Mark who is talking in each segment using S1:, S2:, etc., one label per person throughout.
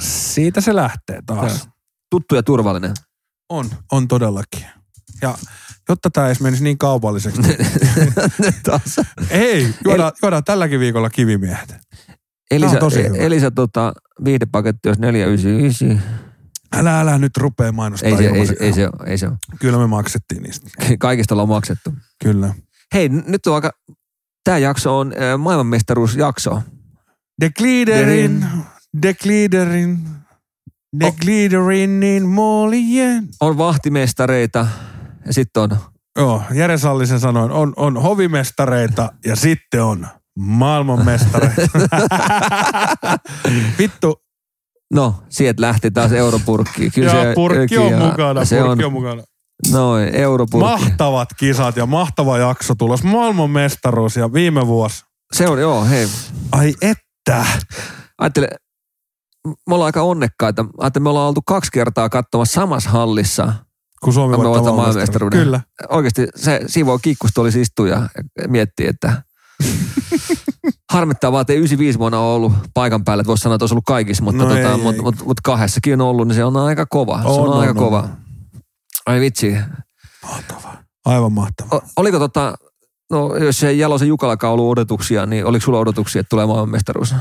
S1: siitä se lähtee taas.
S2: Tuttu ja turvallinen.
S1: On, on todellakin. Ja jotta tämä ei menisi niin kaupalliseksi.
S2: Taas.
S1: ei, juodaan, juodaan tälläkin viikolla kivimiehet.
S2: Elisa,
S1: tosi hyvä.
S2: Elisa tota, viihdepaketti olisi 499.
S1: Älä, älä nyt rupee mainostaa
S2: Ei se, ei, se-
S1: ilmaiseksi.
S2: ei, se, ole- ei se ole.
S1: Kyllä me maksettiin niistä.
S2: Kaikista ollaan maksettu.
S1: Kyllä.
S2: Hei, n- nyt on aika... Tämä jakso on äh, maailmanmestaruusjakso.
S1: The Gliderin, The Gliderin, The
S2: Oh.
S1: Gliderinin moljen.
S2: On vahtimestareita ja sitten on
S1: Joo, Jere Sallisen sanoin, on, on hovimestareita ja sitten on maailmanmestareita. Vittu,
S2: No, sieltä lähti taas europurkki. Kyllä
S1: ja
S2: se,
S1: purkki on
S2: ja
S1: mukana,
S2: Se
S1: purkki
S2: on,
S1: on mukana.
S2: noin, europurkki.
S1: Mahtavat kisat ja mahtava jakso tulos. Maailmanmestaruus ja viime vuosi.
S2: Se on, joo, hei.
S1: Ai että.
S2: Ajattele, me ollaan aika onnekkaita. Ajattele, me ollaan oltu kaksi kertaa katsomassa samassa hallissa.
S1: Kun Suomi
S2: Me
S1: voittaa
S2: voitetaan
S1: maailmanmestaruuden.
S2: maailmanmestaruuden.
S1: Kyllä.
S2: Oikeasti se siivoo kiikkusta olisi istua ja miettii, että harmittaa vaan, että ei 95 vuonna ole ollut paikan päällä. Että voisi sanoa, että olisi ollut kaikissa, mutta,
S1: No
S2: no tota,
S1: ei,
S2: mut,
S1: ei.
S2: Mut, mut, kahdessakin on ollut, niin se on aika kova. se on,
S1: On, on,
S2: aika
S1: on.
S2: kova. Ai vitsi,
S1: Mahtava. Aivan mahtava.
S2: O- oliko tota, no jos se Jalosen Jukalakaan ollut odotuksia, niin oliko sulla odotuksia, että tulee maailmanmestaruus?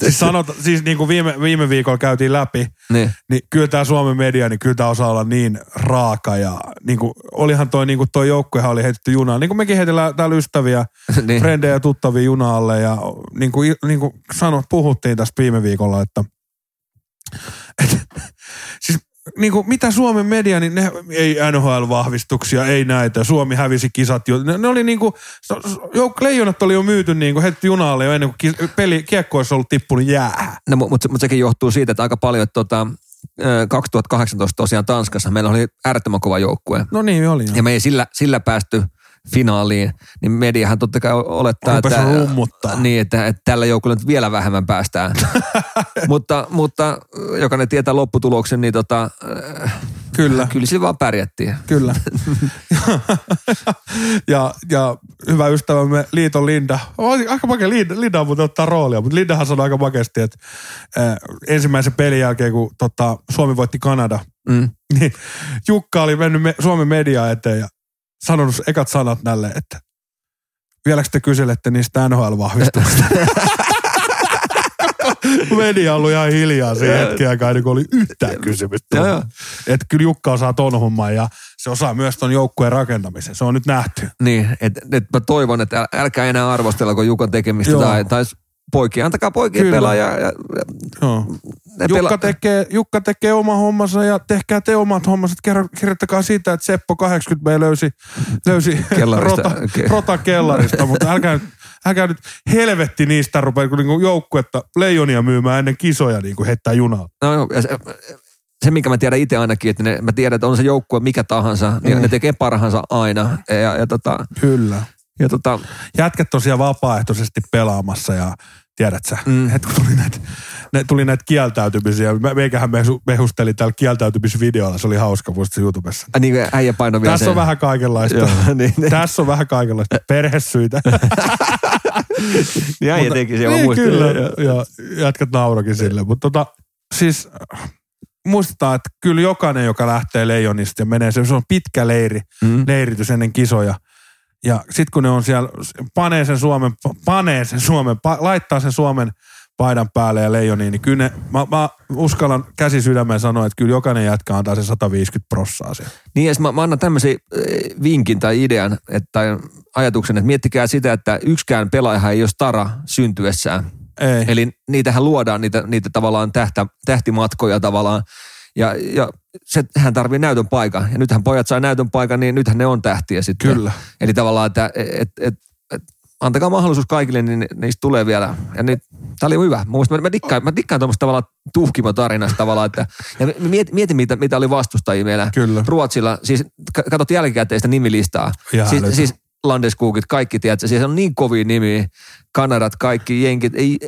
S1: Siis, sanot, siis niin kuin viime, viime viikolla käytiin läpi,
S2: niin.
S1: niin kyllä tämä Suomen media, niin kyllä tämä osaa olla niin raaka ja niin kuin, olihan toi, niin kuin toi joukkuehan oli heitetty junaan. Niin kuin mekin heitellään täällä ystäviä,
S2: niin.
S1: frendejä ja tuttavia junaalle ja niin kuin, niin kuin sanot, puhuttiin tässä viime viikolla, että, että siis niin kuin, mitä Suomen media, niin ne, ei NHL-vahvistuksia, ei näitä, Suomi hävisi kisat jo, ne, ne oli niin kuin, so- so- jouk- leijonat oli jo myyty niin kuin heti junaalle jo ennen kuin ki, peli, kiekko olisi ollut tippunut jäähän.
S2: No, mutta mut sekin johtuu siitä, että aika paljon, että tota, ö, 2018 tosiaan Tanskassa meillä oli äärettömän kova joukkue.
S1: No niin, oli
S2: Ja me ei sillä, sillä päästy finaaliin, niin mediahan totta kai olettaa,
S1: Rupes
S2: että,
S1: rummuttaa.
S2: niin, että, että tällä joukkueella nyt vielä vähemmän päästään. mutta, mutta jokainen tietää lopputuloksen, niin tota, ö,
S1: Kyllä.
S2: kyllä sillä vaan pärjättiin.
S1: Kyllä. ja, ja hyvä ystävämme Liiton Linda. On Aika makea Linda, Linda on muuten ottaa roolia, mutta Lindahan sanoi aika makeasti, että äh, ensimmäisen pelin jälkeen, kun tota, Suomi voitti Kanada,
S2: Mm.
S1: niin Jukka oli mennyt me, Suomen mediaa eteen ja sanonut ekat sanat näille, että vieläkö te kyselette niistä NHL-vahvistuksista? Media on ollut ihan hiljaa sen hetken aikaa, niin kun oli yhtään kysymystä.
S2: Joo, joo.
S1: Että kyllä Jukka osaa ton homman ja se osaa myös ton joukkueen rakentamisen. Se on nyt nähty.
S2: Niin, että et mä toivon, että äl- älkää enää arvostelako Jukan tekemistä
S1: Joo.
S2: tai, tai poikia. Antakaa poikien
S1: Kyllä.
S2: pelaa ja, ja, ja
S1: Joo.
S2: ne
S1: Jukka, tekee, Jukka tekee oma hommansa ja tehkää te omat hommansa. Kerro- Kirjoittakaa siitä, että Seppo 80 löysi, löysi
S2: Kellarista.
S1: rota,
S2: Okei.
S1: rota kellarista, mutta älkää nyt, älkää nyt helvetti niistä rupea kun niinku joukkuetta leijonia myymään ennen kisoja niin kuin heittää junaa.
S2: no, joo, ja se, se, minkä mä tiedän itse ainakin, että ne, mä tiedän, että on se joukkue mikä tahansa, niin
S1: Mm.
S2: ne tekee parhaansa aina. Ja, ja, tota,
S1: Kyllä.
S2: ja tota,
S1: jätkät tosiaan vapaaehtoisesti pelaamassa ja tiedät sä, mm.
S2: Mm.
S1: että kun tuli näitä, ne, tuli näitä kieltäytymisiä, me- meikähän mehu- mehusteli täällä kieltäytymisvideolla, se oli hauska muista YouTubessa.
S2: ai niin, äijä paino vielä
S1: Tässä
S2: sen.
S1: on vähän kaikenlaista.
S2: Joo, niin, niin.
S1: Tässä on vähän kaikenlaista perhesyitä.
S2: Ja äijä
S1: Mutta-
S2: teki sen, mä
S1: niin,
S2: muistin.
S1: kyllä,
S2: Joo.
S1: ja jätkät naurakin sille. Mutta tota, siis äh, muistetaan, että kyllä jokainen, joka lähtee leijonista ja menee, se se on pitkä leiri,
S2: Mm.
S1: leiritys ennen kisoja. Ja sitten kun ne on siellä, panee sen Suomen, panee sen Suomen, pa, laittaa sen Suomen paidan päälle ja leijoniin, niin kyllä ne, mä, mä uskallan käsi sydämeen sanoa, että kyllä jokainen jätkä antaa sen 150 prossaa siellä.
S2: Niin, ja sit mä, mä annan tämmöisen äh, vinkin tai idean että, tai ajatuksen, että miettikää sitä, että yksikään pelaaja ei ole stara syntyessään.
S1: Ei.
S2: Eli niitähän luodaan, niitä, niitä tavallaan tähtä, tähtimatkoja tavallaan. Ja, ja se, hän tarvii näytön paikan. Ja nythän pojat saa näytön paikan, niin nythän ne on tähtiä sitten.
S1: Kyllä.
S2: Eli tavallaan, että et, et, et, antakaa mahdollisuus kaikille, niin niistä tulee vielä. Ja nyt, tää oli hyvä. Mä, muistan, mä, mä dikkaan, mä dikkaan tuommoista tavallaan tuhkimotarinasta tavallaan, että ja mietin, mietin mitä, mitä oli vastustajia meillä.
S1: Kyllä.
S2: Ruotsilla, siis k- katsot jälkikäteistä nimilistaa.
S1: Ihan
S2: Siis,
S1: älytön.
S2: siis Landeskukit, kaikki tiedätkö, siis on niin kovia nimiä. Kanadat, kaikki jenkit, ei,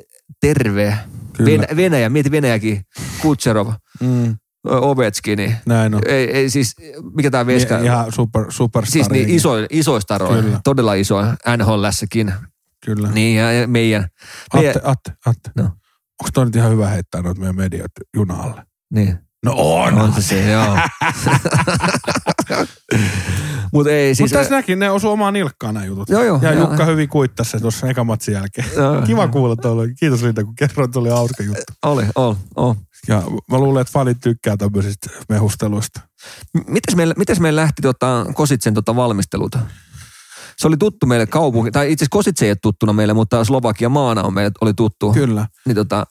S2: terve.
S1: Kyllä.
S2: Venä, Venäjä, mieti Venäjäkin, Kutserov,
S1: Mm,
S2: Ovetski, niin.
S1: näin on.
S2: Ei, ei, siis, mikä tämä Veska,
S1: Niin, ihan super, superstar.
S2: siis niin iso, isoista roja,
S1: Kyllä. Mm.
S2: todella isoja, NHLssäkin.
S1: Kyllä.
S2: Niin, ja ja meidän, meidän
S1: Atte, Atte, Atte.
S2: No.
S1: onko toi nyt ihan hyvä heittää noita meidän mediat junalle?
S2: Niin.
S1: No on.
S2: On se se, joo. Mutta ei siis...
S1: Mutta tässä näkin ne osuu omaan nilkkaan nämä jutut.
S2: Joo, joo,
S1: ja
S2: joo. äh.
S1: Jukka hyvin kuittasi se tuossa ekan matsin jälkeen.
S2: Joo.
S1: Kiva kuulla tuolla. Kiitos Linda, kun kerroit, tuli hauska juttu.
S2: Oli, oli, oli.
S1: Ja mä luulen, että fanit tykkää tämmöisistä mehusteluista.
S2: M- Mites meillä, mites meillä lähti tota Kositsen tota valmistelulta? Se oli tuttu meille kaupunki, tai itse asiassa Kositse ei ole tuttuna meille, mutta Slovakia maana on meille, oli tuttu.
S1: Kyllä.
S2: Niin tota,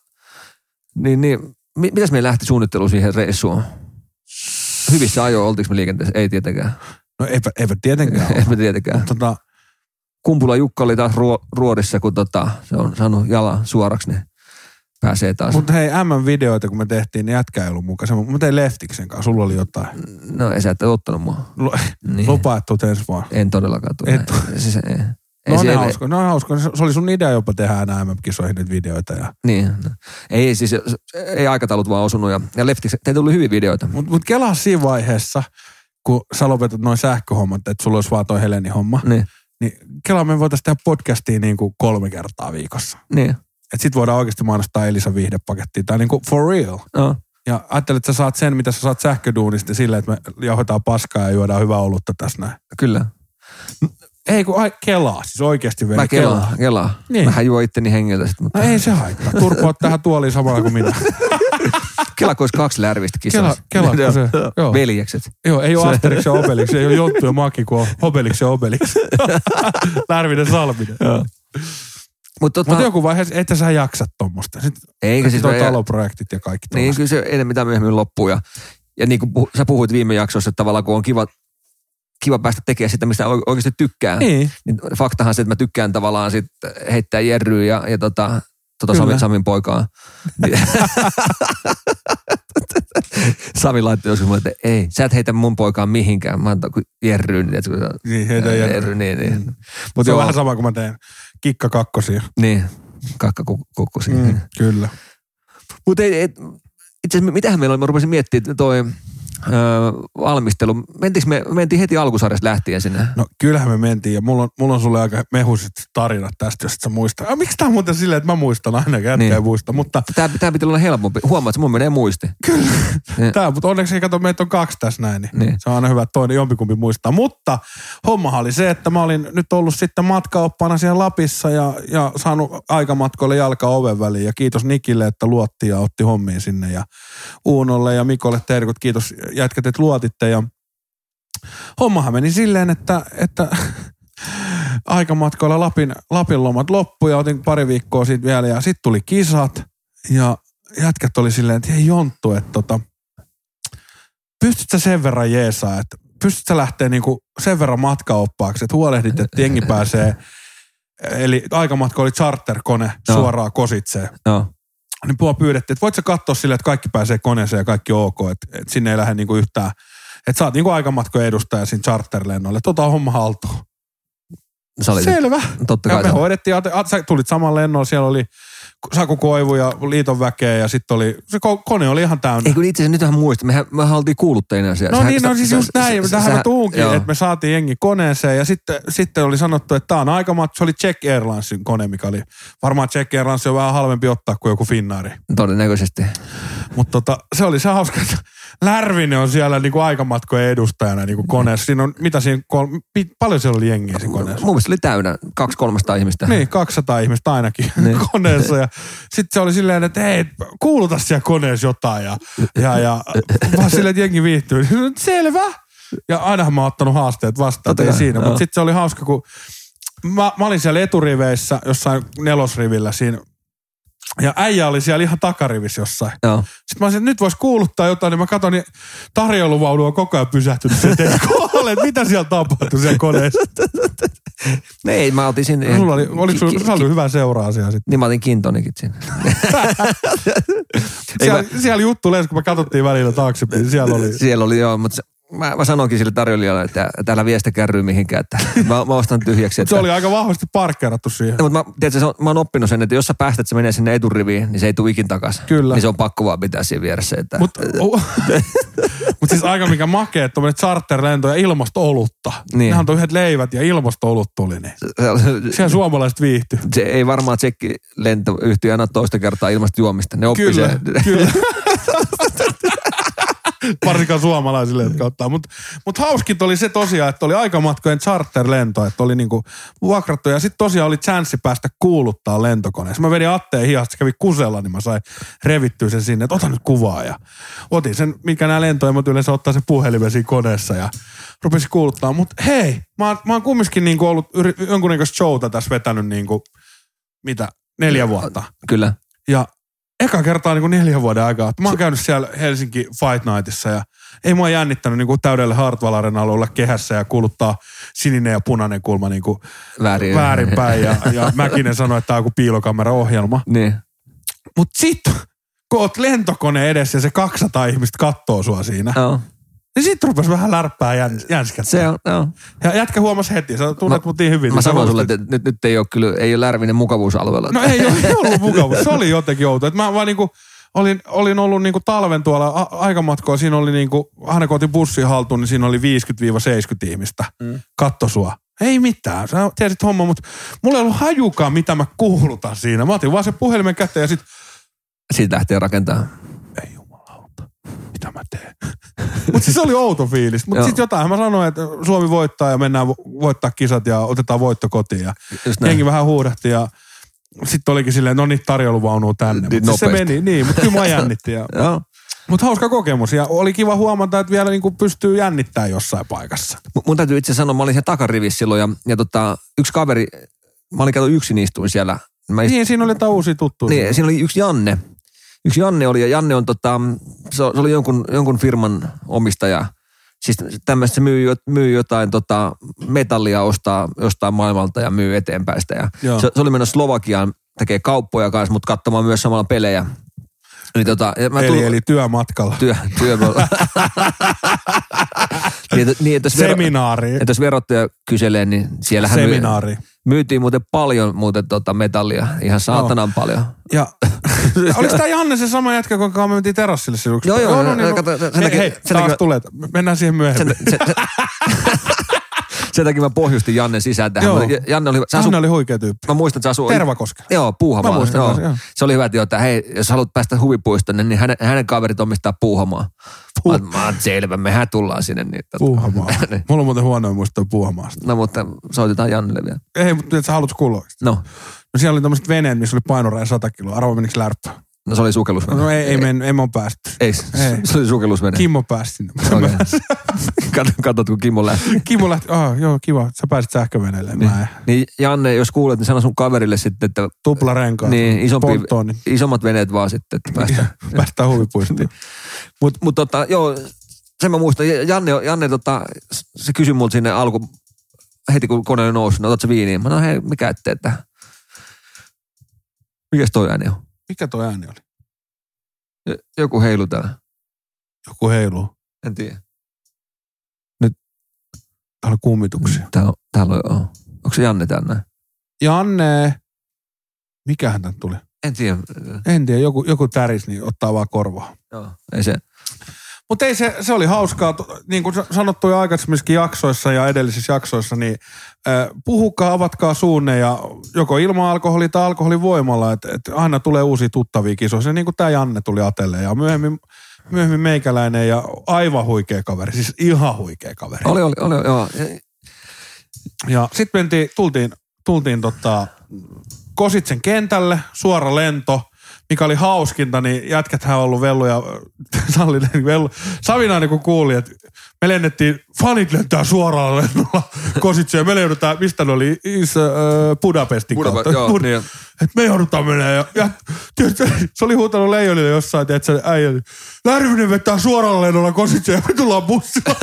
S2: niin, niin, mi- mitäs meillä lähti suunnittelu siihen reissuun? Hyvissä ajoin, oltiinko me liikenteessä? Ei tietenkään.
S1: No eipä, eipä tietenkään ole.
S2: Ei me tietenkään.
S1: Tota,
S2: Kumpula Jukka oli taas ruo- ruodissa, kun tota, se on saanut jalan suoraksi, niin pääsee taas.
S1: mutta hei, M-videoita kun me tehtiin, niin jätkä ei ollut mukana. Mä tein Leftiksen kanssa, sulla oli jotain.
S2: No ei sä et ottanut mua.
S1: Lu-
S2: Niin.
S1: Lupaa, että tuut ensi vaan.
S2: En todellakaan tule.
S1: Et-
S2: Siis, ei.
S1: No on
S2: se-
S1: ne hauska, no on hauska. Se- Se oli sun idea jopa tehdä aina MM-kisoihin niitä videoita. Ja...
S2: Niin. Ei siis, ei aikataulut vaan osunut ja, ja Leftiks, teitä tuli hyviä videoita.
S1: Mutta mut kelaa siinä vaiheessa, kun sä lopetat noin sähköhommat, että sulla olisi vaan toi Heleni homma.
S2: Niin,
S1: Niin kelaa me voitaisiin tehdä podcastia niin kuin kolme kertaa viikossa.
S2: niin.
S1: Et sit voidaan oikeasti mainostaa Elisa viihdepakettia. Tai niin kuin for real.
S2: No,
S1: Ja ajattelin, että sä saat sen, mitä sä saat sähköduunista silleen, että me jauhetaan paskaa ja juodaan hyvää olutta tässä näin.
S2: kyllä.
S1: Ei kun ai, kelaa, siis oikeasti veli
S2: Mä kelaan, kelaan.
S1: Niin.
S2: Niin. Mähän juo itteni hengiltä sit, mutta
S1: No ei se haittaa. Turpoa tähän tuoliin samalla kuin minä.
S2: kela kun olisi kaksi lärvistä
S1: Ah. Kela,
S2: kisassa.
S1: kela kun se, joo.
S2: Veljekset.
S1: joo, ei ole Asterix ja Obelix, ei ole Jonttu ja Maki, kun on Obelix ja Obelix. Lärvinen Salminen.
S2: Mutta
S1: Mutta
S2: tota,
S1: joku vaihe, että sä jaksa tuommoista. Sitten
S2: eikö
S1: Eikä
S2: siis...
S1: siis on
S2: mä-
S1: taloprojektit ja kaikki
S2: Niin,
S1: niin,
S2: kyllä se ennen mitä myöhemmin loppuu. Ja, ja niin kuin puh, sä puhuit viime jaksossa, että tavallaan kun on kiva, kiva päästä tekemään sitä, mistä oike- oikeasti tykkää.
S1: niin.
S2: Niin faktahan se, että mä tykkään tavallaan sit heittää jerryä ja, ja tota, tota
S1: Kyllä.
S2: Samin, Samin poikaa. Niin- Sami laittoi joskus mulle, että ei, sä et heitä mun poikaan mihinkään. Mä antan kuin jerryyn. Niin, kun sä-
S1: Niin, heitä Mm.
S2: jerry,
S1: järry.
S2: niin, niin. Mut
S1: Se on
S2: joo,
S1: vähän sama kuin mä teen kikka kakkosia.
S2: niin, kakka kukku siihen.
S1: Mm, kyllä.
S2: Mutta ei, ei, itse asiassa mitähän meillä oli, mä rupesin miettimään toi ö, valmistelu. Mentiinkö me, mentiin heti alkusarjasta lähtien sinne?
S1: No kyllähän me mentiin ja mulla on, mulla on sulle aika mehuiset tarinat tästä, jos et sä muista. Ah, miksi tää on muuten silleen, että mä muistan aina, jätkä niin.
S2: Niin.
S1: ei muista, mutta
S2: Tää, tää piti olla helpompi. Huomaat, että mun menee muisti.
S1: tää, mutta onneksi ei kato, meitä on kaksi tässä näin, niin, niin.
S2: Niin.
S1: se on aina hyvä, että toinen jompikumpi muistaa. Mutta hommahan oli se, että mä olin nyt ollut sitten matkaoppana siellä Lapissa ja, ja saanut aikamatkoille jalka oven väliin ja kiitos Nikille, että luotti ja otti hommiin sinne ja Uunolle ja Mikolle terkut, kiitos jätkät, että luotitte ja hommahan meni silleen, että, että aikamatkoilla Lapin, Lapin lomat loppui ja otin pari viikkoa siitä vielä ja sitten tuli kisat ja jätkät oli silleen, että hei Jonttu, että tota, pystyt sä sen verran jeesaa, että pystyt sä lähteä niinku sen verran matkaoppaaksi, että huolehdit, että jengi pääsee, eli aikamatka oli charterkone
S2: Joo.
S1: suoraan kositseen
S2: No,
S1: niin mua pyydettiin, että voit sä katsoa silleen, että kaikki pääsee koneeseen ja kaikki on ok, että, että sinne ei lähde niinku yhtään, että sä oot niinku aikamatkojen edustaja siinä charterlennoille, että ota homma haltuun.
S2: se oli se,
S1: Selvä.
S2: totta
S1: Ja
S2: kai.
S1: me
S2: Se.
S1: hoidettiin, Ate- Ate- sä tulit saman lennolla, siellä oli Saku Koivu ja liiton väkeä ja sitten oli, se ko- kone oli ihan täynnä.
S2: Ei kun Niin itse asiassa nythän muistin, mehän, mehän oltiin kuuluttajina siellä.
S1: No
S2: Sähän-
S1: niin, no
S2: sä-
S1: siis
S2: sä-
S1: just
S2: sä-
S1: näin.
S2: sä-
S1: Tähän mä
S2: sä-
S1: tuunkin,
S2: joo.
S1: että me saatiin jengi koneeseen ja sitten, sitten oli sanottu, että tämä on aikamatko. Se oli Czech Airlinesin kone, mikä oli varmaan Czech Airlines on vähän halvempi ottaa kuin joku Finnaari.
S2: Todennäköisesti.
S1: Mutta tota, se oli se hauska, että Lärvinen on siellä niinku aikamatkojen edustajana niinku koneessa. Siinä on, mitä siinä, kol, pi- paljon siellä oli jengiä siinä koneessa?
S2: Mun mielestä oli täynnä, kaksi kolmesta ihmistä.
S1: Niin, 200 ihmistä ainakin niin.
S2: Niin.
S1: koneessa. Ja sitten se oli silleen, että hei, kuuluta siellä koneessa jotain. Ja, ja, ja vaan silleen, että jengi viihtyy. Selvä. Ja ainahan mä oon ottanut haasteet vastaan,
S2: Totta
S1: ei
S2: kai,
S1: siinä.
S2: joo.
S1: Mutta sitten se oli hauska, kun mä, mä olin siellä eturiveissä, jossain nelosrivillä siinä. Ja äijä oli siellä ihan takarivissä jossain.
S2: Joo.
S1: Sitten mä olisin, että nyt voisi kuuluttaa jotain, niin mä katson, niin tarjouluvaunu on koko ajan pysähtynyt sen teidän kohdalle, että mitä siellä tapahtui siellä koneessa.
S2: No ei, mä otin sinne.
S1: Sulla oli, oliko
S2: Ki-
S1: sulla,
S2: ki-
S1: sulla oli hyvä seuraa siellä sitten.
S2: Niin mä otin kintonikit sinne. Ei
S1: Siellä, mä... siellä juttu lensi, kun me katsottiin välillä taaksepäin, niin siellä oli.
S2: Siellä oli joo, mutta se, mä, mä sanoinkin sille tarjoilijalle, että täällä viestä kärryy mihinkään, että mä, mä ostan tyhjäksi. Että,
S1: Mutta se oli aika vahvasti parkkeerattu siihen.
S2: No, mutta mä, tiedätkö, se on, mä oon oppinut sen, että jos sä päästät, se menee sinne eturiviin, niin se ei tule ikin takaisin.
S1: Kyllä.
S2: Niin se on pakko vaan pitää siinä vieressä. Että,
S1: Mutta mut siis aika mikä makea, että tuommoinen charterlento ja ilmastoolutta.
S2: Niin.
S1: Niin. Nehän on yhdet leivät ja ilmastoolut tuli, niin
S2: se,
S1: siellä suomalaiset viihty.
S2: se, ei varmaan tsekki lentoyhtiö aina toista kertaa ilmasta juomista. Ne oppii
S1: Kyllä,
S2: sen.
S1: kyllä. Varsinkaan suomalaisille, jotka ottaa. Mutta mut hauskin oli se tosiaan, että oli aikamatkojen charterlento, että oli niinku vuokrattu. Ja sitten tosiaan oli chanssi päästä kuuluttaa lentokoneessa. Mä vedin Atteen hiasta, se kävi kusella, niin mä sain revittyä sen sinne, että ota nyt kuvaa. Ja otin sen, mikä nämä lentoimat yleensä ottaa sen puhelimen siinä koneessa ja rupesi kuuluttaa. Mutta hei, mä, oon- mä oon kumminkin niinku ollut yri, jonkunnäköistä showta tässä vetänyt niinku, mitä, neljä vuotta.
S2: Kyllä.
S1: Ja eka kertaa niin kuin neljän vuoden aikaa. Mä oon käynyt siellä Helsinki Fight Nightissa ja ei mua jännittänyt niin kuin täydellä Hartwall Arenalla olla kehässä ja kuluttaa sininen ja punainen kulma niin kuin
S2: Väärin.
S1: väärinpäin. Ja, ja Mäkinen sanoi, että tämä on joku piilokameraohjelma.
S2: Niin.
S1: Mutta sit, kun oot lentokone edessä ja se 200 ihmistä kattoo sua siinä,
S2: No.
S1: niin sit rupes vähän lärppää jäns, jänskät.
S2: Se on, no.
S1: Ja jätkä huomas heti, sä tunnet
S2: Mä-
S1: mut niin hyvin.
S2: Mä
S1: Sä
S2: sanoin sulle,
S1: huomasit-
S2: että nyt, nyt ei ole kyllä, ei ole Lärvinen mukavuusalueella.
S1: No ei, ole- ei ollut mukava. Se oli jotenkin outo. Et mä vaan niinku, olin, olin ollut niinku talven tuolla a- aikamatkoa. Siinä oli niinku, aina kun otin bussin haltuun, niin siinä oli 50-70 ihmistä. Mm. Katto sua. Ei mitään, sä tiesit homma, mutta mulla ei ollut hajukaan, mitä mä kuulutan siinä. Mä otin vaan se puhelimen käteen ja sit,
S2: Siitä lähtee rakentamaan.
S1: ei jumalauta, mitä mä teen. mutta siis se oli outo fiilis. Mutta
S2: Joo.
S1: sitten jotain mä sanoin, että Suomi voittaa ja mennään vo- voittaa kisat ja otetaan voitto kotiin. Ja
S2: Just näin.
S1: jengi vähän huudahti ja sitten olikin silleen, no niin, tarjouluvaunu tänne.
S2: Niin
S1: Mut siis se
S2: nopeasti.
S1: meni, niin, mutta kyllä mä jännitti. Ja,
S2: Joo.
S1: mutta hauska kokemus ja oli kiva huomata, että vielä niinku pystyy jännittämään jossain paikassa.
S2: Mun- Mun täytyy itse sanoa, mä olin siellä takarivissä silloin ja, ja tota, yksi kaveri, mä olin kato yksin istuin siellä. Mä istuin,
S1: Niin, siinä oli jotain uusia tuttuja.
S2: niin. niin, siinä oli yksi Janne. Yksi Janne oli ja Janne on tota, se, se oli jonkun, jonkun firman omistaja. Siis tämmöistä se myy, jo- myy jotain tota, metallia ostaa jostain maailmalta ja myy eteenpäin sitä. Ja
S1: Joo.
S2: se, se, oli mennä Slovakiaan tekee kauppoja kanssa, mutta katsomaan myös samalla pelejä. Eli, tota, ja mä
S1: Eli,
S2: tulin-
S1: eli työmatkalla.
S2: työ, työvoima. niin, että- niin, että jos, vero,
S1: Seminaari.
S2: että jos verottaja kyselee, niin siellähän myy,
S1: Seminaari.
S2: myytiin muuten paljon muuten tota metallia, ihan saatanan no. paljon.
S1: Ja oliko tämä Janne se sama jätkä, kun me mentiin terassille silloin?
S2: Joo, joo, joo,
S1: niin,
S2: kato, sen
S1: hei,
S2: takia-
S1: hei,
S2: sen
S1: taas
S2: takia-
S1: tulee. Mennään siihen myöhemmin.
S2: Sen, se, se, sen takia mä pohjustin Jannen sisään tähän.
S1: Joo.
S2: mutta Janne oli, sä asu,
S1: Janne oli huikea tyyppi.
S2: mä muistan, että sä asuu...
S1: Tervakoskella.
S2: Joo,
S1: Mä
S2: Puuhamaa.
S1: muistan
S2: Joo.
S1: kanssa, joo.
S2: Se oli hyvä, että, joo, että hei, jos haluat päästä huvipuistoon, niin hänen, hänen kaverit omistaa Puuhamaa. Puh. Mä, mä oon selvä, mehän tullaan sinne. Niin, tota.
S1: Puuhamaa.
S2: Niin.
S1: Mulla on muuten huonoja muistoja Puuhamaasta.
S2: No mutta soitetaan Jannelle vielä.
S1: Ei, mutta sä haluat kuulla. oikeesti?
S2: No,
S1: No siellä oli tämmöiset veneet, missä oli painoraja 100 kiloa. Arvo menikö lärppä?
S2: no se oli sukellusvene.
S1: No ei, ei, men, ei mä oon päästy.
S2: Ei, se-
S1: Ei.
S2: se oli sukellusvene. Kim...
S1: Kimmo pääsi sinne.
S2: Okay.
S1: Okay.
S2: Katot, katot, kun Kimmo lähti.
S1: Kimmo lähti, oh, joo kiva, sä pääsit sähköveneelle. Mä en.
S2: Niin Janne, jos kuulet, niin sano sun kaverille sitten, että
S1: Tupla renkaat.
S2: niin, isompi,
S1: Polttooni.
S2: isommat veneet vaan sitten, että päästään.
S1: Päästään
S2: Niin.
S1: huvipuistiin.
S2: Mutta mut, tota, joo, sen mä muistan. Ja- Janne, on- Janne tota, s- se kysyi multa sinne alku, heti kun kone oli noussut, no otatko viiniä? Mä no hei, mikä ettei, että... Mikäs toi ääni on?
S1: Mikä toi ääni oli?
S2: J- Joku heilu täällä.
S1: Joku heilu.
S2: En tiedä.
S1: Täällä on kummituksia.
S2: Täällä, on- täällä on, joo. Onko se Janne täällä näin?
S1: Janne. Mikähän tän tuli?
S2: En tiedä.
S1: En tiedä, joku, joku täris, niin ottaa vaan korvaa.
S2: Joo, ei se.
S1: Mutta ei se, se oli hauskaa. To- Niin kuin sa- sanottu jo aikaisemmissakin jaksoissa ja edellisissä jaksoissa, niin äh, puhukaa, avatkaa suunne ja joko ilman alkoholia tai alkoholin voimalla. Että et aina tulee uusia tuttavia kisoja. Niin kuin tämä Janne tuli Atelle ja myöhemmin, myöhemmin meikäläinen ja aivan huikea kaveri. Siis ihan huikea kaveri.
S2: Oli, oli, oli, joo.
S1: Ja sitten mentiin, tultiin, tultiin tota, Kositsen kentälle, suora lento, mikä oli hauskinta, niin jätkäthän on ollut Vellu ja Sallinen, Vellu. Savinainen kun kuuli, että me lennettiin, fanit lentää suoraan lennolla Kositseen ja me joudutaan, mistä ne oli, is, äh, Budapestin
S2: Budapest-
S1: kautta.
S2: joo, niin.
S1: Et me joudutaan menemään ja, ja tiedätkö, se oli huutanut leijonille jossain, tiedätkö, äijä, Lärvinen vetää suoraan lennolla Kositseen ja me tullaan bussilla.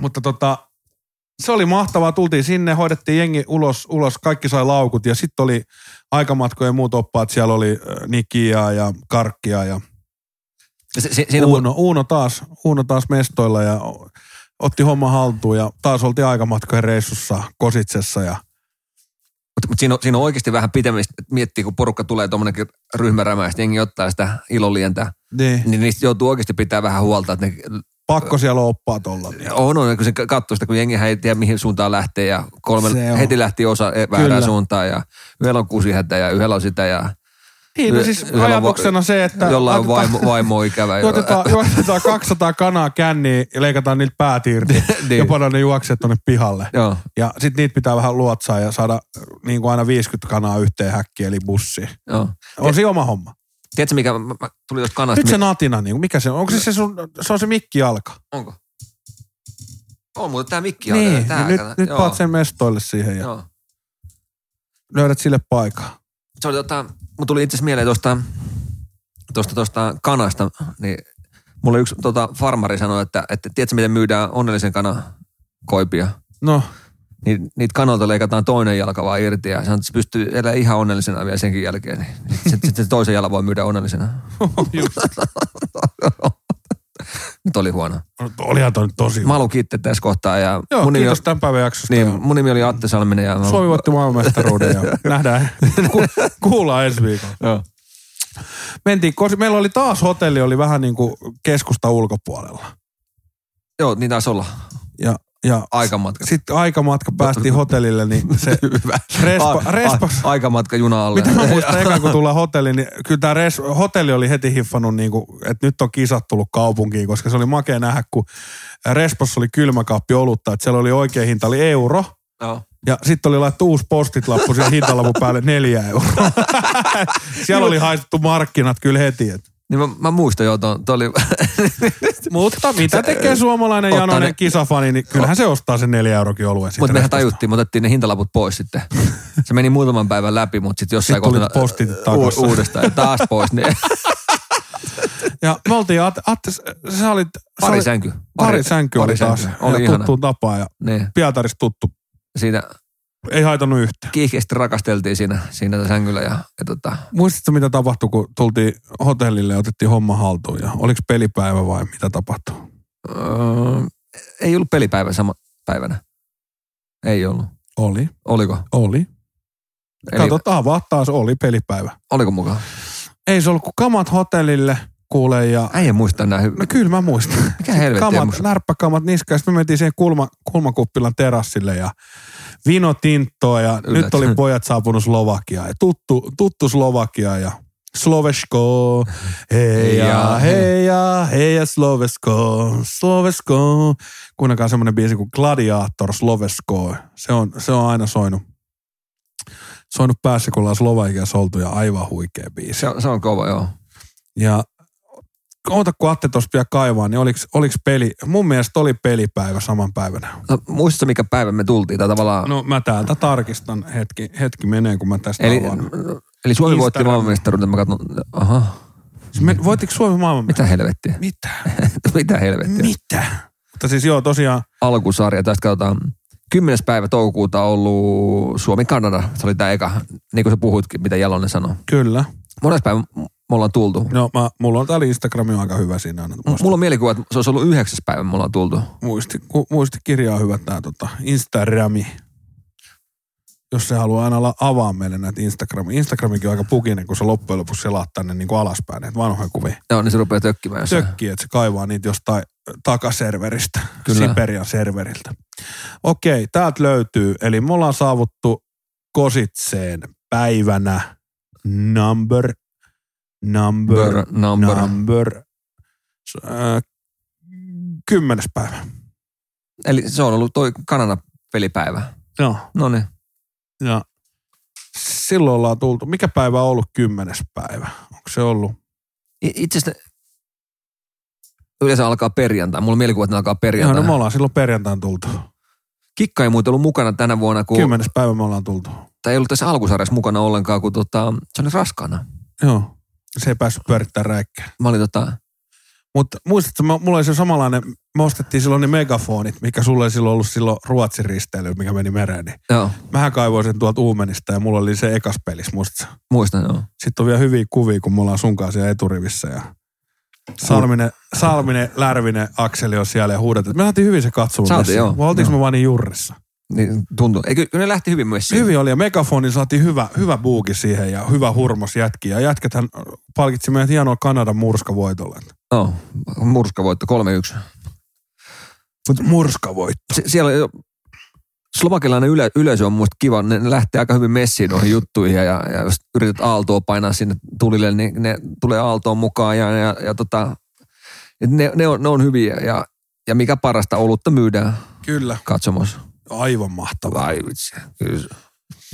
S1: Mutta tota, se oli mahtavaa. Tultiin sinne, hoidettiin jengi ulos, ulos kaikki sai laukut ja sitten oli aikamatkojen muut oppaat. Siellä oli äh, Nikia ja Karkkia ja
S2: Se, se, siinä on,
S1: Uuno, Uuno, taas, Uuno taas mestoilla ja otti homma haltuun ja taas oltiin aikamatkojen reissussa Kositsessa ja
S2: mutta, mutta siinä, on, siinä on oikeasti vähän pitemmästä, että miettii, kun porukka tulee tuommoinenkin ryhmärämä ja sitten jengi ottaa sitä ilolientä,
S1: niin.
S2: niin niistä joutuu oikeasti pitää vähän huolta, että ne
S1: pakko siellä oppaa tuolla.
S2: On, on, kun se katsoo sitä, kun jengi ei tiedä mihin suuntaan lähtee ja kolme,
S1: Se on.
S2: heti lähti osa e- väärään
S1: Kyllä.
S2: suuntaan ja yhdellä on kuusi hätä ja yhdellä on sitä ja
S1: Niin, no
S2: Yhe-
S1: siis
S2: yhdellä on va-
S1: ajatuksena se, että
S2: jollain on
S1: otetaan-
S2: vaimo, vaimo ikävä. jolla-
S1: Juotetaan, juotetaan 200 kanaa känniin ja leikataan niiltä päät irti
S2: Niin.
S1: ja pannaan ne juokset tonne pihalle.
S2: Joo,
S1: Ja sitten niitä pitää vähän luotsaa ja saada niin kuin aina 50 kanaa yhteen häkkiin eli bussiin.
S2: joo.
S1: On se oma homma.
S2: Tiedätkö mikä, mä, mä tuli tuosta kanasta.
S1: Nyt se natina, niin kuin, mikä se on? Onko se se sun, se on se mikki jalka?
S2: Onko? On, mutta tämä mikki on.
S1: no- Niin,
S2: tää,
S1: niin nyt,
S2: tää-
S1: nyt
S2: joo,
S1: paat sen mestoille siihen ja
S2: Joo.
S1: löydät sille paikan.
S2: Se oli tota, mun tuli itse asiassa mieleen tuosta, tuosta, tuosta kanasta, niin mulle yksi tota, farmari sanoi, että, että tiedätkö miten myydään onnellisen kanan koipia?
S1: No,
S2: niin niitä kanolta leikataan toinen jalka vaan irti ja sanotaan, että se pystyy elämään ihan onnellisena vielä senkin jälkeen. Niin sitten sit se toisen jalan voi myydä onnellisena.
S1: just.
S2: Nyt oli huono.
S1: No, olihan toi nyt tosi.
S2: Mä haluan kiittää tässä kohtaa ja
S1: Joo,
S2: mun, nimi,
S1: kiitos tämän päivän jaksosta.
S2: niin,
S1: ja
S2: mun nimi oli Atte Salminen. Ja mä-
S1: Suomi voitti maailmanmestaruuden ja nähdään, ku, kuullaan ensi viikolla.
S2: Joo.
S1: Mentiin, kosi, meillä oli taas hotelli, oli vähän niin kuin keskusta ulkopuolella.
S2: Joo, niin taisi olla
S1: Ja, ja
S2: aikamatka.
S1: sitten aikamatka päästiin hotellille, niin se
S2: Hyvä. Ah,
S1: respa, respas,
S2: A, aikamatka juna alle.
S1: Mitä mä muistan eka, kun tullaan hotelliin, niin kyllä tämä res, hotelli oli heti hiffannut, niin kuin, että nyt on kisat tullut kaupunkiin, koska se oli makea nähdä, kun Respossa oli kylmäkaappi olutta, että siellä oli oikea hinta, oli euro,
S2: Joo.
S1: ja sitten oli laittu uusi postitlappu siihen hintalapun päälle neljä euroa. siellä oli haistettu markkinat kyllä heti. Et.
S2: Niin mä, mä muistan jo, tuon, toi oli,
S1: Mutta mitä tekee suomalainen
S2: Ottaa
S1: janoinen
S2: ne-
S1: kisafani, niin kyllähän se ostaa sen neljä eurokin oluen. siitä
S2: mutta mehän
S1: Resposta.
S2: tajuttiin, me otettiin ne hintalaput pois sitten. Se meni muutaman päivän läpi, mutta sitten jossain
S1: Sitten tuli postit takaisin.
S2: u- uudestaan ja taas pois. Niin.
S1: Ja me oltiin, Atte, Atte sä olit... sä
S2: Pari
S1: olit-
S2: sänky.
S1: Pari sänky oli taas.
S2: Oli
S1: ja
S2: ihana.
S1: tuttuun tapaan ja
S2: Niin,
S1: Pietarissa tuttu
S2: siinä
S1: ei haitannut yhtään.
S2: kiihkeästi rakasteltiin siinä, siinä sängyllä ja, ja tota,
S1: Muistatko, mitä tapahtui, kun tultiin hotellille ja otettiin homma haltuun? Ja oliko pelipäivä vai mitä tapahtui?
S2: öö, ei ollut pelipäivä sama päivänä. Ei ollut.
S1: Oli,
S2: Oliko?
S1: oli.
S2: Eli,
S1: Katsotaan vaan taas, oli pelipäivä.
S2: Oliko mukaan?
S1: Ei se ollut kuin kamat hotellille, kuule ja...
S2: Äijä muistaa näin hyvin.
S1: No kyllä mä muistan.
S2: Mikä helvetti ei
S1: Kamat,
S2: muista?
S1: närppäkamat niskaan. Sitten me mentiin siihen kulma, kulmakuppilan terassille ja vino tinttoa ja
S2: Yllätys.
S1: nyt oli pojat saapunut Slovakiaan. Ja tuttu, tuttu Slovakia ja Slovesko, heija, heija, heija Slovesko, Slovesko. Kuunnakaa semmoinen biisi kuin Gladiator Slovesko. Se on, se on aina soinut, soinut päässä, kun ollaan Slovakiassa oltu ja aivan huikea biisi.
S2: Se, on- se on kova, joo.
S1: Ja oota kun Atte tuossa pian kaivaa, niin oliks, oliks peli, mun mielestä oli pelipäivä saman päivänä.
S2: No, muistatko, mikä päivä me tultiin? Tai tavallaan,
S1: No mä täältä tarkistan, hetki, hetki menee kun mä tästä
S2: eli,
S1: Eli, avaan.
S2: eli Suomi voitti
S1: Instagram.
S2: maailmanmestaruuden. Mä katson, aha,
S1: Siis Me, voitiko Suomi maailman?
S2: mitä helvettiä? No,
S1: Mitä?
S2: mitä helvettiä?
S1: Mitä? Mutta siis joo, tosiaan,
S2: alkusarja. Tästä katsotaan. 10. päivä toukokuuta on ollut Suomi-Kanada. Se oli tämä eka, niin kuin sä puhuitkin, mitä Jalonen sanoi.
S1: kyllä.
S2: Mones päivä me ollaan tultu.
S1: No mä, mulla on täällä Instagram on aika hyvä siinä aina.
S2: M-
S1: Muist,
S2: Mulla on mielikuva, että se olisi ollut yhdeksäs päivä, me ollaan tultu.
S1: muisti, ku, muistikirja on hyvä tää tota, Instagrami. Jos se haluaa aina la- avaa meille näitä Instagramia. Instagramikin on aika pukinen, kun se loppujen lopuksi selaattaa ne niin kuin alaspäin, näitä vanhoja kuvia.
S2: Joo, niin se rupeaa tökkimään jossain.
S1: tökkii, että se kaivaa niitä jostain takaserveristä,
S2: Kyllä.
S1: Kyllä. Siperian serveriltä. Okei, täältä löytyy. Eli me ollaan saavuttu Kositseen päivänä number, number,
S2: Number, number.
S1: number, number s- äh, kymmenes päivä.
S2: Eli se on ollut toi Kanada pelipäivä.
S1: Joo.
S2: No niin.
S1: Ja silloin ollaan tultu. Mikä päivä on ollut kymmenes päivä? Onko se ollut?
S2: Itse asiassa yleensä alkaa perjantai. Mulla on mielikuva, että ne alkaa
S1: Joo, no
S2: perjantai.
S1: me ollaan silloin perjantain tultu.
S2: Kikka ei muuten ollut mukana tänä vuonna, kun
S1: Kymmenes päivä me ollaan tultu.
S2: tai ei ollut tässä alkusarjassa mukana ollenkaan, kun tota, se oli raskaana.
S1: Joo. Se ei päässyt pyörittämään räikkää.
S2: Mä olin tota,
S1: Mutta muistatko, mä- mulla oli se samanlainen, me ostettiin silloin ne megafonit, mikä sulle ei silloin ollut silloin Ruotsin risteily, mikä meni mereen. Niin.
S2: joo,
S1: Mähän kaivoin sen tuolta Uumenista ja mulla oli se ekas pelissä, muistatko?
S2: muistan joo.
S1: Sitten on vielä hyviä kuvia, kun me ollaan sun kanssa siellä eturivissä ja Salminen, Salminen, Lärvinen, Akseli on siellä ja huudat, että me saatiin hyvin se katsomus.
S2: Saatiin,
S1: tässä.
S2: joo.
S1: Vai oltiinko me vaan niin jurrissa?
S2: Niin tuntuu. Eikö, kyllä ne lähti hyvin myös siihen.
S1: Hyvin oli ja megafoni saatiin hyvä, hyvä buuki siihen ja hyvä hurmos jätki. Ja jätkethän palkitsi meidät hienoa Kanadan murskavoitolla.
S2: Joo, murskavoitto 3-1.
S1: Mut murskavoitto.
S2: Sie- siellä on jo, slovakilainen yle, yleisö on muista kiva, ne, ne lähtee aika hyvin messiin noihin juttuihin ja, ja jos yrität aaltoa painaa sinne tulille, niin ne tulee aaltoon mukaan ja, ja, ja tota, et ne, ne, on, ne on hyviä ja, ja mikä parasta olutta myydään
S1: Kyllä.
S2: katsomossa.
S1: Aivan mahtavaa.
S2: Vai vitsi, kyllä se-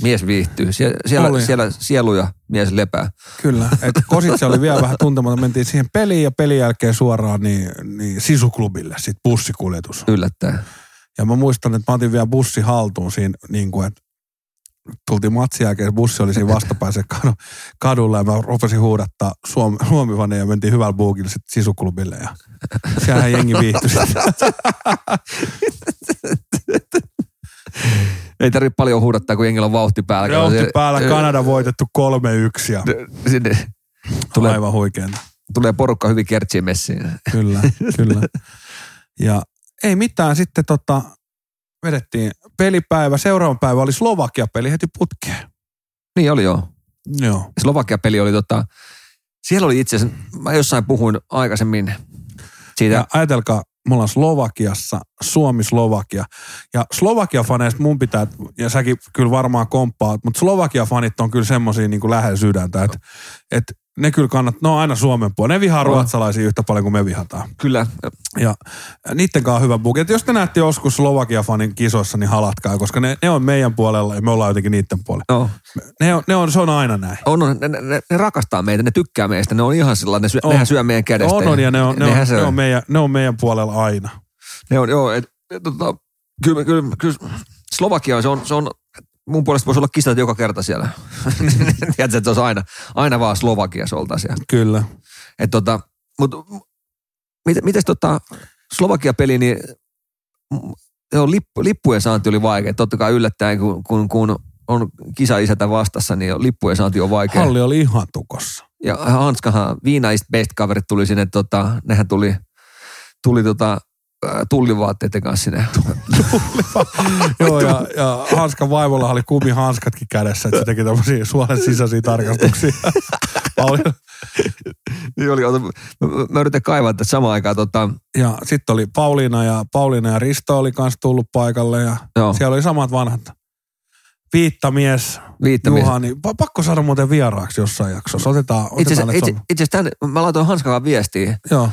S2: mies viihtyy. Sie, siellä,
S1: Oli.
S2: siellä sielu ja mies lepää.
S1: Kyllä. Et Kositse oli vielä vähän tuntematon. Mentiin siihen peliin ja pelin jälkeen suoraan niin, niin sisuklubille sit bussikuljetus.
S2: Yllättäen.
S1: Ja mä muistan, että mä otin vielä bussi haltuun siinä, niin kuin, että tultiin matsin jälkeen, bussi oli siinä vastapäisen kadu- kadulla ja mä rupesin huudattaa Suomi, Suomi ja mentiin hyvällä buukilla sit sisuklubille ja siellähän jengi viihtyi sit.
S2: Ei tarvitse paljon huudattaa, kun jengillä on vauhti päällä.
S1: Rauhti
S2: Kato,
S1: päällä,
S2: se-
S1: Kanada voitettu 3-1 ja
S2: Sinne
S1: tulee.
S2: tulee-
S1: aivan huikeena.
S2: tulee porukka hyvin kertsiin messiin.
S1: Kyllä, kyllä. Ja ei mitään, sitten tota, vedettiin pelipäivä, seuraava päivä oli Slovakia-peli heti putkeen.
S2: Niin oli joo.
S1: Joo.
S2: Slovakia-peli oli tota, siellä oli itse asiassa, mä jossain puhuin aikaisemmin siitä,
S1: Ja
S2: ja.
S1: ajatelkaa, me ollaan Slovakiassa, Suomi-Slovakia. Ja Slovakia-faneista mun pitää, ja säkin kyllä varmaan komppaat, mutta Slovakia-fanit on kyllä semmosia niin kuin lähellä sydäntä, että, että ne kyllä kannat, ne on aina Suomen puolella. Ne vihaa
S2: On.
S1: ruotsalaisia yhtä paljon kuin me vihataan.
S2: kyllä,
S1: Ja niiden kanssa on hyvä buki. Et Jos te näette joskus Slovakia-fanin kisoissa, niin halatkaa, koska ne, ne on meidän puolella ja me ollaan jotenkin niiden puolella.
S2: no,
S1: Ne on, ne on, se on aina näin.
S2: on, on, ne, ne, ne, rakastaa meitä, ne tykkää meistä, ne on ihan sillä lailla, ne syö,
S1: On.
S2: nehän syö meidän kädestä.
S1: On, on ja ne on, ne
S2: Nehän
S1: on,
S2: se
S1: ne on, meidän, ne on meidän puolella aina.
S2: ne on, joo, et, et, tota, kyllä, kyllä, kyllä, Slovakia, se on, se on, mun puolesta voisi olla kisat joka kerta siellä. Tiedätkö, että se olisi aina, aina vaan Slovakiassa oltaisiin.
S1: Kyllä.
S2: Et tota, mut, mit, mites tota, Slovakia-peli, niin mm, joo, lippu, lippujen saanti oli vaikea. Totta kai yllättäen, kun, kun, kun on kisa isätä vastassa, niin lippujen saanti on vaikea.
S1: Halli oli ihan tukossa.
S2: Ja Hanskahan, Viina is best kaverit tuli sinne, tota, nehän tuli, tuli tota, ää, tullivaatteiden kanssa sinne.
S1: Joo, ja, ja Hanskan vaimolla oli kumi hanskatkin kädessä, että se teki tämmöisiä suolen sisäisiä tarkastuksia. Pauli-
S2: Niin oli, ota- mä, mä- mä yritän kaivaa tätä samaan aikaan. Tota,
S1: ja sitten oli Pauliina ja, Pauliina ja Risto oli kanssa tullut paikalle ja
S2: joo,
S1: siellä oli samat vanhat. Viittamies,
S2: viittämies.
S1: Juhani, pa- pakko saada muuten vieraaksi jossain jaksossa. Otetaan,
S2: Itse
S1: otetaan
S2: asiassa,
S1: nyt
S2: itse,
S1: Suomi.
S2: itse asiassa tän, mä laitoin Hanskakaan viestiä,
S1: Joo,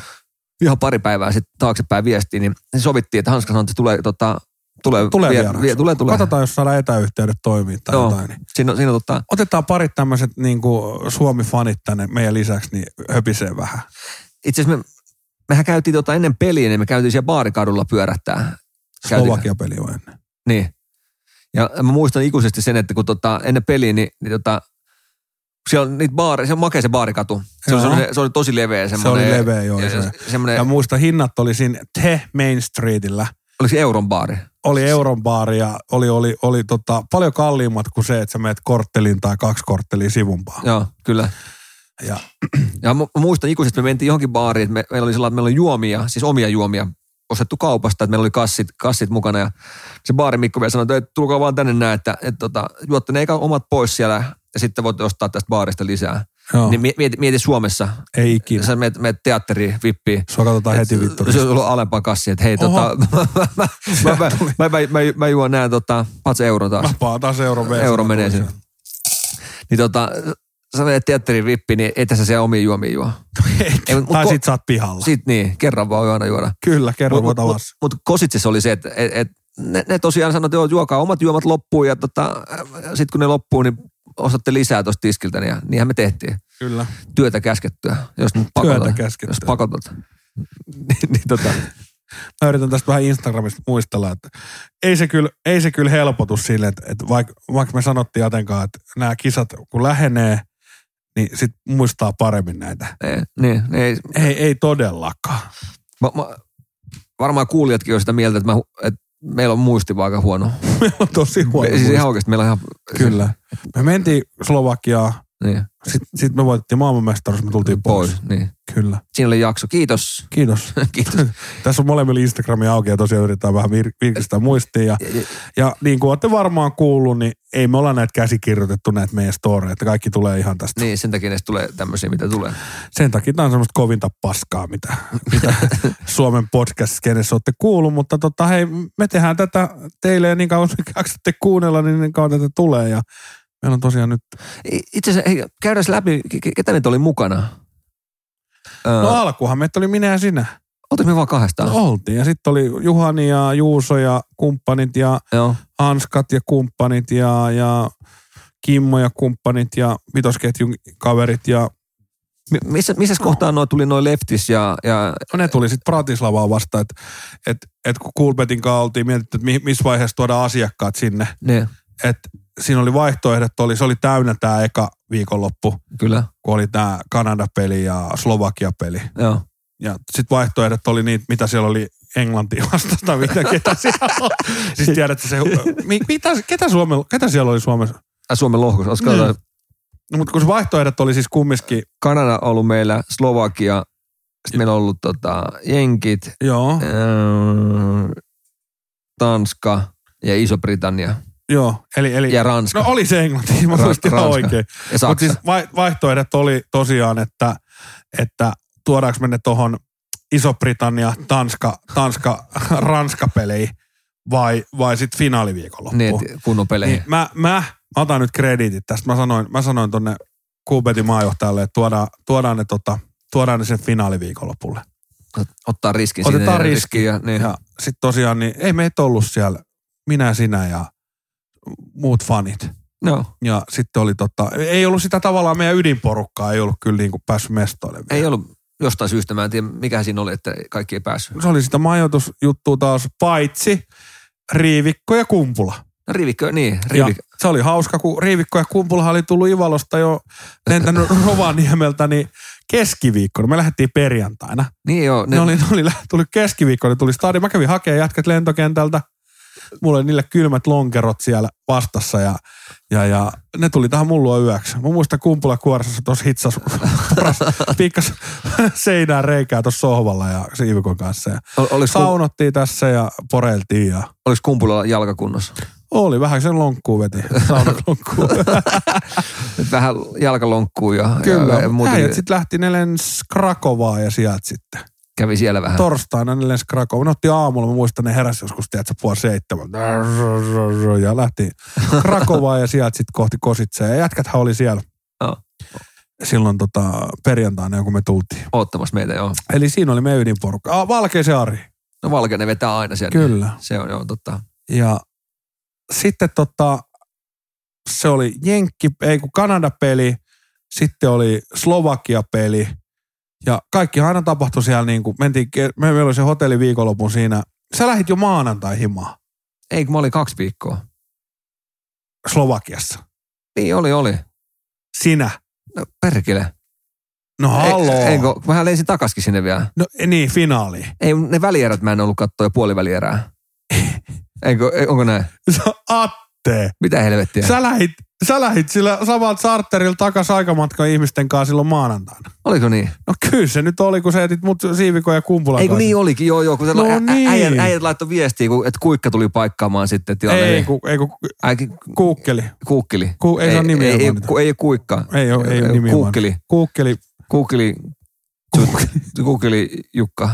S2: ihan pari päivää sitten taaksepäin viestiin, niin se sovittiin, että Hanska sanoi, että tulee, tota, tulee,
S1: tulee
S2: vie-
S1: vieraaksi.
S2: vie- tulee, tulee.
S1: Katsotaan, jos saadaan etäyhteydet toimii tai
S2: Joo.
S1: jotain. Niin.
S2: Siinä, on- siinä on tota,
S1: Otetaan parit tämmöiset niin Suomi-fanit tänne meidän lisäksi, niin höpisee vähän.
S2: itse asiassa me, mehän käytiin tota ennen peliä, niin me käytiin siellä baarikadulla pyörähtää. Käytiin-
S1: Slovakia-peli on ennen.
S2: Niin. Ja mä muistan ikuisesti sen, että kun tota, ennen peliä, niin, niin tota, siellä on niitä baari, se on makea se baarikatu. Se, on
S1: Joo.
S2: semmoinen- se oli tosi leveä semmoinen.
S1: oli leveä, joo,
S2: ja-
S1: se-
S2: ja Semmoinen,
S1: Ja muista hinnat oli siinä The Main Streetillä.
S2: oliko se euron baari?
S1: Oli euron baari ja oli, oli, oli tota, paljon kalliimmat kuin se, että sä meet korttelin tai kaksi korttelia sivumpaa.
S2: Joo, kyllä.
S1: Ja,
S2: Ja mu- mä muistan ikuisesti, että me mentiin johonkin baariin, että me, meillä oli sellainen, että meillä oli juomia, siis omia juomia, ostettu kaupasta, että meillä oli kassit, kassit mukana ja se baarimikko vielä sanoi, että "Ei, tulkaa vaan tänne näin, että, että, tota, juotte ne eikä omat pois siellä ja sitten voitte ostaa tästä baarista lisää.
S1: joo,
S2: Niin
S1: niin,
S2: mie- mieti, mieti Suomessa,
S1: ei ikinä.
S2: sä menet, menet teatteriin, vippiin,
S1: Sua katsotaan heti vittu.
S2: se on ollut alempaa kassia, että hei, tota, mä, mä, mä, mä, mä, mä, mä, mä juon nää tota, patsa euro taas.
S1: Mä paan taas euron veestä.
S2: Euro menee sinne. Niin tota, sä menet teatteriin vippiin, niin et sä siellä omia juomia juo. Ei, mut-
S1: tai
S2: mut-
S1: sit sä oot pihalla.
S2: Sitten niin, kerran vaan voi aina juoda.
S1: Kyllä, kerro
S2: Mutta mut,
S1: tavassa.
S2: mut Kositsissa oli se, että et, et, ne, ne tosiaan sanoi, että joo, juokaa omat juomat loppuun ja tota, sitten kun ne loppuu, niin ostatte lisää tuosta tiskiltä. Niin, ja niinhän me tehtiin.
S1: Kyllä.
S2: Työtä käskettyä, jos nyt pakotat.
S1: Työtä käskettyä.
S2: Jos pakotat. niin, niin tota,
S1: Mä yritän tästä vähän Instagramista muistella, että ei se kyllä, ei se kyllä helpotu sille, että, että vaikka, vaikka me sanottiin jotenkaan, että nämä kisat kun lähenee, niin sit muistaa paremmin näitä.
S2: ei, niin, ei,
S1: Ei, ei todellakaan.
S2: mä, mä, varmaan kuulijatkin on sitä mieltä, että, mä, hu- että meillä on muisti vaan aika huono.
S1: Meillä on tosi huono
S2: Me, siis
S1: muisti.
S2: ihan oikeasti meillä on ihan...
S1: Kyllä. Me mentiin Slovakiaan,
S2: Niin.
S1: Sitten sit me voitettiin maailmanmestaruus, me tultiin pois. pois.
S2: Niin.
S1: Kyllä.
S2: Siinä oli jakso. Kiitos.
S1: Kiitos.
S2: Kiitos.
S1: Tässä on molemmilla Instagramia auki ja tosiaan yritetään vähän vir- virkistää muistia. Ja,
S2: Ja- ja-
S1: ja niin kuin olette varmaan kuullut, niin ei me olla näitä käsikirjoitettu näitä meidän storeja, että kaikki tulee ihan tästä.
S2: Niin, sen takia näistä tulee tämmöisiä, mitä tulee.
S1: Sen takia tämä on semmoista kovinta paskaa, mitä, mitä Suomen podcast kenessä olette kuullut, mutta tota, hei, me tehdään tätä teille ja niin kauan kun jaksatte kuunnella, niin niin kauan tätä tulee ja meillä on tosiaan nyt,
S2: I- Itse asiassa, hei, käydään läpi, ke- ke- ketä meitä oli mukana? Öö,
S1: no
S2: no,
S1: alkuhan meitä oli minä ja sinä.
S2: me vaan kahdestaan.
S1: No,
S2: No.
S1: oltiin ja sitten oli Juhani ja Juuso ja kumppanit ja
S2: Joo.
S1: hanskat ja kumppanit ja, ja Kimmo ja kumppanit ja vitosketjun kaverit ja
S2: Mi- Missä, missä kohtaa noi tuli noin leftis ja, ja
S1: no ne tuli sitten Bratislavaa vasta, että et, et kun Coolbetin kanssa oltiin mietitty, että mi, missä vaiheessa tuodaan asiakkaat sinne,
S2: ne,
S1: että siinä oli vaihtoehdot, oli, se oli täynnä tämä eka viikonloppu,
S2: kyllä,
S1: kun oli tämä Kanada-peli ja Slovakia-peli.
S2: joo.
S1: Ja sitten vaihtoehdot oli niitä, mitä siellä oli Englantia vastasta, mitä ketä siellä oli. Siis tiedätkö se, mi, mitä, ketä, Suomella, ketä siellä oli Suomessa?
S2: Ä, Suomen lohkossa, olisiko
S1: Niin.
S2: niin.
S1: No, mutta kun se vaihtoehdot oli siis kumminkin,
S2: Kanada ollut meillä, Slovakia, sitten meillä on ollut tota, Jenkit,
S1: joo,
S2: öö, Tanska ja Iso-Britannia
S1: joo, eli, eli
S2: ja Ranska
S1: no oli se Englanti, mä muistin ihan
S2: Ranska.
S1: oikein.
S2: ja
S1: Mutta
S2: Saksa.
S1: siis vai- vaihtoehdot oli tosiaan, että, että tuodaanko me ne tuohon Iso-Britannia, Tanska, Tanska, Ranska peleihin vai, vai sitten finaaliviikonloppuun.
S2: niin, et kunnon pelejä.
S1: niin,
S2: Niin.
S1: mä, mä, mä, otan nyt krediitit tästä. Mä sanoin, mä sanoin tonne Kuubetin maajohtajalle, että tuodaan, tuodaan, ne, tota, tuodaan ne sen finaaliviikonlopulle.
S2: Ottaa riskin
S1: Otetaan
S2: sinne ja
S1: riski.
S2: riski Ja, niin.
S1: Ja sitten tosiaan, niin ei meitä ollut siellä minä, sinä ja muut fanit.
S2: No,
S1: Ja sitten oli tota, ei ollut sitä tavallaan meidän ydinporukkaa, ei ollut kyllä niin kuin päässyt mestoille vielä.
S2: ei ollut jostain syystä, mä en tiedä mikä siinä oli, että kaikki ei päässyt.
S1: Se oli sitä majoitusjuttua taas, paitsi Riivikko ja Kumpula.
S2: No, rivikö, niin,
S1: Ja
S2: rivikö.
S1: se oli hauska, kun Riivikko ja Kumpulahan oli tullut Ivalosta jo lentänyt Rovaniemeltä niin keskiviikkona. Me lähdettiin perjantaina.
S2: Niin joo,
S1: Ne,
S2: ne,
S1: oli, ne oli lä- tuli keskiviikkona, ne tuli stadion. Mä kävin hakemaan jätkät lentokentältä. Mulla oli niille kylmät lonkerot siellä vastassa ja, ja, ja ne tuli tähän mulla yöksi. Mä muistan kumpula kuoressa tuossa hitsas paras, pikkas seinään reikää tuossa sohvalla ja Siivikon kanssa. Ja
S2: ol- oliko, kum,
S1: saunottiin tässä ja poreiltiin ja
S2: oliko kumpulalla jalkakunnossa?
S1: oli vähän sen lonkkuun veti, saunalonkkuun.
S2: Nyt vähän jalkalonkkuun ja,
S1: Kyllä,
S2: ja, ja
S1: mutta
S2: muuten
S1: äijät sitten lähti ne lens Krakovaa ja sieltä sitten.
S2: kävi siellä vähän.
S1: Ah. Torstaina ne lens Krakovaa. Ne otti aamulla, mä muistan ne heräsi joskus, tiedätkö, puoli seitsemän. Ja lähti Krakovaa ja sieltä sitten kohti Kositsea. Ja jätkäthän oli siellä.
S2: Joo.
S1: Silloin tota, perjantaina, kun me tultiin.
S2: Oottamassa meitä, joo.
S1: Eli siinä oli meidän ydinporukka. Ah, Valkeisen Ari.
S2: No valkeinen vetää aina sieltä.
S1: Kyllä.
S2: Se on, joo, totta.
S1: Ja sitten tota, se oli Jenkki, ei kun Kanada-peli, sitten oli Slovakia-peli. Ja kaikki aina tapahtui siellä niin kuin, mentiin, ke- me- meillä oli se hotelli viikonlopun siinä. Sä lähit jo maanantai himaan
S2: Ei, kun mä olin kaksi viikkoa.
S1: Slovakiassa.
S2: Niin, oli, oli.
S1: Sinä.
S2: No, perkele.
S1: No haloo.
S2: Ei, ei, kun vähän lensin takaskin sinne vielä.
S1: No niin, finaali.
S2: Ei, ne välierät mä en ollut kattoa ja puolivälierää. Eikö, ei- onko näin?
S1: Sä, Atte.
S2: Mitä helvettiä? Sä...
S1: Sä lähit, sä lähit sillä samalta charterilla takaisin aikamatka ihmisten kanssa silloin maanantaina.
S2: Oliko niin?
S1: No kyllä se nyt oli, kun sä etit mut siivikon ja kumpulan
S2: Ei kun
S1: kanssa.
S2: niin olikin, joo joo. Kun se
S1: No
S2: ä- ä-
S1: niin.
S2: äijät, äijät laittoi viestiä, kun- että kuikka tuli paikkaamaan sitten tilanne.
S1: Ei,
S2: Niin-
S1: kun, ei kun
S2: Ai, ki-
S1: kuukkeli.
S2: kuukkeli.
S1: Ku- ei saa nimiä
S2: ei, ei,
S1: mainita.
S2: ku- ei kuikka.
S1: Ei oo- ei oo nimiä
S2: Kuukkeli.
S1: Kuukkeli.
S2: Kuukkeli. Kuukkeli Jukka.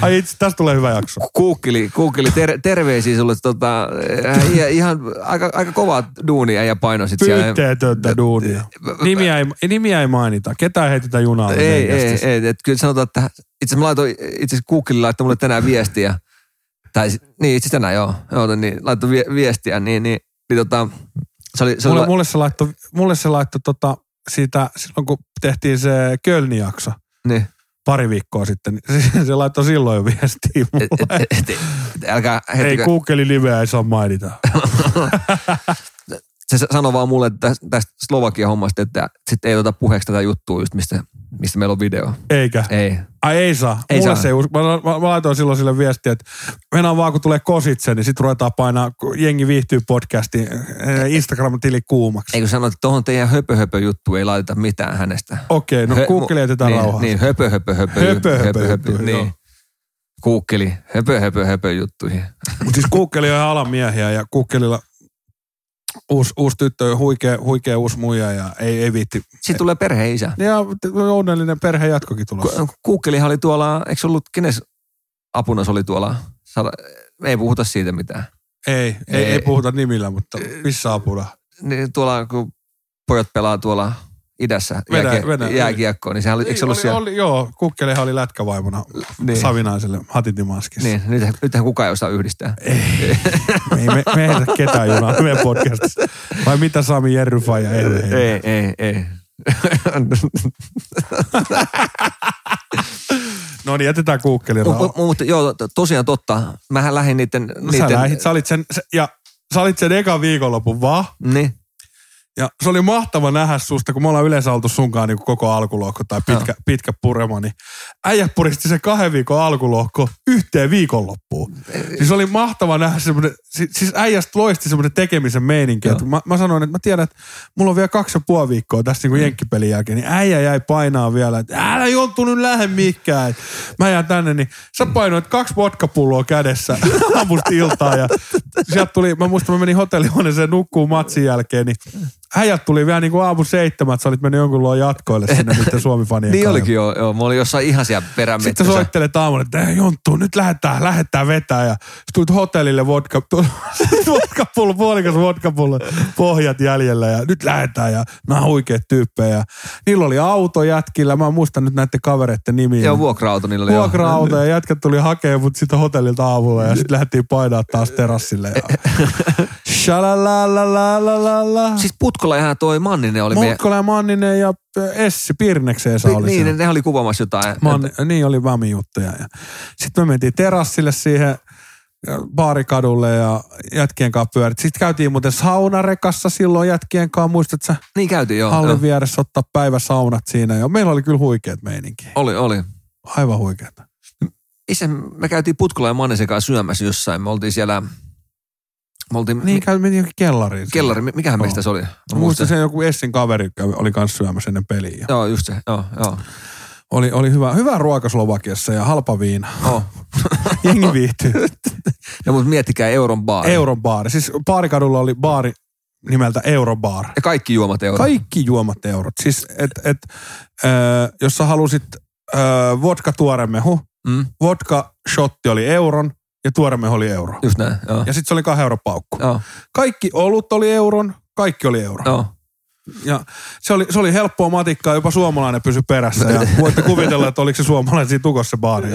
S1: Ai itse, tästä tulee hyvä jakso.
S2: Kuukkeli, kuukkeli ter- terveisiä sulle. Tota, äh, ja ihan aika, aika kovaa duunia ja paino sit siellä.
S1: Pyytteetöntä duunia. Nimiä ei, nimiä ei mainita. Ketään heitetä junaa.
S2: Ei, ei,
S1: siis.
S2: ei. Et kyllä sanotaan, että itse asiassa mä laitoin, itse asiassa Google laittoi mulle tänään viestiä. Tai si- niin, itse asiassa tänään joo. joo niin, laittoi vie, viestiä, niin, niin, niin tota, se oli, se oli
S1: Mulle, mulle se laittoi, mulle se laittoi tota, siitä, silloin kun tehtiin se Kölni jakso
S2: niin,
S1: pari viikkoa sitten, niin se, se laittoi silloin jo viestiä mulle.
S2: et, et, et, et, et, älkää
S1: Ei
S2: heti,
S1: kuukkeli nimeä ei saa mainita.
S2: se sanoi vaan mulle tästä, tästä Slovakia hommasta, että sit ei ota puheeksi tätä juttua just, mistä mistä meillä on video.
S1: Eikä.
S2: Ei.
S1: Ai ei saa.
S2: Ei
S1: Ei Mulle
S2: saa.
S1: se ei usko. Mä, mä, mä, laitoin silloin sille viestiä, että mennään vaan kun tulee kositse, niin sit ruvetaan painaa kun jengi viihtyy podcastiin eh, Instagram-tili kuumaksi.
S2: Eikö sanoa, että tuohon teidän höpö, höpö juttu ei laiteta mitään hänestä.
S1: Okei, no
S2: Hö-
S1: Google jätetään
S2: niin,
S1: rauhaan.
S2: Niin, höpö, höpö, höpö,
S1: Höpö, höpö, höpö, joo.
S2: niin. Kuukkeli, höpö, höpö, höpö juttuihin.
S1: Mutta siis Google on ihan alamiehiä ja Googleilla uusi, uusi tyttö, huikea, huikea uusi muija ja ei, ei viitti.
S2: Sitten tulee perheen isä.
S1: Ja onnellinen perhe jatkokin tulossa.
S2: Ku- Kuukkelihan oli tuolla, eikö se ollut, kenes apuna se oli tuolla? Sala, me ei puhuta siitä mitään.
S1: Ei, ei,
S2: Ei.
S1: ei, puhuta nimillä, mutta missä apuna?
S2: Niin tuolla, kun pojat pelaa tuolla idässä
S1: Venäjä-
S2: jääkie-
S1: Venäjä-
S2: jääkiekkoa, niin sehän oli, eikö se ollut
S1: oli,
S2: siellä?
S1: Oli, joo, Kukkelehan oli lätkävaimona
S2: Niin.
S1: niin. Savinaiselle Hatitimaskissa.
S2: Niin, nythän, nythän kukaan ei osaa yhdistää.
S1: Ei me, me heitä ketään junaa meidän podcastissa. Vai mitä Sami Jerryfa ja Erve Heinonen?
S2: Ei, ei, ei.
S1: No niin, jätetään kuukkelin
S2: Mu-
S1: rauhaan.
S2: mu- Mutta joo, to- tosiaan totta. Mähän lähdin niiden...
S1: No, sä lähit, sä olit sen, se- ja sä olit sen ekan viikonlopun vaan.
S2: Niin.
S1: Ja se oli mahtava nähdä susta, kun me ollaan yleensä oltu sunkaan niin koko alkulohko tai pitkä, pitkä purema, niin äijä puristi se kahden viikon alkulohko yhteen viikonloppuun. Siis oli mahtava nähdä semmoinen, siis, siis äijästä loisti semmoinen tekemisen meininki.
S2: Joo.
S1: Että mä, mä, sanoin, että mä tiedän, että mulla on vielä kaksi ja puoli viikkoa tässä niin kuin
S2: Mm.
S1: jenkkipelin jälkeen, niin äijä jäi painaa vielä, että älä joutu nyt lähde mikään. että Mä jään tänne, niin sä painoit kaksi vodkapulloa kädessä aamusta iltaa ja sieltä tuli, mä muistan, mä menin hotellihuoneeseen nukkuu matsin jälkeen, niin äijät tuli vielä niin kuin aamu seitsemän, että sä olit mennyt jonkun luo jatkoille sinne niiden suomifanien
S2: Niin
S1: kanssa.
S2: olikin joo, joo. Mä olin jossain ihan siellä perämetsässä.
S1: Sitten sä soittelet aamulla, että "Ei, Jonttu, nyt lähetään, lähetään vetää. Ja sit tulit hotellille vodka, tu- vodkapullo, puolikas vodkapullo, pohjat jäljellä ja nyt lähetään. Ja nämä huikeat tyyppejä. Ja niillä oli auto jätkillä, mä muistan nyt näiden kavereiden nimiä.
S2: Joo, vuokra-auto niillä oli. joo.
S1: Vuokra-auto ja jätkät tuli hakemaan mut sitten hotellilta aamulla ja sitten lähdettiin painaa taas terassille. Ja... Shalalalalala.
S2: Siis Putkola ihan toi Manninen oli meidän...
S1: Munkkola ja Manninen ja Essi Pirnekseensä oli
S2: niin,
S1: siellä.
S2: ne, ne oli kuvaamassa jotain.
S1: Mä oon, niin oli vämijuttuja. Ja. Sitten me mentiin terassille siihen ja baarikadulle ja jätkien kanssa pyörit. Sitten käytiin muuten saunarekassa silloin jätkien kanssa. Muistat sä
S2: Niin käytiin, joo. joo.
S1: hallin vieressä ottaa päiväsaunat siinä. Ja meillä oli kyllä huikeet meininki.
S2: Oli, oli.
S1: Aivan huikeet.
S2: Isä, me käytiin Putkola ja Mannisen kanssa syömässä jossain. Me oltiin siellä... Me oltiin...
S1: Niin käy, meni johonkin kellariin. siinä.
S2: Kellari, mi- mikähän meistä se oli? Mä
S1: Mä Muistan sen joku Essin kaveri kävi- oli kanssa syömässä ennen peliä. Ja
S2: Joo, just se. Joo, joo.
S1: Oli, oli hyvä, hyvä ruoka Slovakiassa ja halpa viina.
S2: joo.
S1: Jengi viihtyy.
S2: No, mutta miettikää euron baari.
S1: Euron baari. Siis baarikadulla oli baari nimeltä Eurobar.
S2: Ja kaikki juomat euro.
S1: Kaikki juomat eurot. Siis, et, et, ö, jos sä halusit ö, vodka tuoremehu,
S2: Mm,
S1: vodka shotti oli euron ja tuoremehu oli euro.
S2: just näin, joo.
S1: Ja sitten se oli kahden euron paukku.
S2: Joo,
S1: Kaikki olut oli euron, kaikki oli euro.
S2: joo.
S1: Ja se oli, se oli helppoa matikkaa, jopa suomalainen pysy perässä. Ja voitte kuvitella, että oliko se suomalainen siinä tukossa se baari.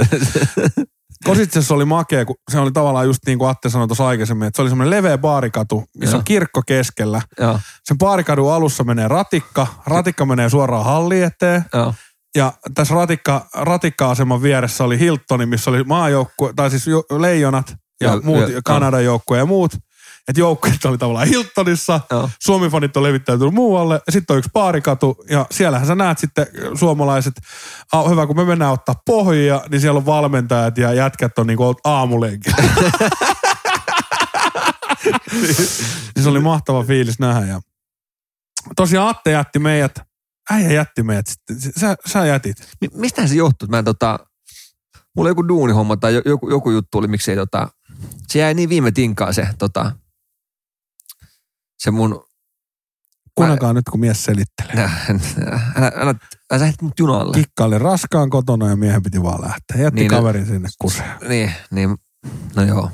S1: Kositsessa oli makea, kun se oli tavallaan just niin kuin Atte sanoi tuossa aikaisemmin, että se oli semmoinen leveä baarikatu, missä
S2: Joo.
S1: on kirkko keskellä.
S2: Joo,
S1: Sen baarikadun alussa menee ratikka, ratikka menee suoraan hallin eteen.
S2: joo.
S1: Ja tässä ratikka, ratikka-aseman vieressä oli Hiltoni, missä oli maajoukkue, tai siis jo- leijonat ja,
S2: Joo,
S1: ja muut,
S2: joo,
S1: ja, Kanadan joukkue ja muut. Että joukkueet oli tavallaan Hiltonissa,
S2: Joo.
S1: Suomi-fanit on levittäytynyt muualle, sitten on yksi baarikatu, ja siellähän sä näet sitten suomalaiset, "Au, hyvä kun me mennään ottaa pohjia, niin siellä on valmentajat ja jätkät on niinku aamulenkillä. niin se oli mahtava fiilis nähdä. Ja tosiaan Atte jätti meidät, äijä jätti meidät sitten, sä, sä jätit.
S2: Mi- Mistähän se johtuu? että Mä en, tota, mulla oli joku duunihomma tai jo- joku, joku juttu oli, miksei tota, se jäi niin viime tinkaan se, tota, se mun,
S1: Kuunnakaa nyt, kun mies selittelee.
S2: älä, älä, älä, älä sä heitit mut junalle.
S1: Kikka oli raskaan kotona ja miehen piti vaan lähteä.
S2: Niin,
S1: Jätti niin,
S2: no.
S1: kaverin sinne kuseen.
S2: Niin, niin, no joo.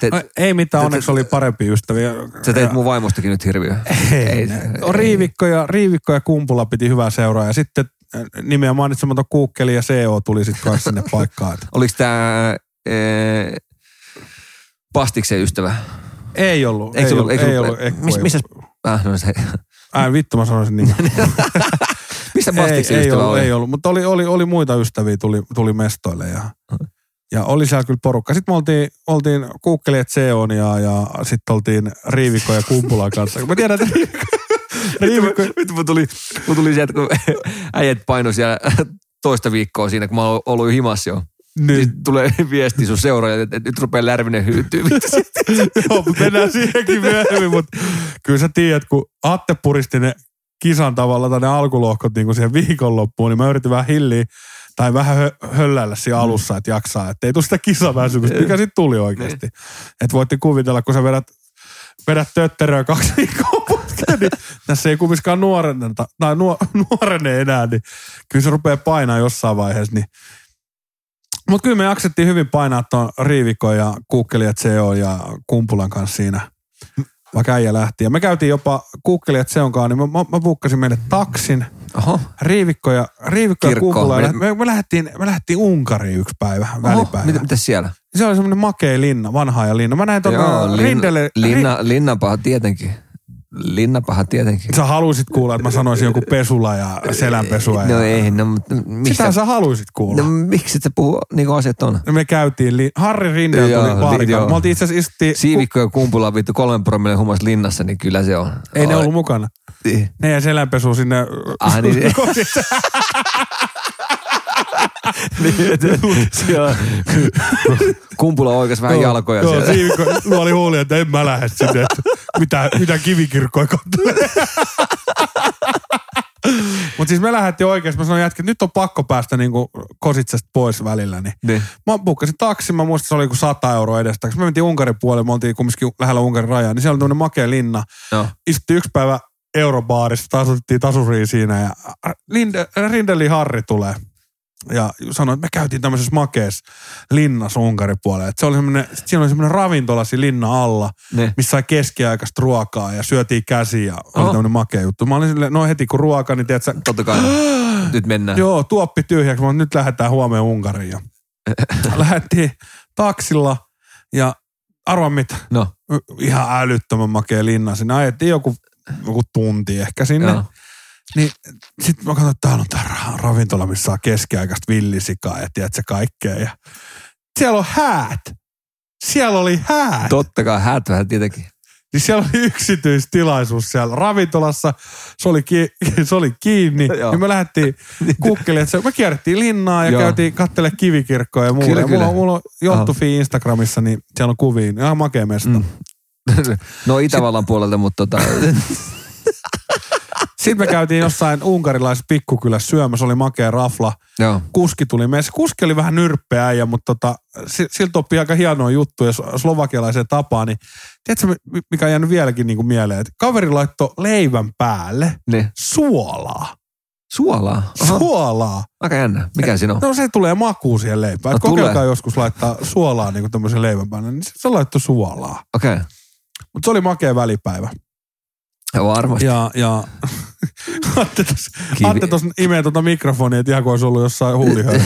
S2: Te,
S1: No, ei mitään,
S2: te-
S1: onneksi oli parempi ystäviä.
S2: sä teit mun vaimostakin nyt hirviö.
S1: Ei,
S2: ei-
S1: ei,
S2: ei.
S1: on Riivikko ja, Riivikko ja Kumpula piti hyvää seuraa ja sitten äh, nimeä mainitsematon Kuukkeli ja CO tuli sitten kanssa sinne paikkaan. Et
S2: Oliko tää ee, Pastiksen ystävä?
S1: Ei ollut.
S2: Eikö
S1: Ei,
S2: se
S1: ollut,
S2: ollut- eikö
S1: ei
S2: ollut-
S1: ollut. Ekku
S2: mis-
S1: ei
S2: missä-
S1: ollut.
S2: Äh, no se,
S1: Ai vittu mä sanoin sen nimen.
S2: missä
S1: ei,
S2: Pastiksen
S1: ei,
S2: ystävä
S1: ollut,
S2: oli?
S1: ei ollut, mutta oli, oli, oli muita ystäviä, tuli, tuli mestoille ja, ja oli siellä kyllä porukka. Sitten me oltiin, oltiin kuukkelijat Seon ja, ja sitten oltiin Riivikko ja Kumpulan kanssa. Mä tiedän, että Riivikko- Riivikko,
S2: Nyt mun tuli, mun tuli se, että kun äijät paino siellä toista viikkoa siinä, kun mä oon ollut jo himas jo.
S1: niin.
S2: Niin tulee viesti sun seuraajalle, että nyt rupeaa Lärvinen hyytyy. Vittu,
S1: Joo, mutta mennään siihenkin myöhemmin, mutta kyllä sä tiedät, kun Atte puristi ne kisan tavalla tai ne alkulohkot niin kuin siihen viikonloppuun, niin mä yritin vähän hilliä tai vähän hö, hölläillä siinä alussa, että jaksaa, että ei tule sitä kisaväsymystä, mikä sitten tuli oikeasti. Että voitte kuvitella, kun sä vedät, vedät tötteröä kaksi viikkoa putkeen, niin tässä ei kumminkaan nuoreneta, tai nuo, nuorene enää, niin kyllä se rupeaa painaa jossain vaiheessa, niin mutta kyllä me jaksettiin hyvin painaa tuon Riivikon ja Kuukkelijat CEO ja Kumpulan kanssa siinä, vaikka äijä lähti. Ja me käytiin jopa Kuukkelijat Seon kanssa, niin mä, mä, mä buukkasin meille taksin,
S2: Oho,
S1: Riivikko ja, Riivikko ja
S2: Kirkkoon.
S1: Kumpula. Ja
S2: Me-
S1: me, me, lähdettiin, me lähdettiin Unkariin yksi päivä,
S2: oho
S1: välipäivä.
S2: mitä, mitä siellä?
S1: Se oli semmoinen makea linna, vanha ja linna. Mä näin äh,
S2: Joo,
S1: tuon
S2: lin,
S1: Rindele.
S2: linna, linnapaha tietenkin. Linnapaha tietenkin.
S1: Ri, sä halusit kuulla, että mä sanoisin joku pesula ja selänpesua.
S2: No
S1: ja,
S2: ei, no mutta mistä?
S1: sitä sä halusit kuulla.
S2: No miksi et sä puhu niin kuin asiat on?
S1: No, me käytiin, li, Harri Rindel
S2: Joo,
S1: tuli
S2: li-
S1: baarikaan.
S2: joo.
S1: Me oltiin itse asiassa istuttiin-
S2: Siivikko ja kumpula on vittu kolmen promille humas linnassa, niin kyllä se on.
S1: Ei ne
S2: Oi.
S1: ollut mukana.
S2: Niin.
S1: Ne jäi selänpesuun sinne
S2: Ah, niin.
S1: kotiin.
S2: Niin, et- siellä- Kumpula oikas vähän jalkoja
S1: joo,
S2: siellä.
S1: Siivikko, mä olin huoli, että en mä lähde sinne. Että mitä, mitä kivikirkkoja katselee. Mutta siis me lähdettiin oikeasti. Mä sanoin jätkä, että nyt on pakko päästä niinku kositsesta pois välillä. Niin.
S2: Niin.
S1: Mä bukkasin taksin, mä muistan, se oli joku 100 euroa edestä. Kun me mentiin Unkarin puolelle, me oltiin kumminkin lähellä Unkarin rajaa, niin siellä oli tämmöinen makea linna.
S2: Joo.
S1: Istuttiin yksi päivä eurobaarissa, tasuttiin tasuriin siinä ja Linde, Rindeli Harri tulee. Ja sanoi, että me käytiin tämmöisessä makeessa linnassa Unkarin puolella. Et se oli semmoinen, sit siinä oli semmoinen ravintola siinä linna alla,
S2: Niin.
S1: missä sai keskiaikaista ruokaa ja syötiin käsiä. Oli
S2: Oho.
S1: tämmöinen makea juttu. Mä olin silleen, no heti kun ruoka, niin tiedät sä,
S2: Totta kai. Nyt mennään.
S1: Joo, tuoppi tyhjäksi, mutta nyt lähdetään huomenna Unkariin. Ja lähdettiin taksilla ja arvan mitä,
S2: No,
S1: ihan älyttömän makea linna. Sinne ajettiin joku, joku tunti ehkä sinne.
S2: joo.
S1: Niin sitten mä katsoin, että täällä on tää ra- ravintola, missä saa keskiaikaista villisikaa ja tiedätkö kaikkea. Ja siellä on häät. Siellä oli häät.
S2: Totta kai, häät vähän tietenkin.
S1: Niin siellä oli yksityistilaisuus siellä ravintolassa. Se oli, ki- se oli kiinni.
S2: Joo.
S1: Niin me lähdettiin kukkelemaan. Se- Me kierrettiin linnaa ja
S2: Joo.
S1: käytiin kattele kivikirkkoa ja muuta.
S2: Kyllä,
S1: ja mulla, on-
S2: kyllä.
S1: mulla on johtu
S2: Aha.
S1: fi Instagramissa, niin siellä on kuviin. Ihan makea mesta.
S2: Mm. No Itävallan puolelta, mutta tota,
S1: Sitten me käytiin jossain unkarilaisessa pikkukylässä syömässä. Oli makea rafla.
S2: joo.
S1: Kuski tuli meissä. Kuski oli vähän nyrppeä äijä, mutta tota, si- siltä oppii aika hienoa juttu, jos slovakialaiseen tapaan. Niin, tiedätkö, mi- mikä on jäänyt vieläkin niin kuin mieleen? Että kaveri laittoi leivän päälle
S2: Niin.
S1: suolaa.
S2: Suolaa. Aha,
S1: Suolaa.
S2: aika jännä. Mikä siinä on?
S1: No se tulee makuu siihen leipään.
S2: No
S1: No, Kokeilkaa
S2: tulee.
S1: joskus laittaa suolaa niin kuin tämmöisen leivän päälle. Niin se, se laittoi suolaa.
S2: Okei. Okay.
S1: Mutta se oli makea välipäivä.
S2: Varmasti.
S1: Ja, ja Atte tos,
S2: Kivi-
S1: Atte tos imee tuota mikrofonia, että ihan kuin olisi ollut jossain huulihöllä.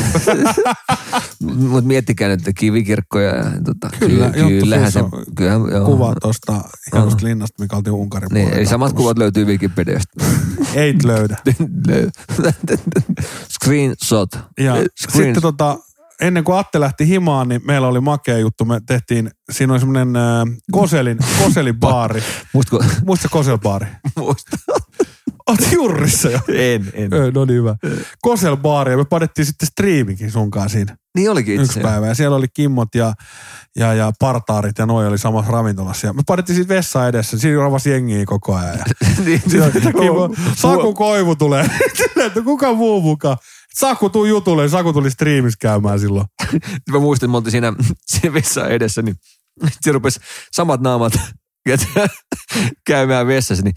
S2: Mutta miettikää nyt että kivikirkkoja. Ja, tota,
S1: Kyllä,
S2: ky-
S1: Jonttu
S2: kyllähän se,
S1: Fuso-
S2: kyllähän, joo.
S1: Kuva tuosta hienosta
S2: Aha.
S1: linnasta, mikä oltiin Unkarin
S2: Niin,
S1: puolella
S2: eli samat
S1: katsomassa.
S2: kuvat löytyy Wikipediasta.
S1: Ei löydä.
S2: Screenshot.
S1: Ja
S2: Screen...
S1: sitten tota, ennen kuin Atte lähti himaan, niin meillä oli makea juttu. Me tehtiin, siinä oli semmoinen äh, Koselin, Koselin baari.
S2: Muistatko?
S1: Muistatko Kosel baari?
S2: Muista.
S1: Oot jurrissa jo.
S2: En, en.
S1: Öö, no niin hyvä. Kosel baari ja me padettiin sitten striimikin sun kanssa siinä
S2: Niin olikin
S1: yksi
S2: itse. asiassa.
S1: päivä. Ja siellä oli kimmot ja, ja, ja partaarit ja noi oli samassa ravintolassa. Ja me padettiin sitten vessaa edessä. Siinä ravasi jengiä koko ajan. Ja
S2: niin,
S1: siellä oli kimmo.
S2: Mua-
S1: Saku Koivu tulee. Silleen, että kuka muu muka? Saku tuu jutulle. ja Saku tuli striimissä käymään silloin.
S2: mä muistin, että me oltiin siinä, siinä vessan edessä, niin se rupesi samat naamat käymään vessassa, niin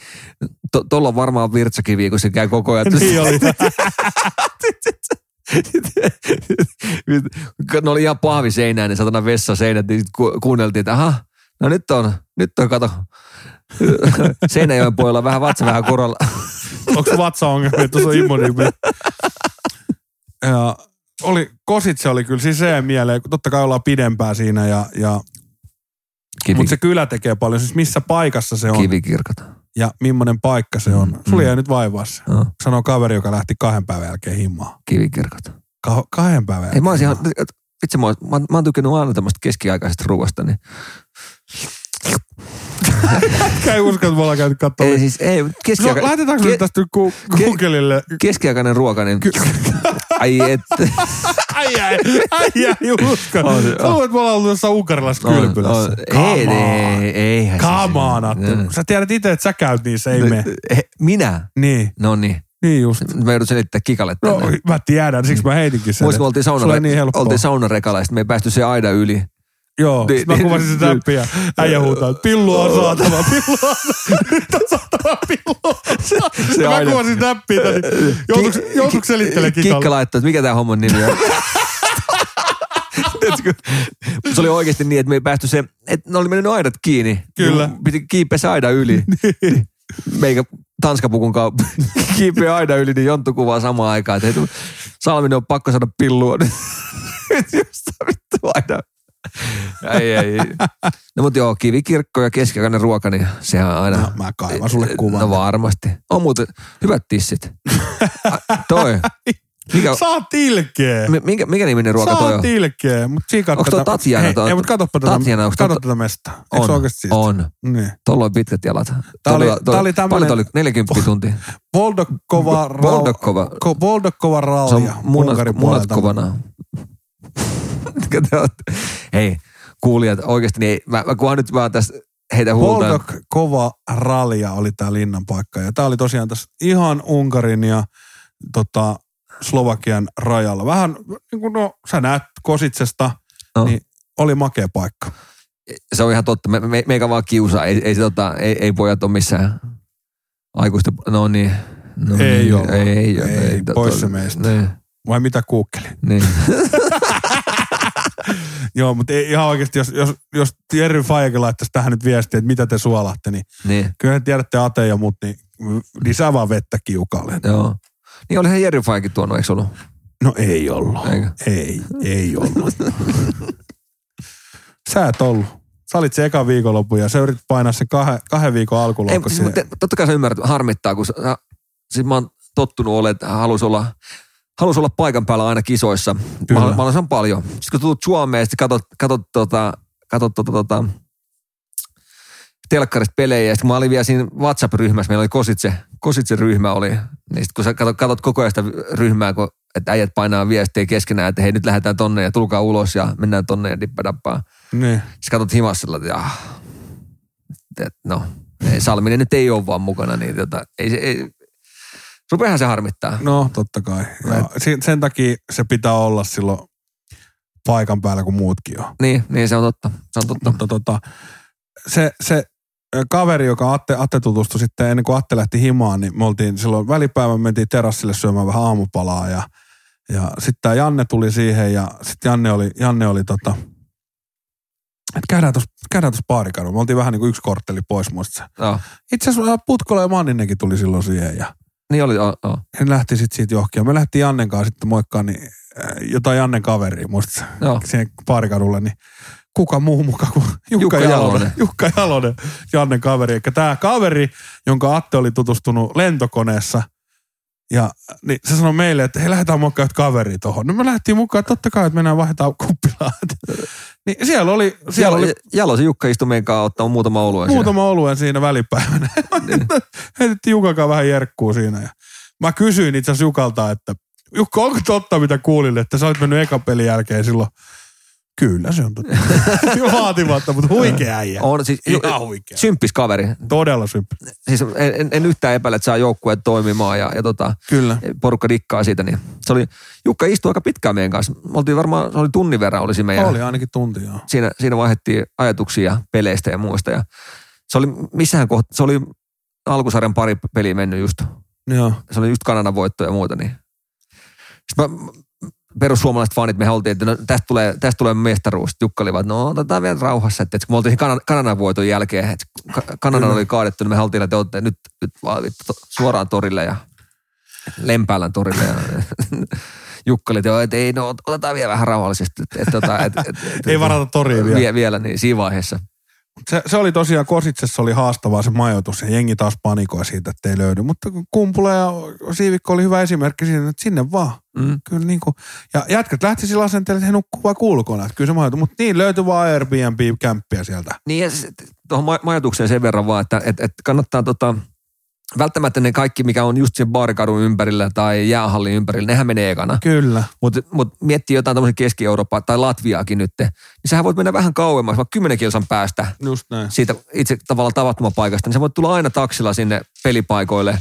S2: to- tuolla on varmaan virtsakivi, kun se käy koko ajan.
S1: Niin oli.
S2: ne oli ihan pahvi seinään, niin satana vessa seinät, niin sit ku- kuunneltiin, että aha, no nyt on, nyt on, kato. Seinäjoen puolella vähän vatsa vähän korolla.
S1: Onko vatsaongelmia, että se on immunibli? Ja oli, kositse oli kyllä siis se mieleen, kun totta kai ollaan pidempää siinä ja, ja
S2: Kivi,
S1: mutta se kylä tekee paljon, siis missä paikassa se on
S2: kivikirkot.
S1: ja millainen paikka se
S2: Mm.
S1: on. Sulla jäi nyt vaivaa se.
S2: Joo,
S1: Sanoo kaveri, joka lähti kahden päivän jälkeen himaan.
S2: kivikirkot.
S1: Ka- kahden päivän jälkeen.
S2: Ei, mä oon ihan,
S1: himaan.
S2: itse mä oon, mä, oon- mä oon tykännyt aina tämmöistä keskiaikaisesta ruoasta, niin
S1: Jätkä ei usko, että me ollaan käyty katsomaan.
S2: ei siis, ei,
S1: No,
S2: keskiaika,
S1: laitetaanko nyt tästä nyt Gu-
S2: ke-
S1: Googlelle?
S2: keskiaikainen ruoka, niin ai et,
S1: Ai ai, ai ai, usko.
S2: On se, on.
S1: Haluan, että me ollaan ollut jossain unkarilaisessa kylpylässä.
S2: ei,
S1: Come on.
S2: ei, Mm. ei,
S1: Come on, Atte. Sä tiedät itse, että sä käyt niissä, ei me.
S2: Minä?
S1: Niin,
S2: No niin,
S1: niin just.
S2: Nyt mä joudun selittämään kikalle
S1: No
S2: tänne.
S1: mä tiedän, siksi mä heitinkin sen.
S2: Muistan, kun Mm. oltiin,
S1: Sulla ei
S2: saunare-
S1: niin helppoa.
S2: oltiin saunarekalla ja sitten me ei päästy se aida yli.
S1: Joo,
S2: Niin,
S1: niin, mä
S2: niin,
S1: kuvasin sitä
S2: niin.
S1: täppiä. Äijä huutaa, että pillu on saatava, pillu on saatava. Nyt on saatava pillu.
S2: se
S1: Sitten
S2: aina.
S1: mä kuvasin täppiä.
S2: Ki-
S1: Joutuuko selittelemään
S2: ki-
S1: kikalle?
S2: Kikka laittoi, että mikä tämä homman nimi on. Tiedätkö, se oli oikeasti niin, että me ei päästy se, että ne oli mennyt aidat kiinni.
S1: Kyllä. Niin.
S2: Mun Piti kiipeä se aida yli. Meikä tanskapukun kautta kiipeä aida yli, niin Jonttu kuvaa samaan aikaan, että hei, tu- Salminen on pakko saada pillua. Nyt just vittu aina. Ei, ei, ei. No mutta joo, kivikirkko ja keskiaikainen ruoka, niin sehän aina...
S1: No, mä kaivan sulle kuvan.
S2: No varmasti. On muuten hyvät tissit. A, toi. Mikä,
S1: Sä oot ilkeä.
S2: mi- minkä, mikä niminen ruoka
S1: Sä
S2: toi on?
S1: oot ilkeä, mut siinä
S2: Onko toi Tatjana
S1: Hei,
S2: toi-
S1: Ei, mut katoppa tätä,
S2: Tatjana, onko toi-
S1: kato tätä mestaa. Eikö se
S2: On,
S1: oikeesti siisti?
S2: on.
S1: Niin.
S2: Tuolla on pitkät jalat.
S1: Tää oli-
S2: Todella- to-
S1: tää oli
S2: Paljon
S1: tämmönen-
S2: tää oli? 40 tuntia.
S1: Voldokova rau...
S2: Voldokova.
S1: Ko, Voldokova
S2: Se on
S1: rauja.
S2: munat,
S1: Unkarin
S2: munat
S1: puolelta.
S2: kovana. Mitkä te ootte? Hei, kuulijat, oikeasti niin, ei- mä, mä kuhan nyt vaan tässä heitä huultaan.
S1: Boldog Kova Ralja oli tämä linnan paikka. Ja tämä oli tosiaan tässä ihan Unkarin ja tota, Slovakian rajalla. Vähän niin kuin no, sä näet Kositsesta,
S2: No.
S1: no. niin oli makea paikka.
S2: Se on ihan totta. Me, me, meikä vaan kiusaa. Ei, ei, se, tota, ei, ei pojat ole missään aikuista. No niin. No,
S1: Ei
S2: niin.
S1: olla.
S2: Ei, ei, ole.
S1: Ei,
S2: to-
S1: pois
S2: to-
S1: se meistä.
S2: Niin,
S1: Vai mitä kuukkeli?
S2: niin.
S1: Joo, mutta ei, ihan oikeasti, jos, jos, jos Jerry Fajakin laittaisi tähän nyt viestiä, että mitä te suolahte, niin
S2: niin.
S1: kyllä te tiedätte Ate ja mut, niin lisää vaan vettä kiukalle.
S2: Joo. Niin olihan Jerry Faikin tuonut, eikö ollut?
S1: No ei ollut.
S2: Eikö?
S1: Ei, ei ollut. Sä et ollut. Sä olit se eka viikonloppu ja sä yritit painaa se kahden, kahden viikon
S2: Ei,
S1: alkuloukku
S2: siis,
S1: siihen.
S2: mutta totta kai sä ymmärrät, harmittaa, kun sä, siis mä oon tottunut olemaan, että halus olla, halus olla paikan päällä aina kisoissa.
S1: Kyllä.
S2: Mä, mä paljon. Sitten kun tulet Suomeen, sitten katot, katot, tota, katot tota, tota, telkkarista pelejä. Sitten kun mä olin vielä siinä WhatsApp-ryhmässä, meillä oli Kositse, Kositse-ryhmä oli. Niin sitten kun sä katot, katot koko ajan sitä ryhmää, kun, että äijät painaa viestejä keskenään, että hei nyt lähdetään tonne ja tulkaa ulos ja mennään tonne ja dippadappaa.
S1: Niin.
S2: Sä katsot himassella, että ah, et no, ei, Salminen nyt ei ole vaan mukana, niin tota, ei, se- ei, rupeahan se harmittaa.
S1: No, totta kai. Ja sen, sen takia se pitää olla silloin paikan päällä kuin muutkin on.
S2: Niin, niin se on totta, se on totta.
S1: Mutta tota, se, se ö, kaveri, joka Atte, Atte tutustui sitten ennen kuin Atte lähti himaan, niin me oltiin silloin välipäivän, mentiin terassille syömään vähän aamupalaa ja, ja sitten tämä Janne tuli siihen ja sitten Janne oli, Janne oli tota, että käydään tuossa käydään tos baarikadulla. Me oltiin vähän niin kuin yksi kortteli pois muista.
S2: No,
S1: Itse asiassa Putkola ja Manninenkin tuli silloin siihen ja
S2: niin oli, oh, oh.
S1: he lähti sitten siitä johkia. Me lähti Jannen kanssa sitten moikkaan niin, äh, jotain Jannen kaveria, muista
S2: Joo.
S1: siihen paarikadulle, niin kuka muu muka kuin Jukka,
S2: Jukka
S1: Jalonen.
S2: Jalonen.
S1: Jukka Jalonen, Jannen kaveri. Eli tämä kaveri, jonka Atte oli tutustunut lentokoneessa, ja niin se sanoi meille, että hei lähdetään mukaan yhtä kaveri tuohon. No me lähtiin mukaan, että totta kai, että mennään vaihdetaan kuppilaat. niin siellä oli, siellä oli
S2: Jalo, se Jukka istui meidän kanssa ottaa muutama oluen siinä.
S1: muutama oluen siinä välipäivänä. Niin. Heitettiin Jukakaan vähän jerkkuu siinä. Ja mä kysyin itse asiassa Jukalta, että Jukka, onko totta mitä kuulin, että sä olit mennyt ekan pelin jälkeen silloin? Kyllä se on totta. Vaatimatta, mutta huikea äijä.
S2: On siis,
S1: Ihan huikea.
S2: symppis kaveri.
S1: Todella sympi.
S2: Siis en, en, en yhtään epäile, että saa joukkueet toimimaan ja, ja tota,
S1: Kyllä.
S2: porukka dikkaa siitä. Niin. Se oli, Jukka istui aika pitkään meidän kanssa. Me Oltiin varmaan, se oli tunnin verran oli se meidän.
S1: Oli ainakin tunti joo.
S2: siinä, siinä vaihdettiin ajatuksia peleistä ja muista. Ja se oli missähän kohtaa, se oli alkusarjan pari peliä mennyt just.
S1: Joo.
S2: Se oli just Kanadan voitto ja muuta. Niin. Sitten mä, perussuomalaiset fanit, me oltiin, että no, tästä tulee, tästä tulee mestaruus. Jukka oli vaan, että no otetaan vielä rauhassa. Että, kun me oltiin Kanan, Kanadan voiton jälkeen, että Ka- Kanadan oli kaadettu, niin me oltiin, että te olette nyt, nyt vaan vittu to- suoraan torille ja Lempäälän torille. Ja, Jukka oli, että ei, no otetaan vielä vähän rauhallisesti. Että, tota, että, että, että, että,
S1: Ei varata toria vielä.
S2: Vie, vielä niin, siinä vaiheessa.
S1: Se, se oli tosiaan Kositsessa oli haastavaa se majoitus ja jengi taas panikoi siitä, että ei löydy. Mutta kun Kumpula ja Siivikko oli hyvä esimerkki siinä, että sinne vaan.
S2: Mm.
S1: Kyllä niin kuin, ja jätkät lähti sillä asenteella, että he nukkuu vaikka ulkona. Että kyllä se majoitu, mutta niin löytyi vaan Airbnb-kämppiä sieltä.
S2: Niin ja se- tuohon ma- majoitukseen sen verran vaan, että et, et kannattaa tota, välttämättä ne kaikki, mikä on just sen baarikadun ympärillä tai jäähallin ympärillä, nehän menee ekana.
S1: Kyllä.
S2: Mutta mut miettii jotain tämmöisen Keski-Eurooppaa tai Latviaakin nyt, niin sähän voit mennä vähän kauemmas, vaikka 10 kilsan päästä
S1: Just näin.
S2: siitä itse tavallaan tavattomapaikasta, niin sä voit tulla aina taksilla sinne pelipaikoille.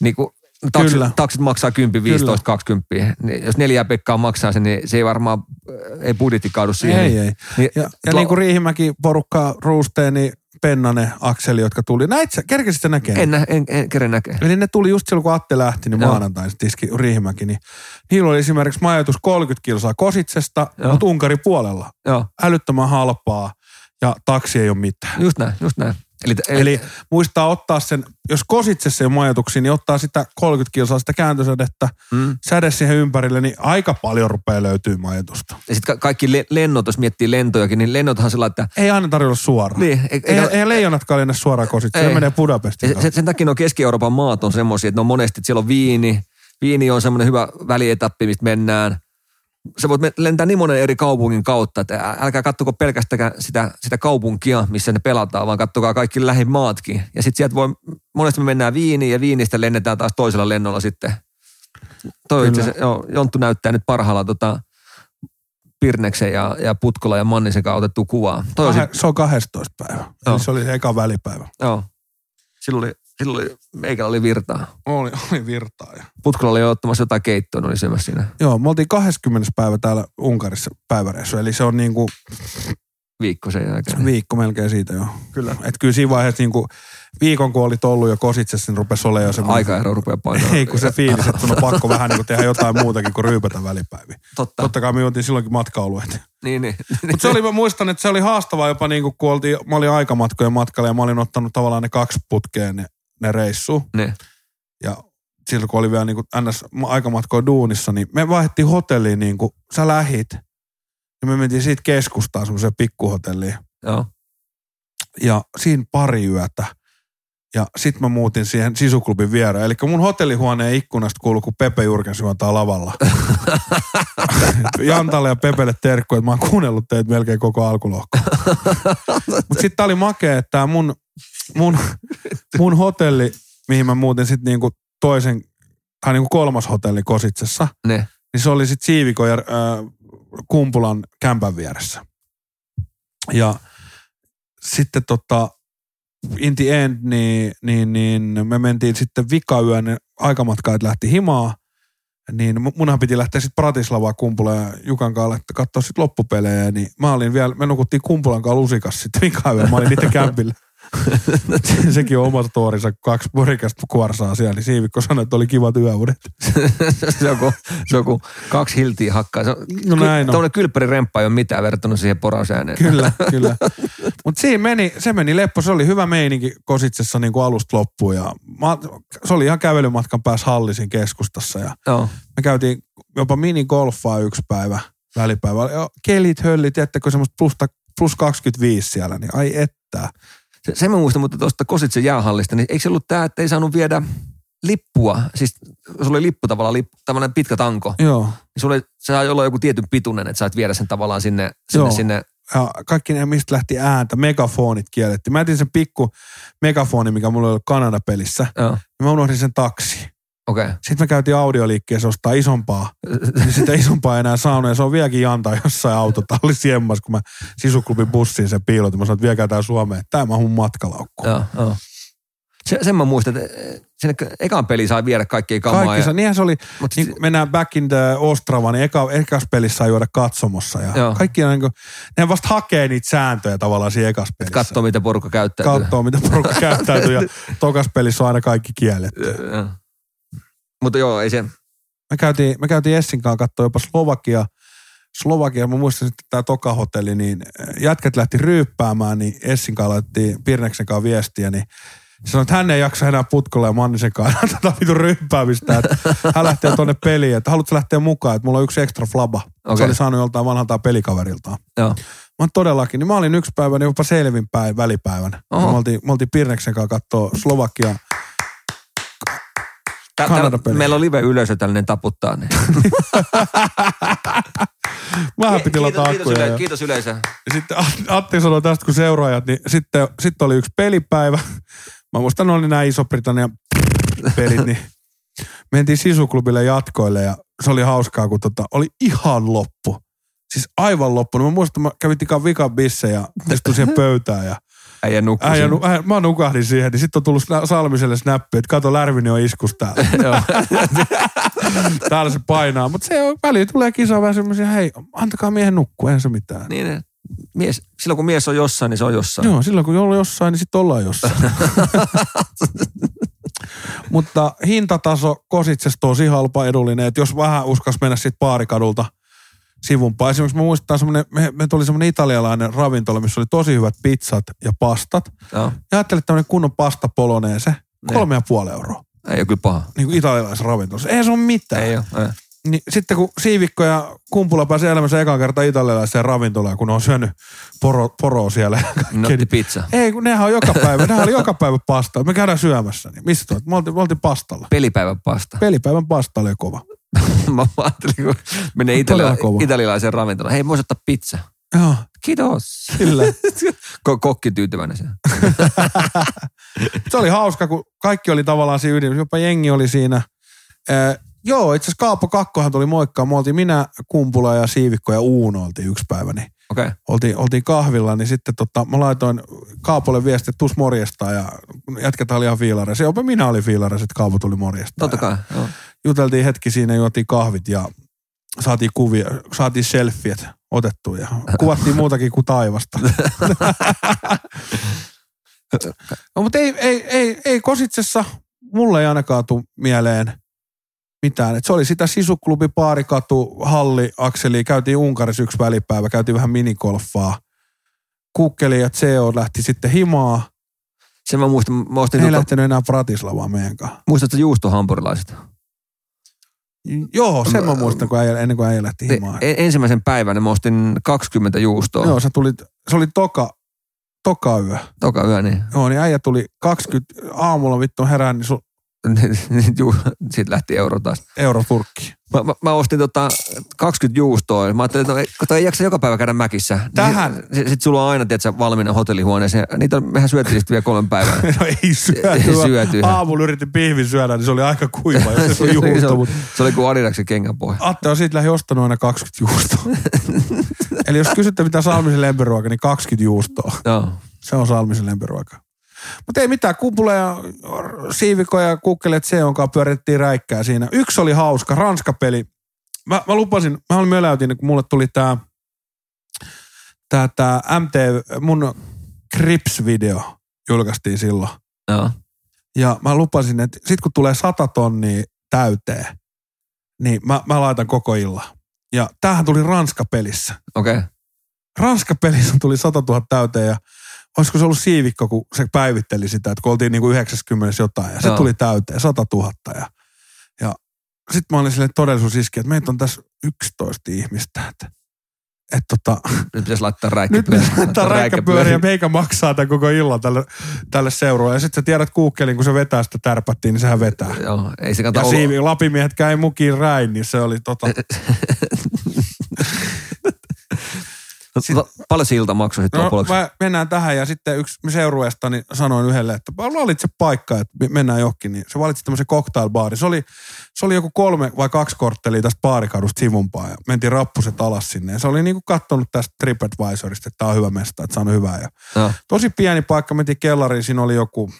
S2: Niin kun, taks,
S1: Kyllä.
S2: taksit maksaa 10, 15, 20. Niin jos neljää pekkaa maksaa sen, niin se ei varmaan, äh, ei budjetti kaadu siihen.
S1: Ei, ei.
S2: Niin,
S1: Ja, ja
S2: tuo-
S1: niin kuin Riihimäki, porukka, Ruusteeni, Pennanen, Akseli, jotka tuli. Näit sä, kerkesit sä näkemään?
S2: En, nä- en, en kerran näkee.
S1: Eli ne tuli just silloin, kun Atte lähti, niin
S2: Joo.
S1: maanantaina se tiski Riihimäki, niin niillä oli esimerkiksi majoitus 30 kilsaa Kositsesta,
S2: Joo.
S1: mutta Unkari puolella.
S2: Joo,
S1: Älyttömän halpaa ja taksi ei ole mitään.
S2: just näin, just näin. Eli,
S1: Eli muistaa ottaa sen, jos Kositsessa ei ole majoituksia, niin ottaa sitä 30 kilsaa sitä kääntösädettä,
S2: mm.
S1: säde siihen ympärille, niin aika paljon rupeaa löytyy majoitusta.
S2: ja sitten kaikki le- lennot, jos miettii lentojakin, niin lennothan sillä että
S1: Ei aina tarjolla suoraan.
S2: Niin, ei- ei-
S1: ei, ei leijonatkaan lennä suoraan Kositsessa,
S2: Ei.
S1: ne menee Budapestin
S2: Ja
S1: kautta.
S2: sen, sen takia nuo Keski-Euroopan maat on semmoisia, että ne on monesti, että siellä on viini. Viini on semmoinen hyvä välietappi, mistä mennään. Sä voit men- lentää niin monen eri kaupungin kautta, että ä- älkää kattoko pelkästään sitä, sitä kaupunkia, missä ne pelataan, vaan kattokaa kaikki lähimaatkin. Ja sitten sieltä voi, monesti me mennään viiniin ja viinistä lennetään taas toisella lennolla sitten. Toi itse asiassa, joo, Jonttu näyttää nyt parhaalla tota, Pirneksen ja, ja Putkola ja Mannisen kanssa otettu kuvaa. Toi on sit-
S1: Kahe- Se on 12 päivä.
S2: Joo.
S1: Eli se oli se eka välipäivä.
S2: joo. Silloin oli, silloin oli, meikällä oli virtaa.
S1: Oli, oli virtaa. Ja.
S2: Putkolla oli jo ottamassa jotain keittoa, ne oli syömässä siinä
S1: Joo, me oltiin 20. päivä täällä Unkarissa päiväreissu, eli se on niin kuin
S2: viikko sen jälkeen.
S1: viikko melkein siitä jo. Kyllä. Että kyllä siinä vaiheessa niin kuin viikon kun olit ollut jo kositsessa, niin rupesi olemaan jo semmoinen.
S2: Aikaero rupeaa painaa.
S1: Ei, kun se fiilis, että sun on pakko vähän niin kuin tehdä jotain muutakin kuin ryypätä välipäiviä.
S2: Totta. Totta.
S1: Totta kai me juotiin silloinkin matkaolueet.
S2: Niin, niin.
S1: Mutta se oli, mä muistan, että se oli haastavaa jopa niin kuin, kun oltiin, mä olin aikamatkojen matkalla ja mä olin ottanut tavallaan ne kaksi putkeen ne, ne reissu.
S2: niin.
S1: ja silloin kun oli vielä niin kuin ns. aikamatkoja duunissa, niin me vaihdettiin hotelliin niin kuin sä lähit. Ja me mentiin siitä keskustaan semmoiseen pikkuhotelliin.
S2: Joo.
S1: Ja siinä pari yötä. Ja sit mä muutin siihen sisuklubin viereen. Eli mun hotellihuoneen ikkunasta kuuluu, kun Pepe Jurken syöntaa lavalla. Jantalle ja Pepelle terkku, että mä oon kuunnellut teitä melkein koko alkulohko. Mutta sitten tää oli makea, että tää mun, mun, mun hotelli, mihin mä muutin sitten niinku toisen, tai niinku kolmas hotelli Kositsessa,
S2: Ne.
S1: niin se oli sitten Siivikon ja äh, Kumpulan kämpän vieressä. Ja sitten tota, in the end, niin, niin, niin me mentiin sitten vikayön niin aikamatkaa, että lähti himaa. Niin mu- munhan piti lähteä sitten Pratislavaa Kumpula ja Jukan kanssa että katsoa sitten loppupelejä. Niin mä olin vielä, me nukuttiin Kumpulan kanssa lusikas sitten vikayön. Mä olin niiden kämpillä. Sekin on oma storinsa, kaksi porikasta kuorsaa siellä, niin Siivikko sanoi, että oli kivat yöudet.
S2: se, on kuin, se on kuin kaksi hiltiä hakkaa. Se on,
S1: No näin on.
S2: Tuommoinen kylppäriremppa ei ole mitään verrattuna siihen porasääneen.
S1: Kyllä, kyllä. Mutta siinä meni, se meni leppo, se oli hyvä meininki Kositsessa niin kuin alusta loppuun ja ma- se oli ihan kävelymatkan päässä Hallisin keskustassa ja
S2: Joo.
S1: me käytiin jopa minigolfaa yksi päivä välipäivä. Ja kelit, höllit, tiedättekö semmoista plus, plus 25 siellä, niin ai että.
S2: Se, sen mä muistan, mutta tuosta Kositsen jäähallista, niin eikö se ollut tämä, että ei saanut viedä lippua? Siis sulla oli lippu tavallaan, lippu, tämmöinen pitkä tanko.
S1: Joo.
S2: Niin sulla, se saa olla joku tietyn pituinen, että sä et viedä sen tavallaan sinne, sinne,
S1: Joo.
S2: sinne
S1: Ja kaikki ne, mistä lähti ääntä, megafonit kiellettiin. Mä etin sen pikku megafoni, mikä mulla oli ollut Kanada-pelissä.
S2: joo,
S1: Mä unohdin sen taksi.
S2: okei.
S1: Sitten me käytiin audioliikkeessä ostaa isompaa. Niin sitä isompaa ei enää saanut ja se on vieläkin janta jossain autotallissa jemmas, kun mä sisuklubin bussiin sen piilotin. Mä sanoin, että viekää tää Suomeen. Tää mä mun matkalaukku.
S2: Joo, joo. Se, sen mä muistan, että eh, sinne ekaan peli sai viedä kaikkea kamaa.
S1: Kaikki se, niinhän se oli,
S2: mut
S1: niin kun mennään back in the Ostrava, niin eka, ekas pelissä sai juoda katsomossa. Ja
S2: Joo.
S1: kaikki on niin kuin, ne vasta hakee niitä sääntöjä tavallaan siinä ekas pelissä.
S2: katsoo, mitä porukka käyttää.
S1: Katsoo, mitä porukka käyttäytyy ja tokas pelissä on aina kaikki kielletty.
S2: Mutta joo, ei se.
S1: me käytiin, me käytiin Essin kanssa katsoa jopa Slovakia. Slovakia, mä muistan sitten tämä Toka-hotelli, niin jätkät lähti ryyppäämään, niin Essin kanssa laitettiin Pirneksen kanssa viestiä, niin se sanoi, että hän ei jaksa enää putkolla ja Mannisen kanssa enää tätä vitun ryppäämistä, että hän lähtee tuonne peliin, että haluatko lähteä mukaan, että mulla on yksi ekstra flaba. Okay. Se
S2: Okei.
S1: oli saanut joltain vanhalta pelikaveriltaan.
S2: Joo.
S1: Mä oon todellakin, niin mä olin yksi päivä, niin jopa selvinpäin välipäivänä.
S2: Oho.
S1: Me oltiin, me oltiin Pirneksen kanssa katsoa Slovakia
S2: Tää, tää,
S1: Kanada-peli.
S2: meillä on live-yleisö tällainen taputtaa. Niin.
S1: Vähän piti lataa
S2: kiitos,
S1: akkuja.
S2: yle,
S1: ja-
S2: kiitos yleisö.
S1: sitten At- Atti sanoi tästä, kun seuraajat, niin sitten, sitten oli yksi pelipäivä. Mä muistan, ne oli nämä Iso-Britannian pelit, niin mentiin Sisuklubille jatkoille ja se oli hauskaa, kun tota, oli ihan loppu. Siis aivan loppu. No mä muistan, mä kävin tikan vikan bisse ja istuin siihen pöytään ja
S2: Äijä nukkuu.
S1: äijä,
S2: siinä.
S1: nu- äijä, mä nukahdin siihen, niin sitten on tullut sna- Salmiselle snappi, että kato Lärvinen on iskus täällä.
S2: Joo.
S1: täällä se painaa, mutta se on, väliin tulee kisa vähän semmoisia, hei, antakaa miehen nukkua, eihän se mitään.
S2: niin, eh, mies, silloin kun mies on jossain, niin se on jossain.
S1: Joo, silloin kun ollaan jossain, niin sitten ollaan jossain. Mutta hintataso Kositsessa tosi halpa edullinen, että jos vähän uskas mennä sitten paarikadulta sivumpaa. Esimerkiksi mä muistan semmoinen, me, me tuli semmoinen italialainen ravintola, missä oli tosi hyvät pizzat ja pastat.
S2: Joo.
S1: Ja ajattelin, että tämmöinen kunnon pasta poloneese,
S2: Niin.
S1: kolme ja puoli euroa.
S2: Ei ole kyllä paha.
S1: Niin kuin italialaisessa ravintolassa. Ei se ole mitään.
S2: Ei ole. Ei.
S1: Niin sitten kun Siivikko ja Kumpula pääsee elämässä ekan kertaa italialaiseen ravintolaan, kun ne on syönyt poro, poroa siellä.
S2: Ne otti pizza.
S1: Ei, kun nehän on joka päivä. Nehän oli joka päivä pasta. Me käydään syömässä. Niin. Missä tuot? Me oltiin, me oltiin pastalla.
S2: Pelipäivän pasta.
S1: Pelipäivän pasta oli kova.
S2: Mä ajattelin, kun menee
S1: Todella
S2: italia-
S1: kova.
S2: italialaiseen ravintolaan. Hei, voisi ottaa pizza.
S1: Joo,
S2: Kiitos.
S1: kyllä.
S2: Ko- kokki tyytyväinen siellä.
S1: Se oli hauska, kun kaikki oli tavallaan siinä ydin. Jopa jengi oli siinä. Ee, joo, itse asiassa Kaapo Kakkohan tuli moikkaan. Me oltiin minä, Kumpula ja Siivikko ja Uuno oltiin yksi päivä. Niin
S2: Okei. Okay.
S1: oltiin, oltiin kahvilla, niin sitten tota, mä laitoin Kaapolle viesti, että tuus morjesta ja jatketaan ihan fiilareissa. Jopa minä olin fiilareissa, että Kaapo tuli morjesta.
S2: Totta kai. Joo.
S1: juteltiin hetki siinä, juotiin kahvit ja saatiin kuvia, saatiin selfiet otettua ja kuvattiin muutakin kuin taivasta. no, mutta ei, ei, ei, ei Kositsessa mulle ei ainakaan tule mieleen mitään. Et se oli sitä sisuklubi, paarikatu, halli, akseli. Käytiin Unkarissa yksi välipäivä, käytiin vähän minikolfaa. Kukkeli ja CEO lähti sitten himaa.
S2: Sen mä muistan, mä ostin
S1: Ei
S2: tuota,
S1: lähtenyt enää Pratislavaa meidän kanssa.
S2: muistatko juustohampurilaiset?
S1: Joo, sen mä muistan, kun äijä, ennen kuin äijä lähti
S2: Niin,
S1: himaan.
S2: en- ensimmäisen päivänä mä ostin 20 juustoa.
S1: Joo, sä tulit, se oli toka, toka yö.
S2: Toka yö, niin.
S1: Joo, niin äijä tuli 20 aamulla vittu herään, niin sun
S2: Juu, siitä lähti euro taas.
S1: euro purkki.
S2: Mä, mä, mä ostin tota 20 juustoa. Mä ajattelin, että no ei- kato, ei jaksa joka päivä käydä mäkissä. Niin
S1: Tähän.
S2: sit- Sit, sit, sulla on aina, tiedätkö, valmiina hotellihuoneeseen. Niitä on- mehän syötiin sitten vielä kolmen päivän.
S1: No ei syöty.
S2: Ei syöty.
S1: Aamulla yritin pihvin syödä, niin se oli aika kuiva. Ja se
S2: se,
S1: oli
S2: se,
S1: juusto,
S2: oli,
S1: mutta
S2: se oli kuin Adidaksen kengänpohja.
S1: Atte on siitä lähi ostanut aina 20 juustoa. Eli jos kysytte mitä Salmisen lempiruoka, niin 20 juustoa.
S2: Joo.
S1: Se on Salmisen lempiruoka. Mutta ei mitään, kumpula ja siivikko ja kukkelet se, jonka pyörittiin räikkää siinä. Yksi oli hauska, Ranska-peli. Mä, mä lupasin, mä olin möläytin, kun mulle tuli tää, tää, tää MT, mun Crips-video julkaistiin silloin.
S2: Joo.
S1: Ja mä lupasin, että sit kun tulee sata tonnia täyteen, niin mä, mä laitan koko illan. Ja tämähän tuli Ranska-pelissä.
S2: Okei. Okay.
S1: Ranska-pelissä tuli 100 000 täyteen ja olisiko se ollut siivikko, kun se päivitteli sitä, että kun oltiin niin kuin 90 jotain ja se
S2: Joo.
S1: tuli täyteen 100 000 ja, ja sitten mä olin sille todellisuus iski, että meitä on tässä 11 ihmistä, että, että tota,
S2: Nyt pitäisi laittaa
S1: nyt
S2: räikkäpyöriä.
S1: me laitetaan räikkäpyöriä, meikä maksaa tämän koko illan tälle, tälle seurueelle. Ja sitten sä tiedät kuukkelin, kun se vetää sitä tärpättiin, niin sehän vetää.
S2: Joo, ei se
S1: Ja
S2: kannata olla.
S1: siivi, lapimiehet käy mukiin räin, niin se oli tota,
S2: Tota, Paljon silta maksoi sitten
S1: No,
S2: lopuksi.
S1: mä mennään tähän ja sitten yksi seurueesta niin sanoin yhdelle, että valitse paikka, että me- mennään johonkin. Niin se valitsi tämmöisen cocktailbaarin. Se oli, se oli joku kolme vai kaksi korttelia tästä baarikadusta sivumpaa ja mentiin rappuset alas sinne. Ja se oli niinku kattonut tästä TripAdvisorista, että tämä on hyvä mesta, että saanut hyvää. Ja
S2: Joo.
S1: tosi pieni paikka, mentiin kellariin, siinä oli joku,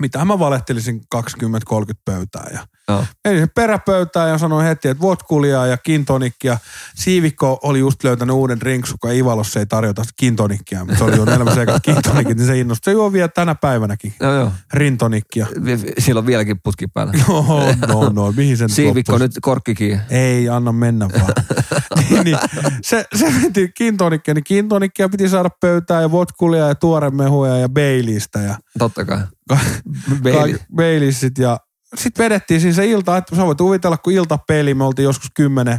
S1: mitä mä valehtelisin, 20-30 pöytää. Ja
S2: Joo.
S1: menin sen peräpöytään ja sanoin heti, että vodkulia ja kintonikkia. Siivikko oli just löytänyt uuden drinksun, kun Ivalossa ei tarjota kintonikkia, mutta se oli jo elämässä eka kintonikit, niin se innostui. Se juo vielä tänä päivänäkin
S2: Joo, joo.
S1: rintonikkia.
S2: Vi- vi- Siellä on vieläkin putki päällä.
S1: No, no, no, mihin se nyt
S2: Siivikko
S1: loppui?
S2: nyt korkkikin.
S1: Ei, anna mennä vaan. niin, niin, se, se meni kintonikkia, niin kintonikkia piti saada pöytään ja vodkulia ja tuoremehuja ja beilistä ja
S2: Totta kai. Bailey.
S1: Bailey. Baileyssit ja sitten vedettiin siinä se ilta, että sä voit uvitella, kun iltapeli, me oltiin joskus kymmenen,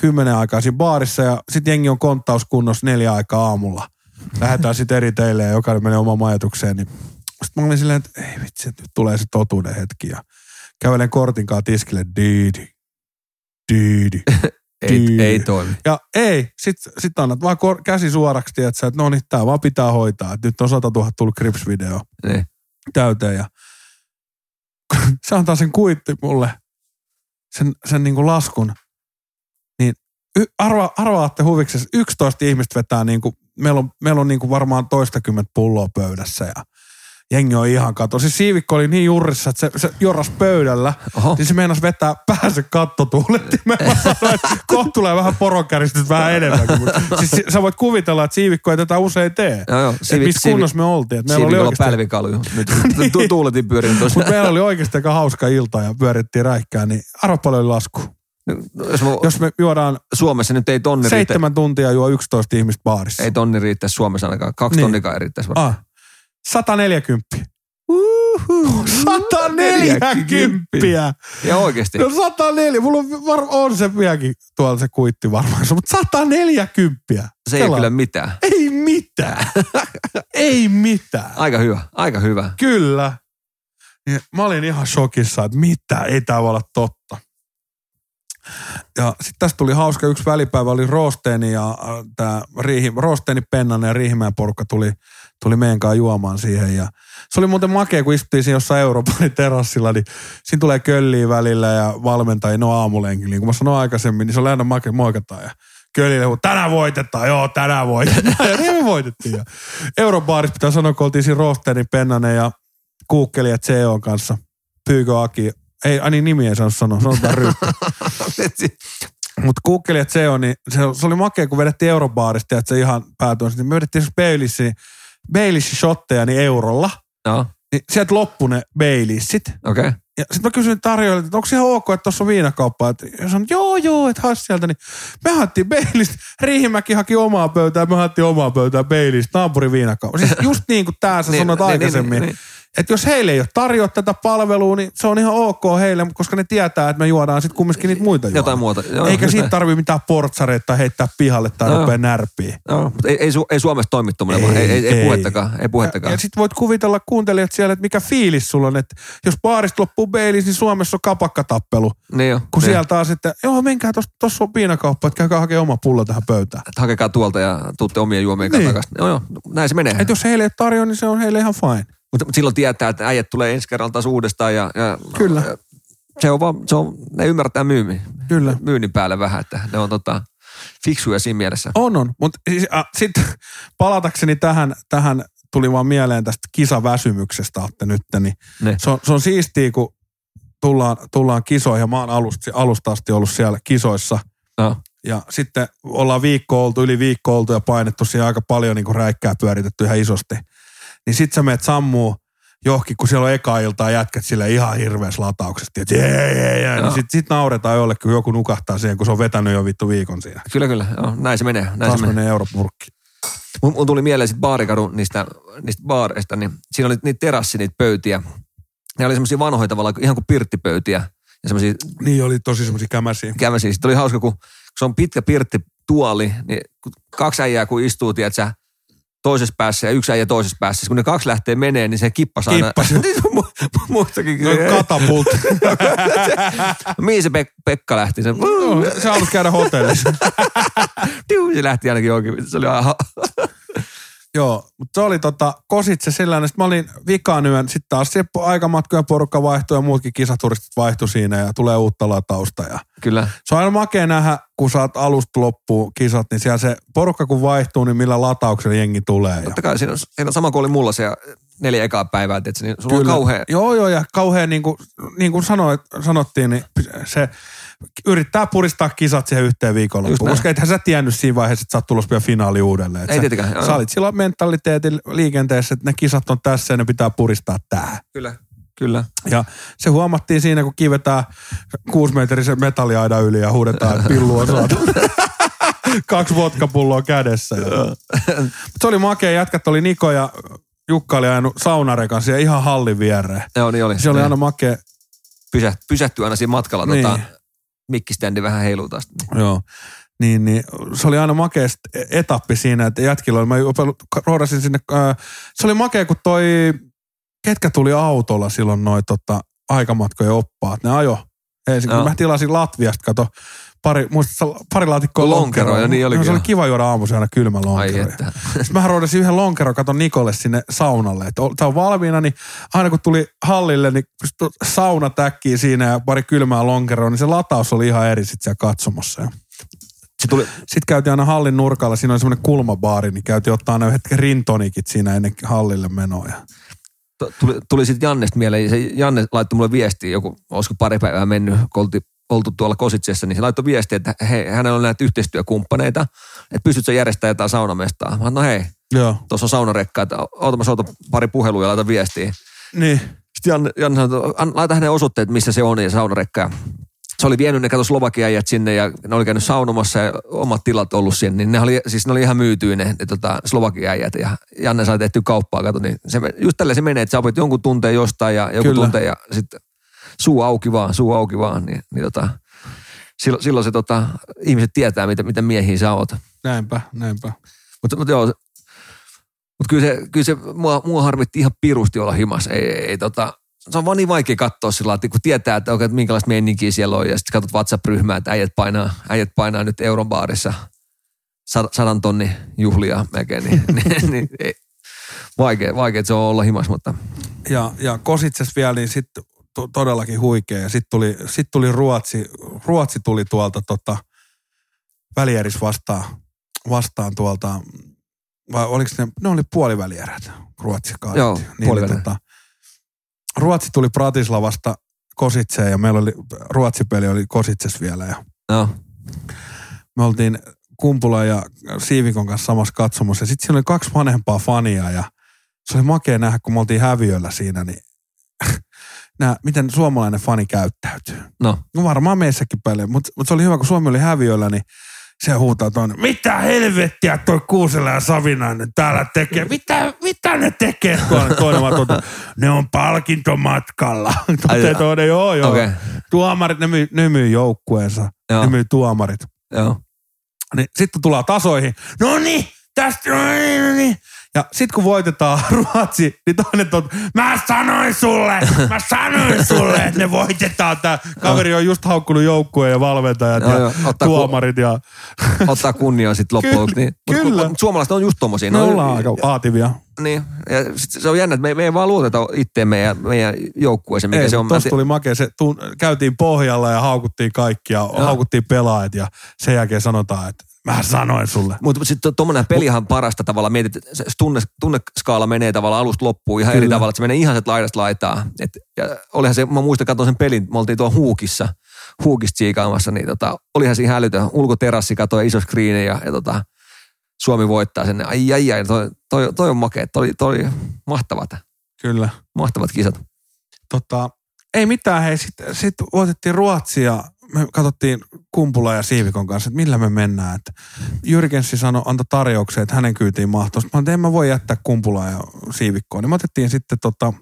S1: kymmenen aikaa siinä baarissa ja sitten jengi on konttauskunnossa neljä aikaa aamulla. Lähdetään sitten eri teille ja jokainen menee omaan ajatukseen. Niin. Sitten mä olin silleen, että ei vitsi, että nyt tulee se totuuden hetki ja kävelen kortinkaa tiskille, diidi, diidi.
S2: Ei, ei
S1: Tyyli.
S2: toimi.
S1: Ja ei, sit, sit annat vaan kor- käsi suoraksi, tiedätkö, että no niin, tää vaan pitää hoitaa. Et nyt on 100 000 tullut Crips-video
S2: Niin.
S1: täyteen ja se antaa sen kuitti mulle, sen, sen niinku laskun. Niin y- arva, arvaatte huviksessa, 11 ihmistä vetää niinku, meillä on, meillä on niinku varmaan toistakymmentä pulloa pöydässä ja jengi on ihan kato. Siis siivikko oli niin jurrissa, että se, se jorras pöydällä
S2: Oho.
S1: niin se meinasi vetää päänsä kattotuulettimeen. Mä sanoin, että kohta tulee vähän poronkäristys vähän enemmän. Kuin mut. siis si- sä voit kuvitella, että siivikko ei tätä usein tee.
S2: Joo, joo.
S1: Siivi, missä kunnossa me oltiin. Että meillä oli oikeasti,
S2: pälvikalju. Nyt tu- tuuletin pyörin tuossa.
S1: mutta meillä oli oikeasti aika hauska ilta ja pyörittiin räikkää, niin arvo paljon oli lasku.
S2: No, Jos, mä,
S1: Jos me juodaan
S2: Suomessa nyt ei tonni riitä.
S1: seitsemän tuntia juo 11 ihmistä baarissa.
S2: Ei tonni riittäisi Suomessa ainakaan. Kaksi
S1: Niin.
S2: niin. tonnikaan ei riittäisi varmaan.
S1: Ah, 140.
S2: Uhuhu.
S1: 140.
S2: Ja oikeesti.
S1: No 104, mulla on, var, on se vieläkin tuolla se kuitti varmaan, mutta 140.
S2: Se ei ole
S1: Kelaa.
S2: kyllä mitään.
S1: Ei mitään. ei mitään.
S2: Aika hyvä, aika hyvä.
S1: Kyllä. Niin mä olin ihan shokissa, että mitä, ei tämä voi olla totta. Ja sitten tästä tuli hauska, yksi välipäivä oli Roosteeni ja tämä Riihi, Roosteeni Pennanen ja Riihimäen porukka tuli, tuli meidän kanssa juomaan siihen. Ja se oli muuten makea, kun istuttiin siinä jossain Euroopan terassilla, niin siinä tulee kölliä välillä ja valmentajia, no aamulenkillä. Niin kuin mä sanoin aikaisemmin, niin se oli aina makea moikataan ja kölille, kun tänään voitetaan, joo tänään voitetaan. Ja niin me voitettiin. Ja Eurobaarissa pitää sanoa, kun oltiin siinä Roosteeni Pennanen ja Kuukkeli ja CEOn kanssa. Pyykö Aki, ei, ai niin nimi ei saanut sanoa, sanotaan ryhmä. No, Mutta kuukkeli, että se on, niin se, se oli makea, kun vedettiin eurobaarista, että se ihan päätyi. Niin me vedettiin Baileyssi, Baileyssi shotteja niin eurolla.
S2: Joo,
S1: Niin sieltä loppu ne Baileyssit.
S2: okei. Okay.
S1: Ja sitten mä kysyin tarjoilijalta, että onko ihan ok, että tuossa on viinakauppa. Että ja sanoin, että joo, joo, että hae sieltä. Niin me haettiin Baileystä. Riihimäki haki omaa pöytää, me haettiin omaa pöytää Baileystä, naapurin viinakauppa. Siis just niin kuin tää sä
S2: Niin,
S1: sanoit
S2: niin, niin,
S1: aikaisemmin.
S2: niin, niin.
S1: Että jos heille ei ole tarjoa tätä palvelua, niin se on ihan ok heille, koska ne tietää, että me juodaan sitten kumminkin niitä muita
S2: Jotain muuta. Joo,
S1: Eikä
S2: just
S1: siitä
S2: näin.
S1: tarvii mitään portsareita heittää pihalle tai
S2: Joo.
S1: rupeaa närpiin.
S2: Joo, mutta No, ei, ei, Su- ei Suomessa toimi tommonen, ei,
S1: Ei,
S2: ei, ei, ei,
S1: ei.
S2: puhettakaan, ei
S1: Ja,
S2: puhettakaan.
S1: ja sitten voit kuvitella kuuntelijat siellä, että mikä fiilis sulla on, että jos baarista loppuu beilis, niin Suomessa on kapakkatappelu.
S2: Niin jo, niin.
S1: Kun siellä taas, että joo, menkää tuossa, tuossa on piinakauppa, että käykää hakemaan oma pullo tähän pöytään.
S2: Että hakekaa tuolta ja tuutte omien juomien kanssa
S1: Niin.
S2: takaisin. Joo, joo, näin se menee.
S1: Et jos heille ei tarjoa, niin se on heille ihan fine.
S2: Mutta mut silloin tietää, että äijät tulee ensi kerralla taas uudestaan ja, ja
S1: Kyllä.
S2: ja se on vaan, se on, ne ymmärtää myymi,
S1: Kyllä.
S2: myynnin päälle vähän, että ne on tota, fiksuja siinä mielessä.
S1: On, on. Mutta siis, äh, sitten palatakseni tähän, tähän tuli vaan mieleen tästä kisaväsymyksestä, olette nyt, niin
S2: Ne.
S1: se on, se on siistiä, kun tullaan, tullaan kisoihin ja mä oon alusta, alusta asti ollut siellä kisoissa –
S2: Joo.
S1: Ja sitten ollaan viikko oltu, yli viikko oltu ja painettu siihen aika paljon niin kuin räikkää pyöritetty ihan isosti. Niin sit sä meet sammuu johonkin, kun siellä on eka iltaa jätkät sillä ihan hirveässä latauksessa. Että jee, jee, jee.
S2: Joo.
S1: Niin sit, sit nauretaan jollekin, kun joku nukahtaa siihen, kun se on vetänyt jo vittu viikon siinä.
S2: Kyllä, kyllä. Joo, näin se menee. Näin se
S1: Taas
S2: menee.
S1: menee europurkki.
S2: Mun, mun tuli mieleen sit baarikadun niistä, niistä baareista, niin siinä oli niitä terassi, niitä pöytiä. Ne oli semmoisia vanhoja tavallaan, ihan kuin pirttipöytiä. Ja semmoisia
S1: Niin oli tosi semmoisia kämäsiä.
S2: kämmäisiä. Sitten oli siis, hauska, kun, kun se on pitkä pirttituoli, niin kun kaksi äijää kun istuu, tiedätkö, toisessa päässä ja yksi äijä toisessa päässä. Siis Kun ne kaksi lähtee menee, niin se kippas aina. Niin,
S1: Kippas.
S2: Mu- Muistakin. No,
S1: No, katapult.
S2: Mihin se Pek- Pekka lähti? Se,
S1: Joo, Sä haluat käydä hotellissa.
S2: Tiu, se lähti ainakin oikein. Se oli ihan...
S1: Joo, mutta se oli tota, kositse sellainen, sitten mä olin vikaan yön, sitten taas se po- aikamatkojen porukka vaihtui ja muutkin kisaturistit vaihtui siinä ja tulee uutta latausta. Ja
S2: Kyllä.
S1: se on aina makea nähdä, kun saat alusta loppuun kisat, niin siellä se porukka kun vaihtuu, niin millä latauksella jengi tulee. Ja
S2: Totta kai siinä on, siinä on sama kuin oli mulla se neljä ekaa päivää, tiedätkö, niin sulla on kauhean
S1: Joo, joo, ja kauhean niin kuin, niin kuin sanoit, sanottiin, niin se yrittää puristaa kisat siihen yhteen
S2: Just
S1: viikonloppuun.
S2: näin.
S1: Koska ethän sä tiennyt siinä vaiheessa, että sä oot tulossa vielä finaali uudelleen. Et
S2: Ei
S1: sä-
S2: tietenkään, joo.
S1: Sä olit silloin mentaliteetin liikenteessä, että ne kisat on tässä ja ne pitää puristaa tähän.
S2: Kyllä, kyllä.
S1: Ja se huomattiin siinä, kun kivetään kuusimetrisen metalliaida yli ja huudetaan, että pillu on saatu. Kaksi vodkapulloa kädessä. Ja. se oli makea. Jätkät oli Niko ja Jukka oli ajanut saunarekan siihen ihan hallin viereen.
S2: Joo, niin oli.
S1: Se oli
S2: Niin.
S1: aina makea.
S2: Pysäht, pysähtyi aina siinä matkalla,
S1: Niin.
S2: tota, mikkiständi vähän heiluu taas.
S1: Joo. Niin, niin, se oli aina makea sit etappi siinä, että jätkillä oli, mä jopa äh, roodasin sinne, ää, se oli makea, kun toi, ketkä tuli autolla silloin noi tota, aikamatkojen oppaat. Ne ajo. Ensin,
S2: Joo.
S1: mä tilasin Latviasta, kato, pari, muistatko, sä, pari laatikkoa
S2: Lonkeroja, niin olikin
S1: Se oli
S2: jo.
S1: kiva juoda aamuisin aina kylmä
S2: Ai
S1: lonkero.
S2: että.
S1: Sitten mä roudasin yhden lonkeron, katon Nikolle sinne saunalle. Että tää on valmiina, niin aina kun tuli hallille, niin pystyi sauna täkkiin siinä ja pari kylmää lonkeroa, niin se lataus oli ihan eri sitten siellä katsomossa. Ja
S2: Se tuli,
S1: sitten käytiin aina hallin nurkalla, siinä oli semmoinen kulmabaari, niin käytiin ottaa aina yhdet rintonikit siinä ennen hallille menoa. Ja
S2: t- tuli, tuli sitten Jannesta mieleen. Se Janne laittoi mulle viestiä, joku, olisiko pari päivää mennyt, kun olti, oltu tuolla Kositsessa, niin se laittoi viestiä, että hei, hänellä on näitä yhteistyökumppaneita, että pystytkö järjestämään jotain saunamestaa. Mä sanoin, no hei,
S1: Joo.
S2: tuossa on saunarekka, että oota mä soitan pari puhelua ja laita viestiä.
S1: Niin.
S2: Sitten Janne, Janne sanoi, että an- laita hänen osoitteet, missä se on ja saunarekka. Ja Se oli vienyt ne, kato Slovakiaijat sinne ja ne oli käynyt saunomassa ja omat tilat ollut siinä, niin ne oli, siis ne oli ihan myytyy ne, ne tota, Slovakiaijat ja Janne sai tehty kauppaa, kato, niin se, me- just tällä se menee, että sä opit jonkun tunteen jostain ja joku
S1: Kyllä.
S2: tunteen ja sitten suu auki vaan, suu auki vaan, niin, niin tota, silloin, silloin se tota, ihmiset tietää, mitä, mitä miehiä sä oot.
S1: Näinpä, näinpä.
S2: Mutta mut joo, mutta kyllä se, kyllä se mua, mua harmitti ihan pirusti olla himas. Ei, ei, ei, tota, se on vaan niin vaikea katsoa sillä lailla, että kun tietää, että, oikein, että minkälaista meininkiä siellä on, ja sitten katsot WhatsApp-ryhmää, että äijät painaa, äijät painaa nyt euron baarissa sa- sadan tonni juhlia melkein, niin, niin, niin ei, vaikea, vaikea se on olla himas, mutta
S1: Ja, ja Kositses vielä, niin sitten todellakin huikea. Ja sitten tuli, sit tuli Ruotsi. Ruotsi tuli tuolta tota, välijäris vastaan, vastaan tuolta, vai oliko ne, ne oli puolivälierät, Ruotsi kaadettiin.
S2: Joo, puolivälierät.
S1: tota, Ruotsi tuli Pratislavasta Kositseen ja meillä oli, Ruotsi-peli oli Kositses vielä ja
S2: no,
S1: me oltiin Kumpula ja Siivikon kanssa samassa katsomassa. Sitten siinä oli kaksi vanhempaa fania ja se oli makea nähdä, kun me oltiin häviöllä siinä, niin nää, miten suomalainen fani käyttäytyy.
S2: no,
S1: No varmaan meissäkin paljon, mutta mut se oli hyvä, kun Suomi oli häviöllä, niin se huutaa tuonne, mitä helvettiä toi Kuusela ja Savinainen täällä tekee? Mitä, mitä ne tekee tuonne? Toinen vaan tuota, ne on palkintomatkalla.
S2: Ai-
S1: Toinen, toinen, joo, joo.
S2: okei,
S1: Okay. Tuomarit, ne myy, ne myy joukkueensa.
S2: Joo.
S1: Ne myy tuomarit.
S2: joo,
S1: Niin sitten tullaan tasoihin. No niin, tästä, no niin, no niin. Ja sit kun voitetaan Ruotsi, niin toinen on, mä sanoin sulle, mä sanoin sulle, että ne voitetaan tää. Kaveri on just haukkunut joukkueen ja valmentajat
S2: Joo,
S1: ja
S2: joo, ottaa ku-
S1: tuomarit ja
S2: ottaa kunniaa sitten loppuun.
S1: Kyllä,
S2: niin, mut-
S1: kyllä.
S2: mut suomalaiset on just tommosia.
S1: me
S2: on-
S1: No, ollaan aika vaativia.
S2: Niin, ja sit se on jännä, että me, me ei vaan luoteta itteemme ja meidän joukkueeseen, mikä
S1: Ei,
S2: se on. Mä
S1: on,
S2: en
S1: tossa
S2: tiedä-
S1: tuli makea. Se, tun, käytiin pohjalla ja haukuttiin kaikkia, haukuttiin pelaajat ja sen jälkeen sanotaan, että mä sanoin sulle.
S2: Mutta sitten tuommoinen pelihan parasta tavalla, mietit, että se tunne, tunneskaala menee tavallaan alusta loppuun ihan eri
S1: Kyllä.
S2: tavalla, että se menee ihan sieltä laidasta laitaa. Et, ja olihan se, mä muistan, katsoin sen pelin, me oltiin tuolla huukissa, huukissa tsiikaamassa, niin tota, olihan siinä hälytön ulkoterassi, katoi iso screeni ja, ja tota, Suomi voittaa sen. Ai, ai, ai, toi, toi, toi on makea, toi, toi oli mahtavat,
S1: Kyllä.
S2: mahtavat kisat.
S1: tota, ei mitään, hei, sitten sit voitettiin Ruotsia, me katsottiin Kumpula ja Siivikon kanssa, että millä me mennään. Et Jyrkenssi sanoi, antoi tarjouksen, että hänen kyytiin mahtuu. Sitten mä sanoin, että en mä voi jättää Kumpulaa ja Siivikkoa. Niin me otettiin sitten tota,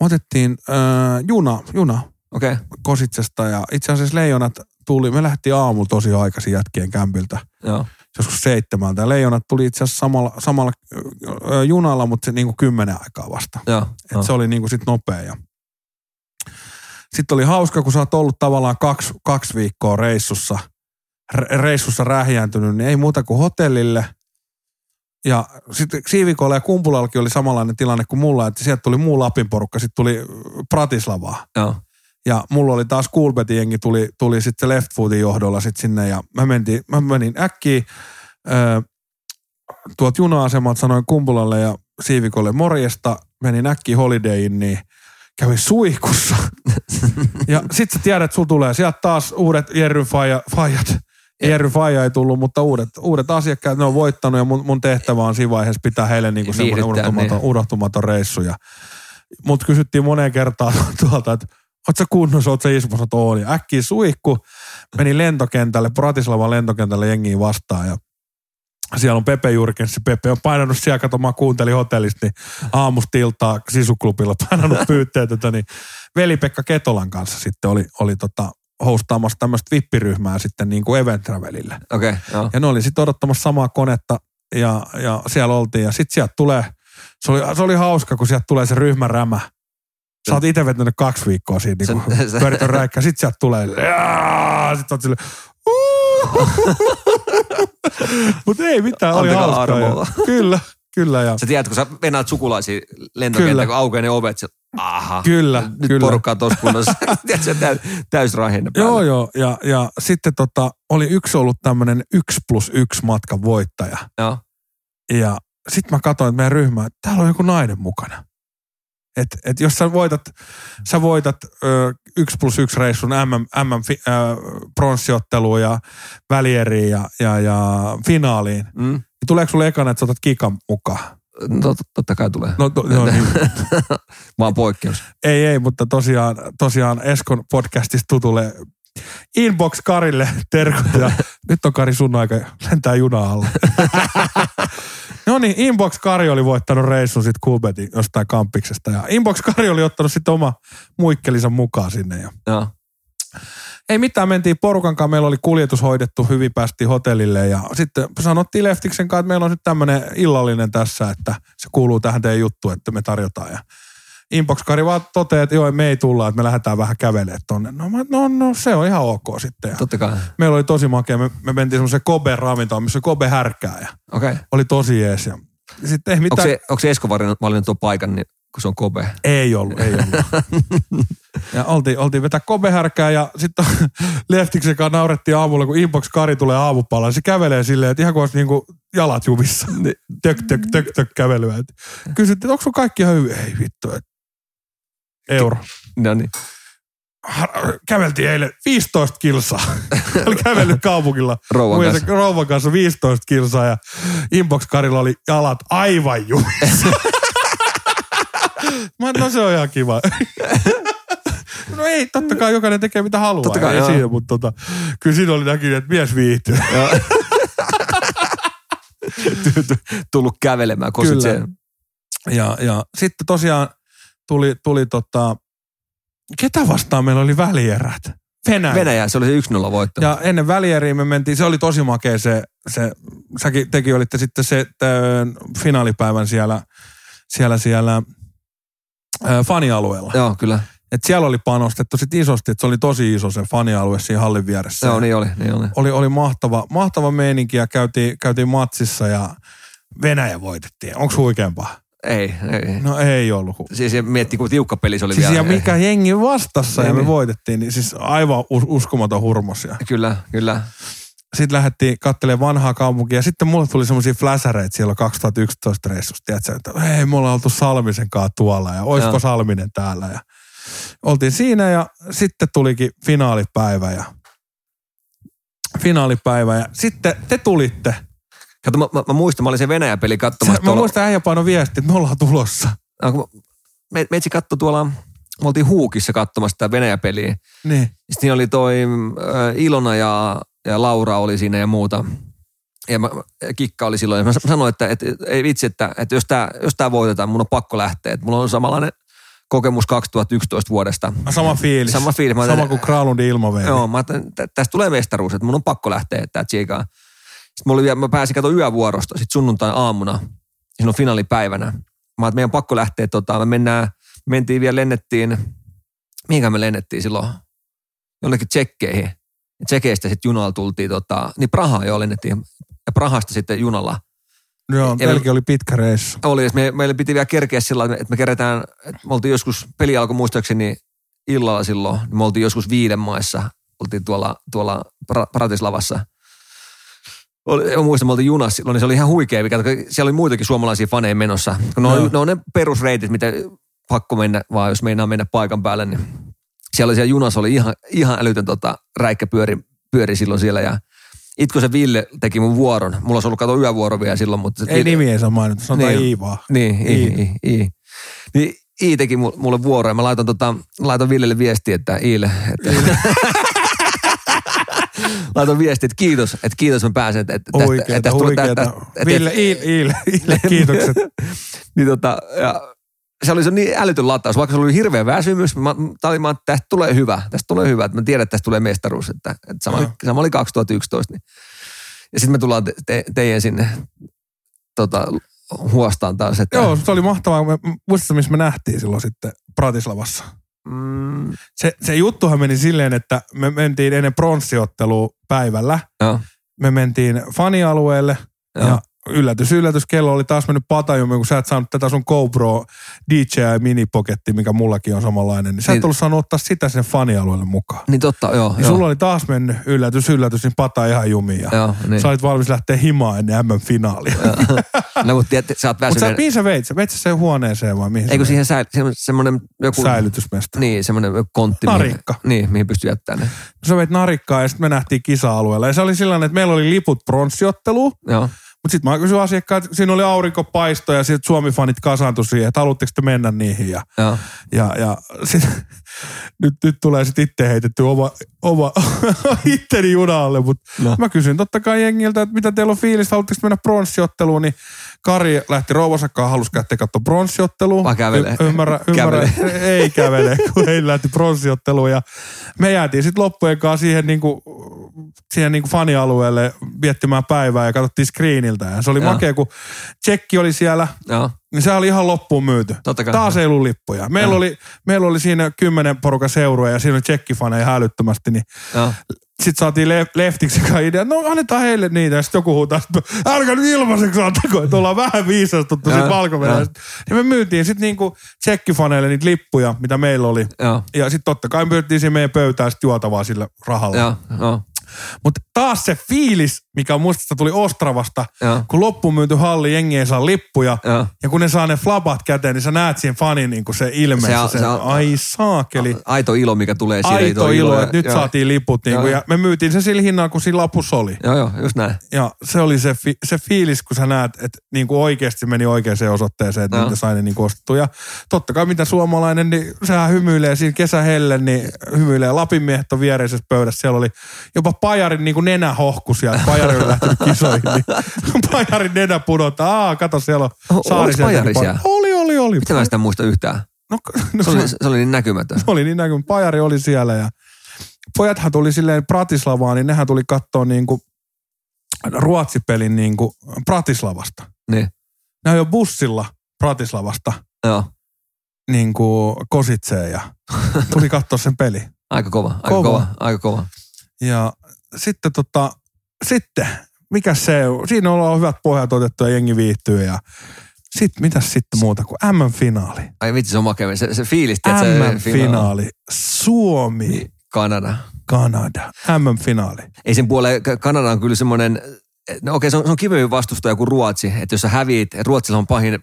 S1: me otettiin öö, juna, juna
S2: Okei, okay,
S1: Kositsesta ja itse asiassa Leijonat tuli, me lähti aamulla tosi aikaisin jätkien kämpiltä
S2: joo.
S1: joskus seitsemältä. Ja Leijonat tuli itse asiassa samalla, samalla öö, junalla, mutta se niin kuin kymmenen aikaa vasta.
S2: joo,
S1: Et
S2: joo.
S1: se oli niinku sit nopea. Ja... Sitten oli hauska, kun sä oot ollut tavallaan kaksi, kaksi viikkoa reissussa, re- reissussa rähjääntynyt, niin ei muuta kuin hotellille. Ja sitten Siivikolla ja Kumpulallakin oli samanlainen tilanne kuin mulla, että sieltä tuli muu Lapin porukka, sitten tuli Pratislavaa.
S2: joo.
S1: Ja mulla oli taas Coolbetin jengi tuli, tuli sitten Left Footin johdolla sitten sinne ja mä, mentiin, mä menin äkkiä öö, tuolta juna-asemalta sanoin Kumpulalle ja Siivikolle morjesta, menin äkkiä holidayin, niin kävin suihkussa. ja sit sä tiedät, että sulla tulee sieltä taas uudet Jerryn faija- faijat. Jerry Faija ei tullut, mutta uudet, uudet asiakkaat, ne on voittanut ja mun, mun tehtävä on siinä vaiheessa pitää heille niinku semmoinen
S2: Viihdyttää,
S1: unohtumaton, unohtumaton reissu. Ja mut kysyttiin moneen kertaan tuolta, että oot sä kunnossa, oot sä ismossa, oon. Ja äkkiä suihku, meni lentokentälle, Bratislavan lentokentälle jengiin vastaan ja siellä on Pepe Jurkenssi. Pepe on painanut siellä, kato mä kuuntelin hotellista, niin aamusta iltaa sisuklubilla painanut pyytteetä, niin veli-Pekka Ketolan kanssa sitten oli, oli tota, hostaamassa tämmöistä vippiryhmää sitten niin kuin Event Travelille.
S2: Okei, okay, joo.
S1: Ja ne oli sitten odottamassa samaa konetta ja, ja siellä oltiin. Ja sitten sieltä tulee, se oli, se oli hauska, kun sieltä tulee se ryhmärämä. Sä oot itse vetänyt kaksi viikkoa siitä, niin kun
S2: Se- se-
S1: pyörit on räikkä. Sit sieltä tulee, jaa, sit oot silleen, "Uuh." Mut ei mitään, oli
S2: Antakaa
S1: hauskaa.
S2: armoa.
S1: ja- Kyllä, kyllä ja.
S2: Sä tiedät, kun sä venaat sukulaisia lentokenttä,
S1: Kyllä.
S2: kun aukeaa ne ovet, sä, aha,
S1: Kyllä,
S2: nyt
S1: kyllä.
S2: porukka on tossa kunnossa. tiedät, sä täys, täys rahinna päällä.
S1: Joo, joo. Ja, ja sitten tota, oli yksi ollut tämmönen yksi plus yksi matkan voittaja.
S2: joo.
S1: Ja sitten mä katsoin meidän ryhmää, että täällä on joku nainen mukana. Et, et jos sä voitat, sä voitat ö, 1 plus 1 reissun MM, MM fi, ö, pronssiottelu ja välieriin ja, ja, ja finaaliin, niin
S2: Mm.
S1: tuleeko sulle ekana, että sä otat kikan mukaan?
S2: No, tot- totta kai tulee.
S1: No, to, no niin.
S2: Mä oon poikkeus.
S1: ei, ei, mutta tosiaan, tosiaan Eskon podcastista tutulle Inbox Karille terkut ja nyt on Kari sun aika lentää juna alle. No niin, Inbox Kari oli voittanut reissun sitten Kubetin jostain kampiksesta ja Inbox Kari oli ottanut sitten oma muikkelinsa mukaan sinne ja
S2: Joo.
S1: ei mitään, mentiin porukan kanssa, meillä oli kuljetus hoidettu, hyvin päästiin hotellille ja sitten sanottiin Leftiksen kanssa, että meillä on nyt tämmöinen illallinen tässä, että se kuuluu tähän teidän juttuun, että me tarjotaan ja Inboxkari vaan toteaa, että joo, me ei tulla, että me lähdetään vähän kävelemään tonne. No, mä, no, no se on ihan ok sitten. Ja
S2: Totta kai.
S1: meillä oli tosi makea, me, me mentiin semmoiseen Kobe ravintoon, missä oli Kobe härkää ja
S2: Okei. Okay.
S1: oli tosi jees. Ja sitten ei
S2: Onko
S1: mitään,
S2: se, onko se Esko valinnut, valinnut tuon paikan, niin, kun se on kobe?
S1: Ei ollut, ei ollut. ja oltiin, oltiin vetää kobehärkää ja sitten Leftiksen kanssa naurettiin aamulla, kun Inbox Kari tulee aamupalla. Se kävelee silleen, että ihan kuin olisi niinku jalat jumissa. tök, tök, tök, tök kävelyä. Et Kysyttiin, että onko sun kaikki ihan hyvin? Ei vittu. Et. Euro.
S2: No niin.
S1: Har- Käveltiin eilen 15 kilsaa. Oli kävellyt kaupungilla.
S2: Rouvan
S1: Mun ja
S2: kanssa.
S1: sen Rouvan kanssa 15 kilsaa ja Inbox Karilla oli jalat aivan jumissa. Mä oon, no se on ihan kiva. No ei, totta kai jokainen tekee mitä haluaa.
S2: Totta kai,
S1: ei
S2: joo.
S1: siinä, mutta tota, kyllä siinä oli näkynyt, että mies viihtyy.
S2: Tullut kävelemään, kun
S1: Kyllä.
S2: sit se...
S1: Ja, ja sitten tosiaan tuli, tuli tota, ketä vastaan meillä oli välierät? Venäjä.
S2: Venäjä, se oli se 1-0 voitto.
S1: Ja ennen välieriä me mentiin, se oli tosi makea se, se säkin, tekin olitte sitten se tämän finaalipäivän siellä, siellä, siellä ää, fanialueella.
S2: Joo, kyllä.
S1: Et siellä oli panostettu sit isosti, että se oli tosi iso se fanialue siinä hallin vieressä.
S2: Joo, niin oli, niin oli.
S1: oli, oli mahtava, mahtava meininki ja käytiin, käytiin matsissa ja Venäjä voitettiin. Onko huikeampaa?
S2: Ei, ei.
S1: No ei ollut.
S2: Siis se miettii, kun tiukka peli se oli
S1: Siis ja
S2: vielä.
S1: mikä jengi vastassa ja
S2: Niin,
S1: me
S2: niin.
S1: voitettiin, niin siis aivan us- uskomaton hurmos. Ja
S2: Kyllä, kyllä.
S1: sitten lähdettiin katselemaan vanhaa kaupunkia. Ja sitten mulle tuli semmoisia fläsäreitä siellä 2011 reissussa. Tiedätkö, että hei, me ollaan oltu Salmisen kanssa tuolla ja oisko
S2: Joo.
S1: Salminen täällä. Ja oltiin siinä ja sitten tulikin finaalipäivä ja finaalipäivä ja sitten te tulitte.
S2: Kato, mä, mä, mä muistan, mä olin se Venäjä-peli
S1: Sä,
S2: katsomassa
S1: mä
S2: tuolla.
S1: muistan äijä paino viesti, että me ollaan tulossa.
S2: Ah, kun mä- Me, meitsi katto tuolla, me oltiin Huukissa katsomassa sitä Venäjä-peliä.
S1: Niin.
S2: Sitten niillä oli toi mm, ö, Ilona ja, ja Laura oli siinä ja muuta. Ja mä, ja Kikka oli silloin. Ja mä s- sanoin, että, että ei vitsi, että, että jos tämä jos tää voitetaan, mun on pakko lähteä. Että mulla on samanlainen kokemus 2011 vuodesta.
S1: Sama fiilis.
S2: Sama fiilis. Mä
S1: Sama
S2: ajattelin-
S1: kuin Kralundin ilmaveili.
S2: Joo, mä ajattelin, että tästä tulee mestaruus, että mun on pakko lähteä tää tsiikaan. Sitten mä, olin, vielä- mä pääsin kato yövuorosta sit sunnuntai aamuna, silloin finaalipäivänä. Mä ajattelin, että meidän on pakko lähteä, tota, me mennään, mentiin vielä, lennettiin, mihinkä me lennettiin silloin? Jonnekin tsekkeihin. Ja tsekeistä sitten junalla tultiin, tota, niin Prahaa jo lennettiin. Ja Prahasta sitten junalla.
S1: Joo,
S2: Ja-
S1: Belgia oli pitkä reissu.
S2: Oli, että me, meillä piti vielä kerkeä sillä lailla, että me kerätään, että me oltiin joskus, peli alkoi muistaakseni illalla silloin, niin me oltiin joskus viiden maissa, oltiin tuolla, tuolla Pra- Pratislavassa. Oli, mä muistan, me oltiin junassa silloin, niin se oli ihan huikea, mikä, siellä oli muitakin suomalaisia faneja menossa. Kun ne,
S1: Joo.
S2: on, ne on ne perusreitit, mitä pakko mennä, vaan jos meinaa mennä paikan päälle, niin siellä, oli siellä junassa oli ihan, ihan älytön tota, räikkä pyöri, pyöri silloin siellä ja Itkosen Ville teki mun vuoron. Mulla olisi ollut kato yövuoro vielä silloin, mutta...
S1: Ei niin nimi ei saa mainita, sanotaan
S2: Niin.
S1: niin. Iivaa.
S2: Niin, I,
S1: Ii.
S2: I, I. Niin I teki mu- mulle vuoroja. Mä laitan, tota, laitan Villelle viestiä, että Iille. Että laitan viestiä, että kiitos, että kiitos mä pääsen. Että, että, tästä-
S1: Oikeeta,
S2: tästä tulee-
S1: oikeeta.
S2: tästä- että-
S1: Ville, Iille, Iille, Iille, kiitokset.
S2: niin tota, ja se oli se niin älytön lataus, vaikka se oli hirveä väsymys. Mä, tää oli, mä, oon, että tästä tulee hyvä, tästä tulee hyvä, että mä tiedän, että tästä tulee mestaruus. Että, että sama, oli,
S1: Joo.
S2: sama oli 2011. Niin. Ja sitten me tullaan te, te, teidän sinne tota, huostaan taas. Että,
S1: Joo, se oli mahtavaa. Me- Muistatko, missä me nähtiin silloin sitten Pratislavassa?
S2: Mm,
S1: Se, se juttuhan meni silleen, että me mentiin ennen pronssiottelua päivällä.
S2: joo,
S1: Me mentiin fanialueelle
S2: joo.
S1: ja yllätys, yllätys, kello oli taas mennyt patajumiin, kun sä et saanut tätä sun GoPro DJI minipoketti, mikä mullakin on samanlainen, niin sä et
S2: Niin.
S1: ollut saanut ottaa sitä sen fanialueelle mukaan.
S2: Niin totta, joo.
S1: Ja
S2: joo,
S1: sulla oli taas mennyt yllätys, yllätys, niin pata ihan jumiin. Ja
S2: joo, niin.
S1: Sä olit valmis lähteä himaan ennen MM-finaalia.
S2: No, mutta tiedät, sä oot
S1: Mutta sä,
S2: väsyneen.
S1: mihin sä veit? Sä veit sä sen huoneeseen vai mihin
S2: Eikö
S1: sä
S2: siihen säily, se, semmoinen joku...
S1: veit? säilytysmesta?
S2: Niin, semmoinen kontti.
S1: Narikka.
S2: Mihin, niin, mihin pystyy jättämään ne.
S1: Sä veit narikkaa ja sitten me nähtiin kisa-alueella. Ja se oli sellainen, että meillä oli liput pronssiotteluun,
S2: Joo.
S1: Mutta sitten mä kysyin asiakkaat, siinä oli aurinkopaisto ja sitten Suomi-fanit kasaantui siihen, että haluatteko te mennä niihin. Ja,
S2: Joo.
S1: ja, ja sit, nyt, nyt tulee sitten itse heitetty oma, oma itteni junalle, mutta
S2: No.
S1: no. mä kysyin totta kai jengiltä, että mitä teillä on fiilis, haluatteko mennä pronssiotteluun, niin Kari lähti rouvasakkaan, halusi käydä katsoa pronssiottelua.
S2: Vai kävelee?
S1: ymmärrä, ymmärrä, ei kävele, kun ei lähti pronssiotteluun. Ja me jäätiin sitten loppujen kanssa siihen, niinku, siihen niinku fanialueelle viettimään päivää ja katsottiin screeniltä. Ja se oli
S2: Joo.
S1: makea, kun tsekki oli siellä,
S2: Joo.
S1: niin se oli ihan loppuun myyty.
S2: Totta kai.
S1: Taas ei ollut lippuja. Meillä,
S2: Joo.
S1: oli, meillä oli siinä kymmenen porukan seuroja ja siinä oli tsekkifaneja hälyttömästi, niin
S2: Joo.
S1: sitten saatiin le- leftiksi kai idea, no annetaan heille niitä. Ja sitten joku huutaa, että älkää nyt ilmaiseksi antako, että ollaan vähän viisastuttu
S2: Joo,
S1: siitä
S2: joo.
S1: valko Ja me myytiin sitten niinku tsekkifaneille niitä lippuja, mitä meillä oli.
S2: Joo.
S1: Ja sitten totta kai me pyyttiin siihen meidän pöytään sit juotavaa sillä rahalla.
S2: Joo. Joo.
S1: Mutta taas se fiilis, mikä muistista tuli Ostravasta,
S2: Joo.
S1: kun loppumyynty halli jengi ei saa lippuja.
S2: Joo.
S1: Ja kun ne saa ne flabat käteen, niin sä näet siinä fanin niin se ilmeessä.
S2: Se- se-
S1: Se, se, ai saakeli.
S2: Aito ilo, mikä tulee siitä.
S1: Aito ilo,
S2: ja-
S1: että nyt
S2: joo.
S1: saatiin liput. Niin kuin,
S2: Joo.
S1: ja me myytiin se sillä hinnalla, kun siinä lapussa oli.
S2: Joo, joo, just näin.
S1: Ja se oli se, fi- se fiilis, kun sä näet, että niin kuin oikeasti meni oikeaan osoitteeseen, että
S2: Joo.
S1: niitä sai ne niin ostettua. Ja totta kai mitä suomalainen, niin sehän hymyilee siinä kesähelle, niin hymyilee. Lapin miehet on viereisessä pöydässä. Siellä oli jopa Pajarin niin kuin nenähohku siellä. Pajari oli lähtenyt kisoihin. Niin Pajarin nenä pudota. Aa, kato siellä on
S2: O- oliko
S1: Saarisen-
S2: Pajari siellä?
S1: Oli, oli, oli.
S2: Miten mä sitä en muista yhtään?
S1: No, no,
S2: Se oli, se oli niin näkymätön.
S1: oli niin näin, kun Pajari oli siellä ja pojathan tuli silleen Pratislavaan, niin nehän tuli katsoa niin kuin Ruotsipelin niin kuin Pratislavasta.
S2: Niin.
S1: Ne jo bussilla Pratislavasta
S2: Joo.
S1: niin kuin kositsee ja tuli katsoa sen peli.
S2: Aika kova, aika kova,
S1: Kova.
S2: aika kova.
S1: Ja sitten tota, sitten, mikä se, siinä ollaan hyvät pohjat otettu ja jengi viihtyy ja sitten mitäs sitten muuta kuin M-finaali.
S2: Ai vitsi, se on makea. Se, se fiilis, tiedätkö, se finaali.
S1: M-finaali. Suomi,
S2: Kanada.
S1: Kanada. M-finaali.
S2: Ei sen puoleen, Ka- Kanada on kyllä semmoinen, no okei, se on, se on kivempi vastustaja kuin Ruotsi. Että jos sä häviit, Ruotsilla on pahin,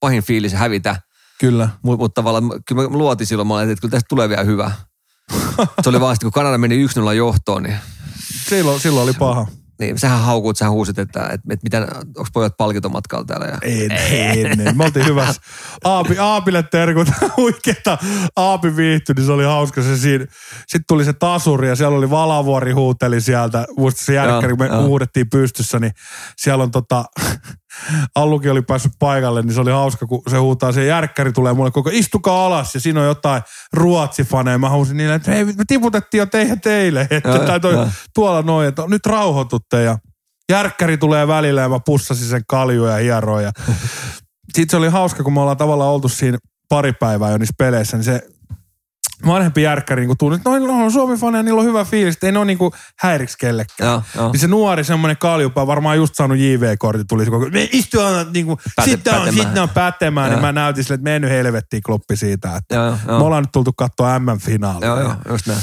S2: pahin fiilis hävitä.
S1: Kyllä.
S2: Mutta mut tavallaan m- kyllä mä luotin silloin, mä ajattelin, että kyllä tästä tulee vielä hyvä. Se oli vaan sitten, kun Kanada meni 1-0 johtoon, niin,
S1: Silloin, silloin oli paha.
S2: niin sähän haukuit, sähän huusit, että, että, että mitä, onko pojat palkintomatkalla täällä. Ja,
S1: En, en, en. Me oltiin hyvässä. Aapi, Aapille terkut, huikeeta. Aapi viihtyi, niin se oli hauska se siinä. Sitten tuli se tasuri ja siellä oli Valavuori huuteli sieltä. Muista se järkkäri, kun me
S2: Joo, joo.
S1: huudettiin pystyssä, niin siellä on tota... Allukin oli päässyt paikalle, niin se oli hauska, kun se huutaa, se järkkäri tulee mulle koko, istukaa alas, ja siinä on jotain ruotsifaneja. Mä huusin niille, että hei, me tiputettiin jo teidän teille, että
S2: Joo,
S1: tai toi,
S2: joo.
S1: tuolla noin, että nyt rauhoitutte, ja järkkäri tulee välillä ja mä pussasin sen kaljuja ja hieroja. Ja sitten se oli hauska, kun me ollaan tavallaan oltu siinä pari päivää jo niissä peleissä, niin se vanhempi järkkäri niin tuntuu, että noilla on Suomi-faneja, niillä on hyvä fiilis, että ei ne ole niin häiriksi kellekään.
S2: joo, joo.
S1: Niin se nuori semmoinen kaljupää, varmaan just saanut JV-kortin, tuli se koko, me istu aina niin kuin,
S2: Päte-
S1: sit on,
S2: pätemään.
S1: sit ne on pätemään, niin
S2: Joo.
S1: mä näytin sille, että mennyt helvettiin kloppi siitä, että
S2: Joo, joo,
S1: me
S2: joo.
S1: ollaan nyt tultu katsoa MM-finaalia.
S2: Joo, joo, just näin.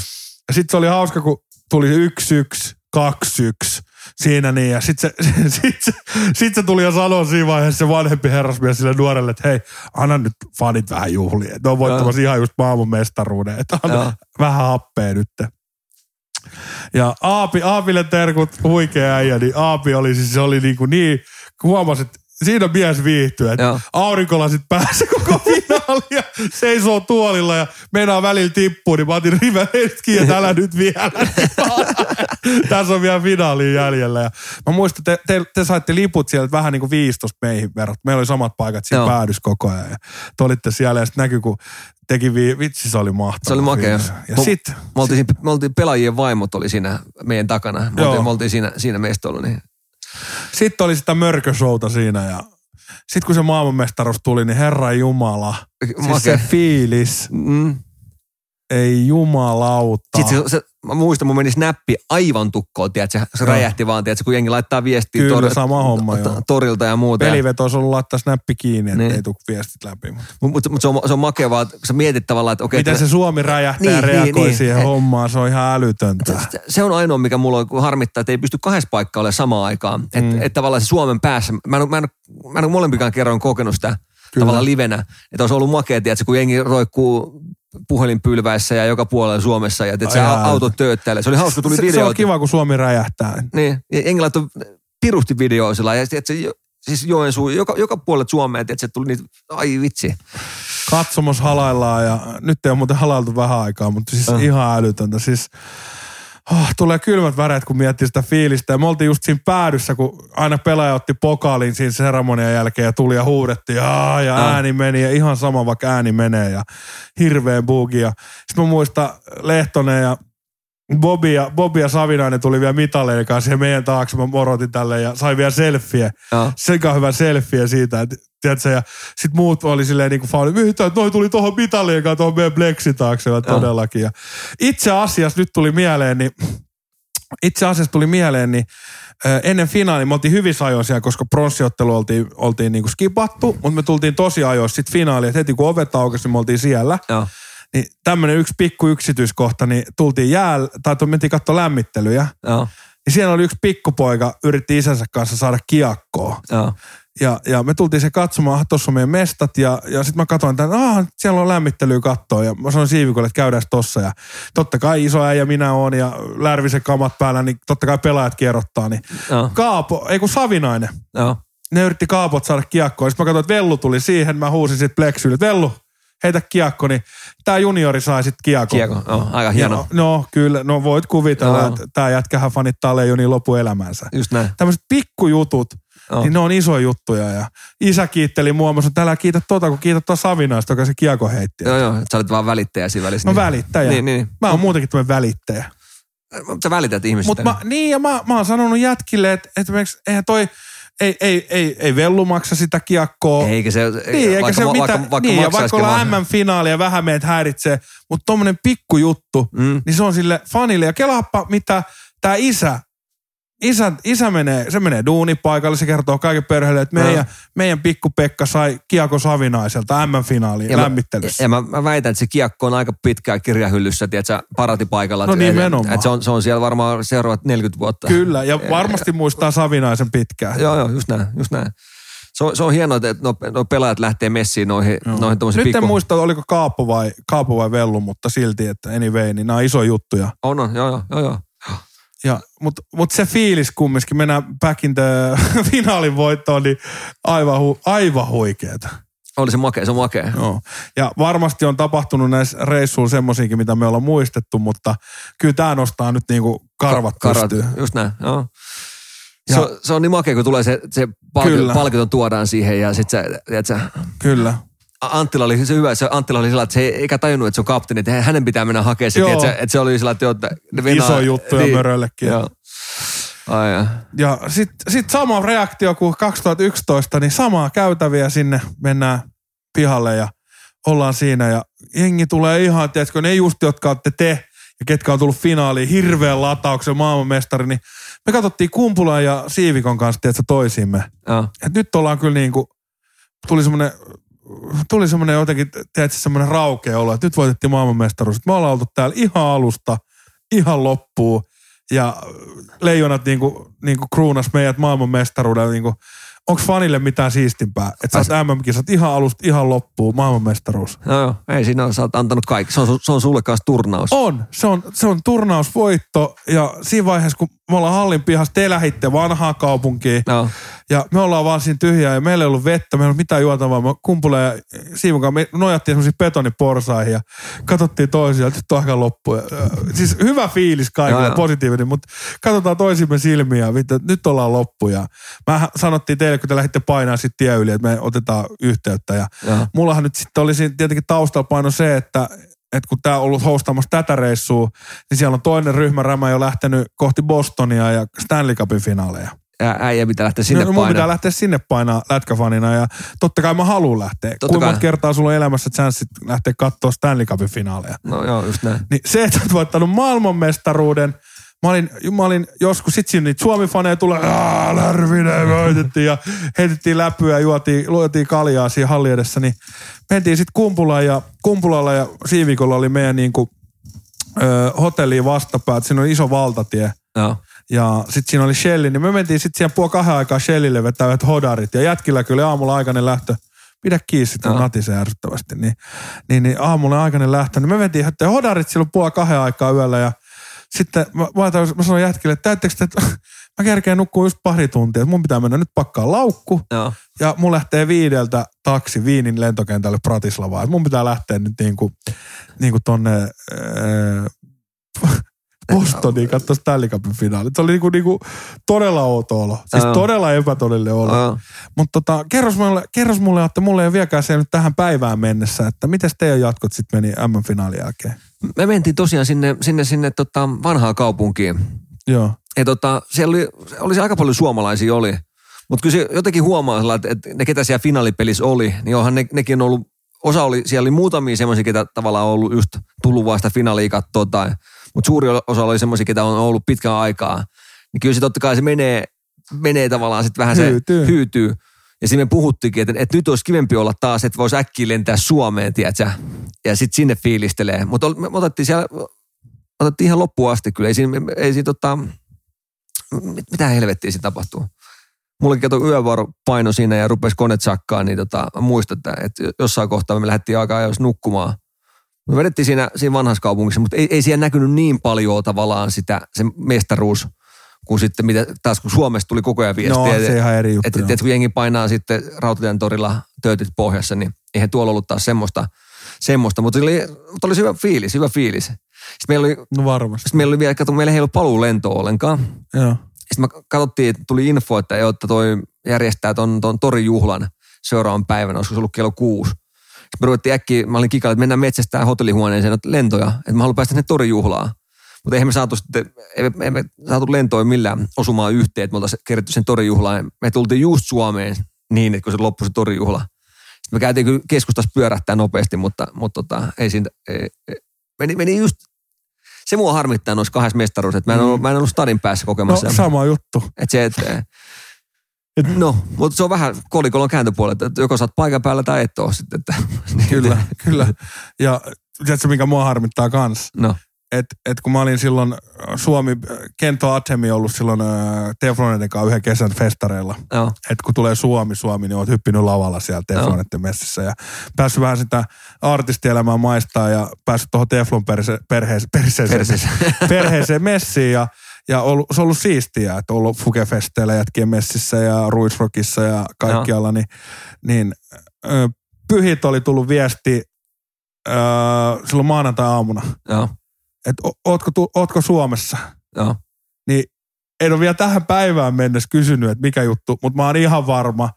S1: Ja sitten se oli hauska, kun tuli yksi yksi, kaksi yksi siinä niin. Ja sitten se, sit se, sit se, tuli ja sanoi siinä vaiheessa se vanhempi herrasmies sille nuorelle, että hei, anna nyt fanit vähän juhlia. Ne on voittamassa ihan just maailman mestaruuden. Että anna
S2: Joo.
S1: vähän happea nyt. Ja Aapi, Aapille terkut, huikea äijä, niin Aapi oli siis, se oli niin, kuin niin kun huomasi, että siinä mies viihtyy, että
S2: Joo.
S1: aurinkolasit pääsi koko finaalia, seisoo tuolilla ja meinaa välillä tippuu, niin mä otin riven hetkiin, että älä nyt vielä. Tässä on vielä finaali jäljellä. Ja mä muistan, te, te, te, saitte liput sieltä vähän niin kuin 15 meihin verrattuna. Meillä oli samat paikat siinä
S2: Joo.
S1: päädys koko ajan. Ja te olitte siellä ja sitten näkyy, kun teki vi- vitsi, se oli mahtava.
S2: Se oli makea.
S1: fiilis. Ja
S2: Mu-
S1: sitten
S2: Me oltiin, me oltiin pelaajien vaimot oli siinä meidän takana. Me
S1: Joo.
S2: oltiin, me oltiin siinä, siinä meistä ollut. Niin.
S1: Sitten oli sitä mörköshouta siinä ja Sitten kun se maailmanmestaruus tuli, niin herra jumala. Siis
S2: Make.
S1: se fiilis,
S2: Mm.
S1: ei jumalauta.
S2: Sitten se, se, mä muistan, mun meni snappi aivan tukkoon, tiedätkö? se
S1: Joo.
S2: räjähti vaan, tiedätkö, kun jengi laittaa viestiä
S1: Kyllä, sama homma,
S2: to-
S1: joo.
S2: torilta ja muuta. Ja-
S1: Peliveto olisi ollut laittaa snappi kiinni, ettei
S2: Niin.
S1: niin. tule viestit läpi. Mutta
S2: Mutta mut se, on, se on makevaa, että kun sä mietit tavallaan, että okei,
S1: Miten
S2: että-
S1: se Suomi räjähtää
S2: Niin,
S1: niin, ja reagoi
S2: niin, niin.
S1: niin, siihen
S2: Eh.
S1: niin. hommaan, se on ihan älytöntä.
S2: se, se on ainoa, mikä mulla on, kun harmittaa, että ei pysty kahdessa paikkaa olemaan samaan aikaan. Mm. Että et tavallaan se Suomen päässä, mä en, oo- mä en, oo- mä en ole molempikaan kerran kokenut sitä Kyllä. tavallaan livenä. Että olisi ollut makea, tiedätkö, kun jengi roikkuu puhelinpylväissä ja joka puolella Suomessa ja tiedätkö,
S1: Ai
S2: au-
S1: jaa.
S2: autot tööttäjälle. Se oli hauska, tuli
S1: se, se
S2: videoita.
S1: on kiva, kun Suomi räjähtää.
S2: Niin, ja jengi laittoi pirusti videoa sillä lailla. ja tiedätkö, jo, siis Joensuu, joka, joka puolella Suomea, tiedätkö, tuli niitä, ai vitsi.
S1: Katsomus halaillaan ja nyt ei ole muuten halailtu vähän aikaa, mutta siis
S2: Äh.
S1: ihan älytöntä. Siis, oh, tulee kylmät väreet, kun miettii sitä fiilistä. Ja me oltiin just siinä päädyssä, kun aina pelaaja otti pokaalin siinä seremonian jälkeen ja tuli ja huudettiin Aa, ja
S2: Äh.
S1: ääni meni ja ihan sama vaikka ääni menee ja hirveä bugi. Ja Sitten mä muistan Lehtonen ja Bobi ja, Bobi ja Savinainen tuli vielä mitaleiden kanssa ja meidän taakse mä morotin tälle ja sai vielä selfie
S2: Ja.
S1: sekä hyvä selfie siitä, että tiedätkö, ja sit muut oli silleen niin kuin fauni, mitä, että noi tuli tuohon mitalien kanssa tuohon meidän pleksi taakse, ja
S2: Joo.
S1: todellakin. Ja itse asiassa nyt tuli mieleen, niin itse asiassa tuli mieleen, niin ö, ennen finaalia me oltiin hyvissä ajoin siellä, koska pronssiottelu oltiin, oltiin niin kuin skipattu, mutta me tultiin tosi ajoissa sitten finaaliin, että heti kun ovet aukesi, niin me oltiin siellä.
S2: Joo.
S1: Niin tämmönen yksi pikku yksityiskohta, niin tultiin jäällä, tai tu- mentiin katsoa lämmittelyjä,
S2: Joo.
S1: niin siellä oli yksi pikkupoika, yritti isänsä kanssa saada kiekkoa.
S2: Joo.
S1: Ja, ja me tultiin se katsomaan, ah, tuossa on meidän mestat. Ja, ja sitten mä katsoin tämän, ah, siellä on lämmittelyä kattoa. Ja mä sanoin siivikolle, että käydään tossa. Ja totta kai iso äijä minä oon ja Lärvisen kamat päällä, niin totta kai pelaajat kierrottaa. Niin
S2: Joo.
S1: Kaapo, ei kun Savinainen,
S2: Joo.
S1: ne yritti Kaapot saada kiekkoa. Sitten mä katsoin, että Vellu tuli siihen, mä huusin sitten Pleksylle, että Vellu, heitä kiekko, niin tää juniori sai sitten kiekko.
S2: Kiekko. Joo. Aika hieno.
S1: No, no, kyllä, no voit kuvitella,
S2: Joo.
S1: että tää jätkähän fanittaa leijoni lopuelämänsä
S2: Just näin.
S1: tämmöiset pikkujutut,
S2: Joo.
S1: oh. niin ne on isoja juttuja. Ja isä kiitteli mua, mä sanoin, että älä kiitä tota, kun kiitä tuota Savinaista, joka se kiekko heitti.
S2: Joo, joo. Sä olet vaan välittäjä siinä välissä.
S1: No välittäjä.
S2: Niin, niin.
S1: Mä oon muutenkin tämmöinen välittäjä.
S2: niin. Sä välität ihmisistä.
S1: Mutta mä, niin, ja mä, mä oon sanonut jätkille, että et esimerkiksi eihän toi, ei, ei, ei, ei vellu maksa sitä kiekkoa.
S2: Eikä se,
S1: Niin, eikä
S2: vaikka,
S1: se
S2: ma-
S1: ole
S2: vaikka,
S1: mitään.
S2: vaikka
S1: niin, ja vaikka
S2: maksaisikin
S1: ollaan
S2: vaan-
S1: MM-finaali ja vähän meitä häiritsee, mutta tommonen pikkujuttu,
S2: Mm.
S1: mm. niin se on sille fanille. Ja kelaappa, mitä tämä isä, isä, isä menee, se menee duunipaikalle, se kertoo kaiken perheelle, että meidän,
S2: Mm.
S1: meidän pikku Pekka sai Kiako Savinaiselta
S2: Ja
S1: M-finaaliin
S2: mä-
S1: lämmittelyssä.
S2: Ja mä, mä, väitän, että se kiekko on aika pitkään kirjahyllyssä, tiedätkö, paratipaikalla.
S1: No
S2: Et- et-
S1: nimenomaan.
S2: et se, on, se on siellä varmaan seuraavat 40 vuotta.
S1: Kyllä, ja varmasti muistaa Savinaisen pitkään.
S2: Joo, joo, just näin, just näin. Se on, se on hienoa, että no, no pelaajat lähtee messiin noihin, noihin
S1: Nyt
S2: tommosiin
S1: en
S2: pikku...
S1: muista, oliko Kaapo vai, Kaapo vai Vellu, mutta silti, että anyway, niin nämä on isoja juttuja.
S2: On, on, joo, joo, joo, joo.
S1: Ja, mutta mut se fiilis kumminkin, mennään back in the finaalin voittoon, niin aivan, hu, aivan huikeeta.
S2: Oli se makea, se on makea.
S1: Joo. Ja varmasti on tapahtunut näissä reissuilla semmoisiakin, mitä me ollaan muistettu, mutta kyllä tämä nostaa nyt niinku karvat Kar-
S2: Karat,
S1: pystyyn.
S2: just näin, joo.
S1: Ja-
S2: Se, on- se on niin makea, kun tulee se, se palkinto,
S1: Kyllä.
S2: palkinto tuodaan siihen ja sitten se, tiedätkö,
S1: Kyllä.
S2: A- Anttila oli se hyvä, se Anttila oli sillä, että se ei, eikä tajunnut, että se on kapteeni, että hä- hänen pitää mennä hakemaan se,
S1: Joo.
S2: tiedätkö, että se oli sillä, että, joo, että ne venaa- Niin.
S1: Iso juttu ja möröllekin.
S2: Joo. Ai, ja.
S1: Ja sitten sit sama reaktio kuin 2011, niin samaa käytäviä sinne mennään pihalle ja ollaan siinä ja jengi tulee ihan, tiedätkö, ne just, jotka olette te ja ketkä on tullut finaaliin, hirveän latauksen maailmanmestari, niin me katsottiin Kumpulan ja Siivikon kanssa, tiedätkö, toisimme.
S2: Joo.
S1: Et nyt ollaan kyllä niin kuin, tuli semmoinen tuli semmoinen jotenkin, tiedätkö, semmoinen raukea olo, että nyt voitettiin maailmanmestaruus. Me ollaan oltu täällä ihan alusta, ihan loppuun. Ja leijonat niin kuin, niin kuin kruunas meidät maailmanmestaruudella. Niin kuin, onko fanille mitään siistimpää? Että sä oot MM-kisat ihan alusta, ihan loppuun, maailmanmestaruus.
S2: No joo, ei siinä ole, sä oot antanut kaikki. Se on, su- se on sulle kanssa turnaus.
S1: On. Se on, se on turnausvoitto. Ja siinä vaiheessa, kun me ollaan hallin pihassa, te lähitte vanhaan kaupunkiin.
S2: Joo.
S1: Ja me ollaan vaan siinä tyhjää ja meillä ei ollut vettä, meillä ei ollut mitään juotavaa. Mä kumpulen ja Siivon kanssa, me nojattiin semmoisiin betoniporsaihin ja katsottiin toisiaan, että nyt on aika loppu. Ja, äh, siis hyvä fiilis
S2: Joo,
S1: kaikille,
S2: joo.
S1: positiivinen, mutta katsotaan toisimme silmiä, vittu, että nyt ollaan loppu. Ja mä sanottiin teille, kun te lähditte painaa sitten tie yli, että me otetaan yhteyttä. Ja
S2: Joo.
S1: mullahan nyt sitten oli siinä tietenkin taustalla paino se, että että kun tämä on ollut hostamassa tätä reissua, niin siellä on toinen ryhmärämä jo lähtenyt kohti Bostonia ja Stanley Cupin finaaleja.
S2: ää- äijä pitää lähteä sinne
S1: no, mun pitää
S2: painamaan.
S1: lähteä sinne painaa lätkäfanina ja totta kai mä haluan lähteä.
S2: Totta
S1: Kuinka
S2: kai.
S1: monta kertaa sulla on elämässä chanssit lähteä katsoa Stanley Cupin finaaleja?
S2: No joo, just näin.
S1: Niin se, että oot voittanut maailmanmestaruuden, mä olin, mä olin joskus, sit siinä niitä Suomi-faneja tulee, "Aa, Lärvinen, me voitettiin ja heitettiin läpyä, juotiin, luotiin kaljaa siinä halli edessä, niin mentiin sitten Kumpulaan ja Kumpulalla ja Siivikolla oli meidän niinku, ö, hotelliin vastapäät, siinä oli iso valtatie,
S2: Joo.
S1: ja sitten siinä oli Shelli, niin me mentiin sitten siihen puoli kahden aikaa Shellille vetävät hodarit. Ja jätkillä kyllä aamulla aikainen lähtö. Pidä kiinni sitä
S2: Joo.
S1: natisen ärsyttävästi. Niin, niin, niin aamulla aikainen lähtö. Niin me mentiin että hodarit silloin puoli kahden aikaa yöllä. Ja sitten mä, mä, ajattelin- mä sanoin jätkille, että täyttekö te, että mä kerkeen nukkuu just pari tuntia. Että mun pitää mennä nyt pakkaa laukku.
S2: Joo.
S1: Ja mun lähtee viideltä taksi Viinin lentokentälle Pratislavaan. Et Mun pitää lähteä nyt niinku, niinku tonne ää, Bostoniin katsoa Stanley Cupin finaalit. Se oli niinku, niinku todella outo olo. Siis
S2: Joo.
S1: todella epätodellinen olo.
S2: Joo.
S1: Mutta tota, kerros mulle, kerros mulle, että mulle ei ole vieläkään se nyt tähän päivään mennessä, että miten teidän jatkot sitten meni M-finaalin jälkeen?
S2: Me mentiin tosiaan sinne, sinne, sinne tota vanhaan kaupunkiin.
S1: Joo.
S2: Ja tota, siellä oli, oli se aika paljon suomalaisia oli. Mutta kyllä se jotenkin huomaa, sillä, että, että ne ketä siellä finaalipelissä oli, niin onhan ne, nekin on ollut, osa oli, siellä oli muutamia semmoisia, ketä tavallaan on ollut just tullut vasta finaalia katsoa tai, mutta suuri osa oli semmoisia, ketä on ollut pitkän aikaa. Niin kyllä se totta kai se menee, menee tavallaan sitten vähän se
S1: Hyytyy.
S2: hyytyy. hyytyy. Ja siinä me puhuttiinkin, että, että nyt olisi kivempi olla taas, että voisi äkkiä lentää Suomeen, tiedätkö? Ja sitten sinne fiilistelee. Mutta me otettiin siellä, otettiin ihan loppuun asti kyllä. Ei siinä, ei siinä tota, mit, mitä helvettiä siinä tapahtuu? Mulla kato yövuoro paino siinä ja rupesi kone sakkaa, niin tota, mä muistan, että, että jossain kohtaa me lähdettiin aika ajoissa nukkumaan. Me vedettiin siinä, siinä vanhassa kaupungissa, mutta ei, ei siellä näkynyt niin paljon tavallaan sitä, se mestaruus, kuin sitten mitä, taas kun Suomesta tuli koko ajan viestiä.
S1: no, se ihan eri juttu.
S2: Että
S1: joo.
S2: et, kun jengi painaa sitten Rautatien torilla töötit pohjassa, niin eihän tuolla ollut taas semmoista, semmoista. mutta oli, mut oli se hyvä fiilis, hyvä fiilis. Sitten meillä oli,
S1: no varmasti.
S2: sitten meillä oli vielä, kato, meillä ei ollut paluu lentoa ollenkaan.
S1: Joo.
S2: Sitten mä katsottiin, että tuli info, että, joo, että toi järjestää ton, ton torijuhlan seuraavan päivänä, olisiko se ollut kello kuusi. Sitten me ruvettiin äkkiä, mä olin kikalla, että mennään metsästään hotellihuoneeseen noita lentoja, että mä haluan päästä sinne torijuhlaan. Mutta eihän me saatu, sitten, ei, me- ei me saatu lentoja millään osumaan yhteen, että me oltaisiin kerätty sen torijuhlaan. Me tultiin just Suomeen niin, että kun se loppui se torijuhla. Sitten me käytiin kyllä keskustassa pyörähtää nopeasti, mutta, mutta tota, ei siitä, ei, ei, meni, meni just, se mua harmittaa noissa kahdessa mestaruudessa, että mä en, ollut, mä en ollut stadin päässä
S1: No
S2: kokemassa.
S1: sama juttu.
S2: Et se, et, eh, et, no, mutta se on vähän kolikolla kääntöpuolet, että joko saat paikan päällä tai et oo sitten. Että, niin,
S1: Kyllä, kyllä. Ja tiedätkö, mikä mua harmittaa kans?
S2: No,
S1: et, et kun mä olin silloin äh, Suomi, äh, Kento Atemi ollut silloin äh, Tefloneiden kanssa yhden kesän festareilla.
S2: joo,
S1: Et kun tulee Suomi, Suomi, niin oot hyppinyt lavalla siellä Tefloneiden messissä ja päässyt vähän sitä artistielämää maistaa ja päässyt tuohon Teflon perse, perheeseen, perseeseen,
S2: perseessä.
S1: perheeseen messiin ja ja ollut, se on ollut siistiä, että ollut Fukefesteillä jätkien messissä ja Ruisrockissa ja kaikkialla, niin, niin ö, pyhit oli tullut viesti ö, silloin maanantai-aamuna
S2: joo,
S1: että o- ootko, tu- ootko Suomessa,
S2: joo,
S1: niin en ole vielä tähän päivään mennessä kysynyt, että mikä juttu, mutta mä oon ihan varma,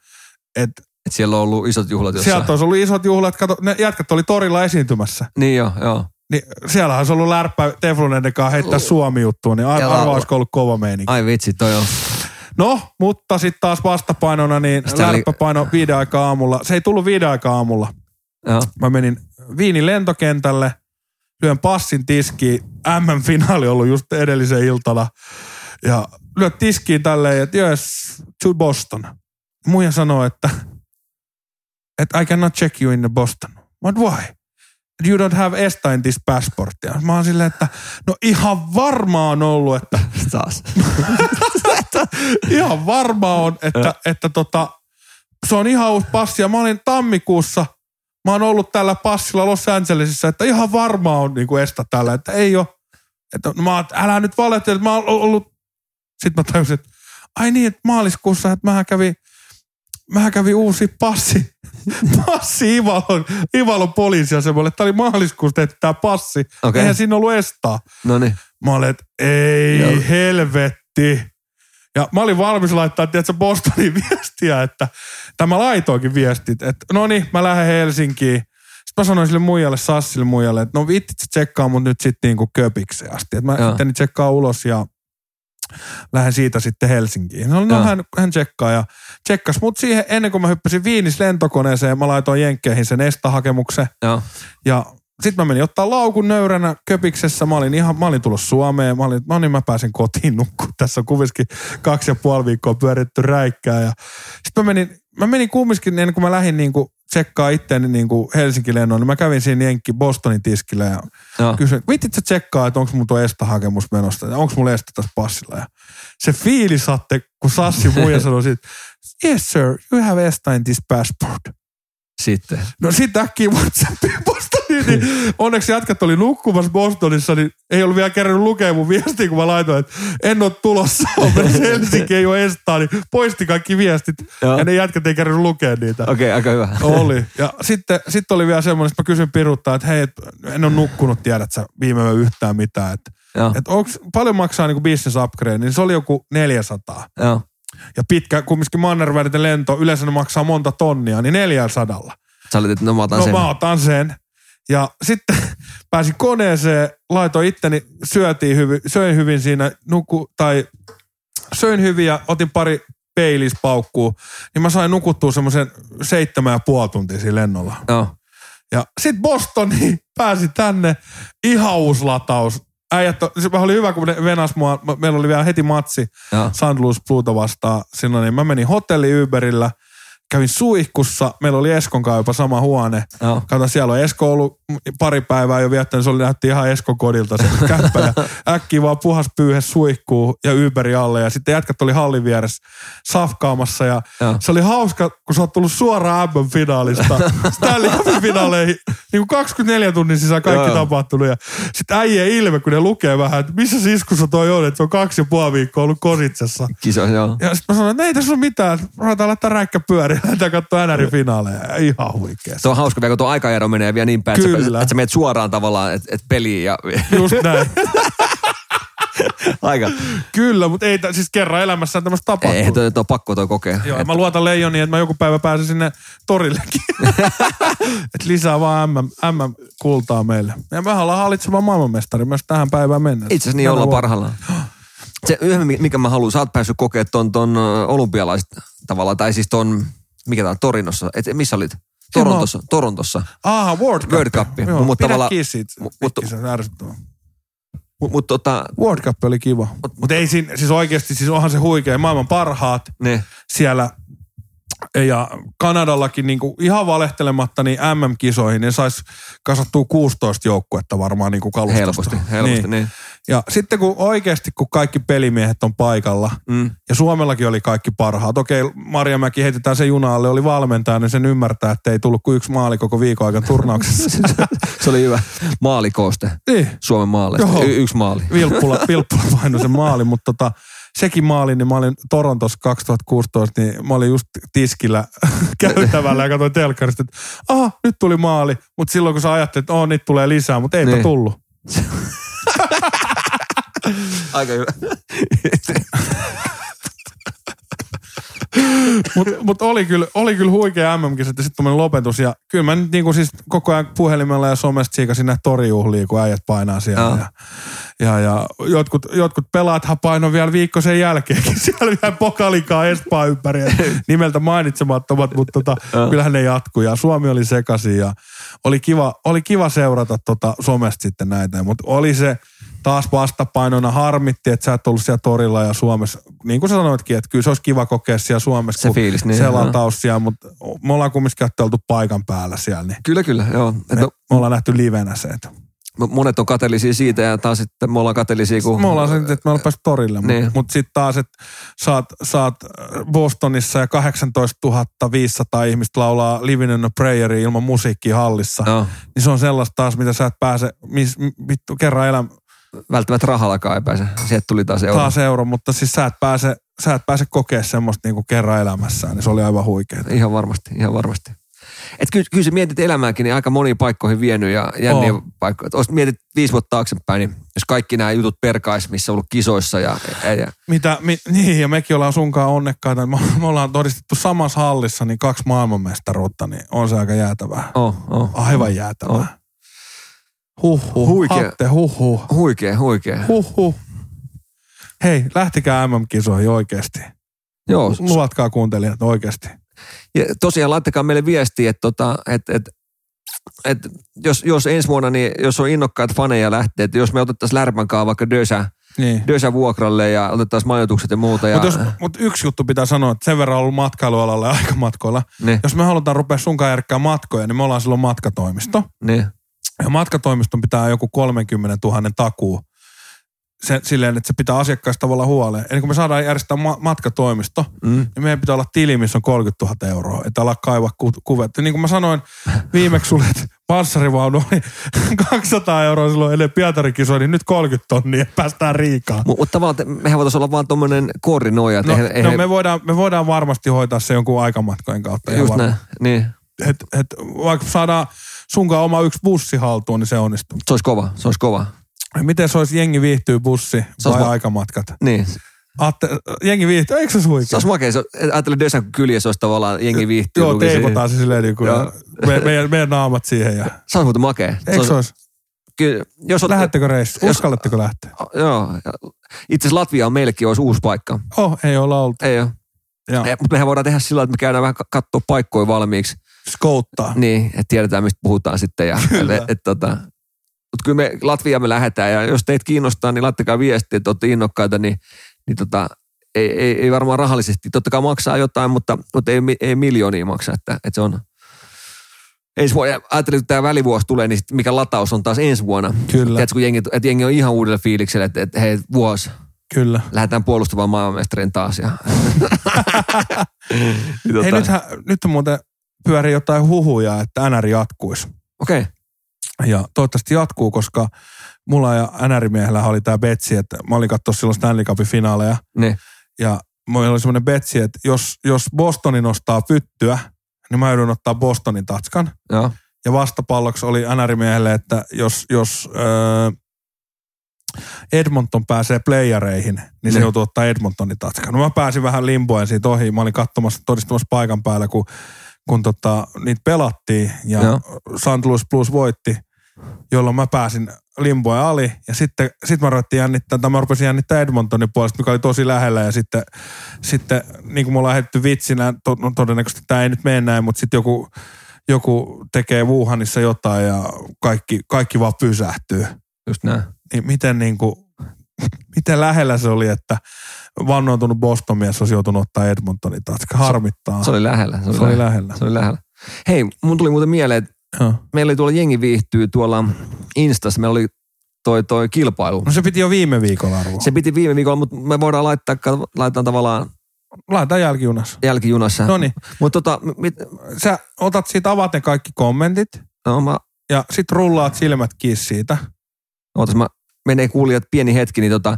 S1: että
S2: et siellä on ollut isot juhlat jossain.
S1: sieltä olisi ollut isot juhlat, kato, ne jätkät oli torilla esiintymässä,
S2: Niin joo, joo.
S1: niin siellähän olisi ollut lärppä Tefloneiden kanssa heittää Suomi-juttua, niin ar-
S2: Ja laulaa.
S1: arvaa, olisiko ollut kova meininki.
S2: Ai vitsi, toi on.
S1: No, mutta sitten taas vastapainona, niin
S2: Sitä oli-
S1: lärppäpaino viiden aikaa aamulla, se ei tullut viiden aikaa aamulla,
S2: Joo,
S1: mä menin Viinin lentokentälle, lyön passin tiskiin, MM-finaali ollut just edellisen iltana, ja lyöt tiskiin tälleen, että yes, to Boston. Muija sanoo, että, että I cannot check you in the Boston. But why? You don't have ESTA in this passport. Ja mä oon silleen, että no ihan varmaan ollut, että
S2: taas.
S1: ihan varma on, että, että tota, se on ihan uusi passi. Ja mä olin tammikuussa, mä oon ollut tällä passilla Los Angelesissa, että ihan varma on niin kuin estä tällä, että ei ole. Että no mä oon, älä nyt valehtele, että mä oon ollut. Sitten mä tajusin, että ai niin, että maaliskuussa, että mähän kävin, mähän kävin uusi passi. Passi Ivalon, Ivalon poliisiasemalle. Tämä oli maaliskuussa tehty tämä passi. Okay.
S2: Okei.
S1: Eihän siinä ollut estaa.
S2: No niin,
S1: Mä olin, että ei
S2: Joo.
S1: helvetti. Ja mä olin valmis laittaa, tiedätkö, Bostonin viestiä, että tämä laitoinkin viestit, että no niin, mä lähden Helsinkiin. Sitten mä sanoin sille muijalle, Sassille muijalle, että no vittit, se tsekkaa mut nyt sitten niinku köpiksi asti. Että mä
S2: Joo.
S1: itteni tsekkaa ulos ja lähden siitä sitten Helsinkiin. No, no
S2: Joo.
S1: hän, hän tsekkaa ja tsekkas. Mutta siihen ennen kuin mä hyppäsin Viinis lentokoneeseen, mä laitoin Jenkkeihin sen estahakemuksen.
S2: Joo.
S1: Ja sitten mä menin ottaa laukun nöyränä köpiksessä. Mä olin ihan, mä olin tullut Suomeen. Mä olin, no niin mä pääsen kotiin nukkuun. Tässä on kuitenkin kaksi ja puoli viikkoa pyöritty räikkää. Ja sitten mä menin, mä menin kumminkin ennen kuin mä lähdin niin kuin tsekkaa itteeni niin kuin Helsinki lennoon, niin mä kävin siinä Jenkki Bostonin tiskillä ja
S2: Joo.
S1: kysyin, vitit sä tsekkaa, että onko mulla tuo estahakemus menossa, ja onko mulla esta tässä passilla. Ja se fiili saatte, kun Sassi muija sanoi siitä, yes sir, you have esta in this passport.
S2: Sitten.
S1: No sit äkkiä Whatsappiin Bostoniin, niin onneksi jätkät oli nukkumassa Bostonissa, niin ei ollut vielä kerännyt lukea mun viestiä, kun mä laitoin, että en ole tulossa, on mennyt Helsinki, ei ole estaa, niin poisti kaikki viestit,
S2: Joo.
S1: ja ne jätkät ei kerännyt lukea niitä.
S2: Okei, okay, aika hyvä.
S1: Oli. Ja sitten sit oli vielä semmoinen, että mä kysyin Piruttaa, että hei, et en ole nukkunut, tiedät sä, viime yö yhtään mitään. Että
S2: Joo.
S1: et onks, paljon maksaa niinku business upgrade, niin se oli joku 400.
S2: Joo.
S1: Ja pitkä, kumminkin Mannerväriten lento, yleensä ne maksaa monta tonnia, niin 400.
S2: Sä olit, että no mä otan
S1: No
S2: sen.
S1: mä otan sen. Ja sitten pääsin koneeseen, laitoin itteni, syötiin hyvin, söin hyvin siinä, nuku, tai söin hyvin ja otin pari peilispaukkuu, niin mä sain nukuttua semmoisen seitsemän ja puoli tuntia siinä lennolla.
S2: Joo.
S1: Ja sit Bostoniin pääsi tänne, ihan uusi lataus. Äijät, on- se vähän oli hyvä, kun ne venas mua, mä- meillä oli vielä heti matsi,
S2: Joo.
S1: St. Louis Bluta vastaan silloin, niin mä menin hotelli Uberillä, kävin suihkussa, meillä oli Eskon kanssa jopa sama huone.
S2: Joo.
S1: Kato, siellä on Esko ollut pari päivää jo viettänyt, se oli nähti ihan Esko kodilta se käppä ja äkkiä vaan puhas pyyhe suihkuu ja Uberi alle ja sitten jätkät oli hallin vieressä safkaamassa ja
S2: Joo.
S1: se oli hauska, kun sä oot tullut suoraan M-finaalista Stanley Cupin finaaleihin, niin kuin 24 tunnin sisään kaikki
S2: Joo, joo.
S1: tapahtunut ja sitten äijien ilme, kun ne lukee vähän, että missä siskussa toi on, että se on kaksi ja puoli viikkoa ollut Kositsassa.
S2: Kiso, joo.
S1: Ja sitten mä sanoin, että ei tässä ole mitään, ruvetaan laittaa räikkä pyöriä, lähdetään katsoa NR-finaaleja. Ihan huikea.
S2: Se on hauska vielä, kun tuo aikaero menee vielä niin päin, että sä,
S1: Kyllä.
S2: että sä menet suoraan tavallaan et, et peliin ja
S1: Just näin.
S2: aika.
S1: Kyllä, mutta ei, tä- siis kerran elämässä tämmöistä tapahtuu.
S2: Ei, toi, toi on pakko toi kokea.
S1: Joo, mä luotan leijoniin, että mä joku päivä pääsen sinne torillekin. Et lisää vaan MM, MM-kultaa meille. Ja mehän ollaan hallitseva maailmanmestari myös tähän päivään mennessä.
S2: Itse asiassa niin ollaan parhaillaan. Se yhden, mi- mikä mä haluan, sä oot päässyt kokea ton, ton ö, olympialaiset tavallaan, tai siis ton, mikä tää on, Torinossa, et, missä olit? Torontossa, Torontossa.
S1: Aha, World Cup.
S2: World Cup.
S1: Joo,
S2: Mut
S1: Mut pidä
S2: tavallaan-
S1: kiinni siitä.
S2: mut-
S1: Mikki, se on ärsyttävää.
S2: Mutta mut, tota,
S1: World Cup oli kiva. Mutta ei siinä, siis oikeasti, siis onhan se huikea. Maailman parhaat
S2: ne,
S1: siellä ja Kanadallakin niin kuin ihan valehtelematta niin MM-kisoihin ne saisi kasattua 16 joukkuetta varmaan niin kuin kalustosta.
S2: helposti, helposti, niin. ne.
S1: Ja sitten kun oikeasti, kun kaikki pelimiehet on paikalla,
S2: Mm.
S1: ja Suomellakin oli kaikki parhaat. Okei, Marja Mäki heitetään se junalle, oli valmentaja, niin sen ymmärtää, että ei tullut kuin yksi maali koko viikon aikan turnauksessa.
S2: Se oli hyvä maalikooste,
S1: niin.
S2: Suomen maalle,
S1: Joo.
S2: y- yksi maali.
S1: Vilppula, Vilppula painoi sen maali, mutta tota, sekin maali, niin mä olin Torontossa 2016, niin mä olin just tiskillä käytävällä ja katsoin telkkarista, että aha, nyt tuli maali, mutta silloin kun sä ajattelet, että oo, niitä tulee lisää, mutta eipä
S2: Niin.
S1: tullut.
S2: Aika hyvä.
S1: Mutta mut oli, kyllä, oli kyllä huikea MM-kisat ja sitten tuommoinen lopetus. Ja kyllä mä nyt niinku siis koko ajan puhelimella ja somesta siikasin näitä torijuhlia, kun äijät painaa siellä.
S2: Joo.
S1: Ja, ja, ja jotkut, jotkut pelaathan painoi vielä viikko sen jälkeenkin. Siellä vielä pokalikaa Espaa ympäri. Et Nimeltä mainitsemattomat, mutta tota,
S2: Joo.
S1: kyllähän ne jatkuu. Ja Suomi oli sekaisin ja oli kiva, oli kiva seurata tota somesta sitten näitä. Mutta oli se taas vastapainona harmitti, että sä et ollut siellä torilla ja Suomessa. Niin kuin sä sanoitkin, että kyllä se olisi kiva kokea siellä Suomessa,
S2: Se fiilis, niin,
S1: se
S2: joo.
S1: lataus siellä, mutta me ollaan kumminkin katteltu paikan päällä siellä, niin
S2: Kyllä, kyllä, joo. Et
S1: me,
S2: no,
S1: me ollaan nähty livenä se, että
S2: m- monet on kateellisia siitä ja taas sitten me ollaan kateellisia, kun...
S1: me ollaan sen, että me ollaan päästy torille,
S2: Niin.
S1: mutta mut sitten taas, että saat, saat äh, Bostonissa ja 18 500 ihmistä laulaa Living in a Prayer ilman musiikkia hallissa,
S2: Joo,
S1: niin se on sellaista taas, mitä sä et pääse, mis, mi- vittu, kerran elämä,
S2: välttämättä rahallakaan ei pääse. Sieltä tuli taas euro.
S1: taas euro, mutta siis sä et pääse, sä et pääse kokea semmoista niinku kerran elämässään, niin se oli aivan huikeaa.
S2: Ihan varmasti, ihan varmasti. Et kyllä, kyllä sä mietit elämääkin, niin aika moniin paikkoihin vienyt ja jänniä
S1: Oo.
S2: paikkoja. Et Olisit mietit viisi vuotta taaksepäin, niin jos kaikki nämä jutut perkais, missä on ollut kisoissa ja, ja, ja
S1: Mitä, mi, niin, ja mekin ollaan sunkaan onnekkaita. Me, me ollaan todistettu samassa hallissa niin kaksi maailmanmestaruutta, niin on se aika jäätävää.
S2: oh, oh.
S1: Aivan jäätävää.
S2: On.
S1: Huhhuh.
S2: Huikea.
S1: Hatte, huhhuh.
S2: huikea, huikea.
S1: Huhhuh. hei, lähtikää MM-kisoihin oikeasti.
S2: Joo,
S1: Luvatkaa kuuntelijat oikeasti.
S2: Ja tosiaan laittakaa meille viestiä, että tota, et, et, et, jos, jos ensi vuonna, niin jos on innokkaat faneja lähtee, että jos me otettaisiin Lärmänkaa vaikka Dösä,
S1: Niin.
S2: Dösä vuokralle ja otettaisiin majoitukset ja muuta. Ja,
S1: Mutta mut yksi juttu pitää sanoa, että sen verran on ollut matkailualalla ja aikamatkoilla.
S2: ne,
S1: Jos me halutaan rupea sunkaan järkkää matkoja, niin me ollaan silloin matkatoimisto.
S2: ne,
S1: Ja matkatoimiston pitää joku 30 000 takuu se, silleen, että se pitää asiakkaista tavallaan huoleen. Eli kun me saadaan järjestää ma- matkatoimisto,
S2: mm,
S1: niin meidän pitää olla tili, missä on 30 000 euroa. Että ala kaivaa ku- kuvet. Ja niin kuin mä sanoin viimeksi sulle, että panssarivaunu oli 200 euroa silloin ennen Pietarin kisoja, niin nyt 30 tonnia päästään riikaan.
S2: Mu- Mutta tavallaan, että mehän voitaisiin olla vaan tuommoinen koordinoija. että
S1: No,
S2: eihän-
S1: no
S2: eihän-
S1: me, voidaan, me voidaan varmasti hoitaa se jonkun aikamatkojen kautta. ihan
S2: just
S1: varma-
S2: näin, niin.
S1: Et, et, vaikka saadaan sunkaan oma yksi bussi haltuun, niin se onnistuu.
S2: Se olisi kova, se olisi kova.
S1: Miten se olisi jengi viihtyy bussi
S2: Se olisi
S1: vai
S2: ma-
S1: aikamatkat?
S2: Niin.
S1: Aatte, jengi viihtyy, eikö se
S2: Se
S1: huikea?
S2: olisi makea. Se, ajattelen Dösän kyljessä, se olisi tavallaan jengi viihtyy.
S1: Joo,
S2: lukisi-
S1: teivataan se silleen niin kuin,
S2: Joo.
S1: me, meidän, meidän naamat siihen. Ja,
S2: Se olisi muuten makea. Se
S1: eikö
S2: olisi-
S1: se olisi?
S2: Kyllä, jos olet,
S1: Lähettekö reissu?
S2: jos-
S1: Uskallatteko lähteä?
S2: Joo. Itse asiassa Latvia on meillekin olisi uusi paikka.
S1: Oh, ei olla oltu.
S2: Ei ole.
S1: Joo.
S2: Mutta mehän voidaan tehdä sillä, että me käydään vähän ka- katsoa paikkoja valmiiksi.
S1: Skouttaa.
S2: Niin, että tiedetään, mistä puhutaan sitten. Ja,
S1: Kyllä.
S2: Et, et, tota, mutta kyllä me Latvia me lähdetään. Ja jos teitä kiinnostaa, niin laittakaa viestiä, että olette innokkaita. Niin, niin tota, ei, ei, ei, varmaan rahallisesti. Totta kai maksaa jotain, mutta, mutta ei, mi- ei miljoonia maksa. Että, että se on... Ensi vuonna, ajattelin, että tämä välivuosi tulee, niin sit mikä lataus on taas ensi vuonna.
S1: Kyllä,
S2: Tiedätkö, kun jengi, että jengi on ihan uudella fiiliksellä, että, että hei, vuosi,
S1: kyllä.
S2: lähdetään puolustamaan maailmanmestarin taas. Ja... Niin tota,
S1: Hei, nythän, nyt on muuten pyörii jotain huhuja, että NR jatkuisi.
S2: Okei,
S1: Ja toivottavasti jatkuu, koska mulla ja NR-miehellä oli tämä betsi, että mä olin katsoa silloin Stanley Cupin finaaleja.
S2: Niin.
S1: Ja mulla oli semmoinen betsi, että jos, jos Bostoni nostaa pyttyä, niin mä joudun ottaa Bostonin tatskan.
S2: joo.
S1: Ja vastapalloksi oli NR-miehelle, että jos, jos öö, Edmonton pääsee playereihin, niin, se
S2: Niin.
S1: joutuu ottaa Edmontonin tatskan. No mä pääsin vähän limboen siitä ohi. Mä olin katsomassa, todistamassa paikan päällä, kun, kun tota, niitä pelattiin ja
S2: Joo.
S1: St. Louis Blues voitti, jolloin mä pääsin limboen ali. Ja sitten sit mä, ruvettiin jännittää, tai mä rupesin jännittää Edmontonin puolesta, mikä oli tosi lähellä. Ja sitten, sitten niin kuin me ollaan heitetty vitsinä, to, no todennäköisesti tämä ei nyt mene näin, mutta sitten joku, joku tekee Wuhanissa jotain ja kaikki, kaikki vaan pysähtyy
S2: Just näin.
S1: niin miten niin kuin, miten lähellä se oli, että vannoutunut Boston mies olisi joutunut ottaa Edmontonin tatska. Harmittaa.
S2: Se oli lähellä. Se oli,
S1: se oli
S2: lähellä.
S1: lähellä.
S2: Se oli lähellä. Hei, mun tuli muuten mieleen, että
S1: Joo.
S2: meillä oli tuolla jengi viihtyy tuolla Instassa. Meillä oli toi, toi kilpailu.
S1: No se piti jo viime viikolla arvoa. Se...
S2: Se piti viime viikolla, mutta me voidaan laittaa, laittaa tavallaan
S1: Laita jälkijunassa.
S2: jälkijunassa.
S1: No niin,
S2: Mutta tota, mit,
S1: sä otat siitä, avaat ne kaikki kommentit
S2: no mä,
S1: ja sit rullaat silmät kiinni siitä.
S2: ootas, mä menee kuulijat pieni hetki, niin tota,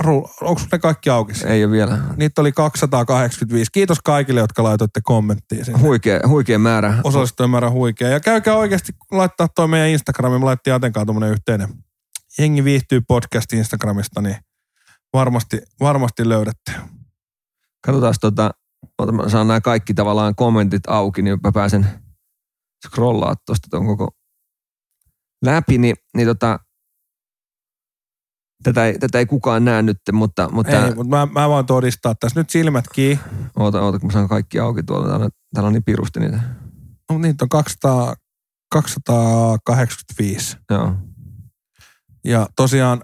S1: Rull... Onko ne kaikki auki? siellä?
S2: ei ole vielä.
S1: Niitä oli 285. Kiitos kaikille, jotka laitoitte kommenttia sinne.
S2: Huikea, huikea määrä.
S1: Osallistujen määrä huikea. Ja käykää oikeasti laittaa toi meidän Instagramiin. Me laittiin Atenkaan tuommoinen yhteinen Jengi viihtyy podcast Instagramista, niin varmasti, varmasti löydätte.
S2: Katsotaan tota, oota, mä saan nämä kaikki tavallaan kommentit auki, niin mä pääsen scrollaa tuosta ton koko läpi, niin, niin tota, tätä, ei, tätä ei kukaan näe nyt, mutta, mutta
S1: Ei, mutta mä, mä voin todistaa tässä nyt silmät kiinni.
S2: oota, oota, kun mä saan kaikki auki tuolla, täällä, täällä on niin pirusti niitä.
S1: No, niitä on 200, 285.
S2: Joo.
S1: Ja tosiaan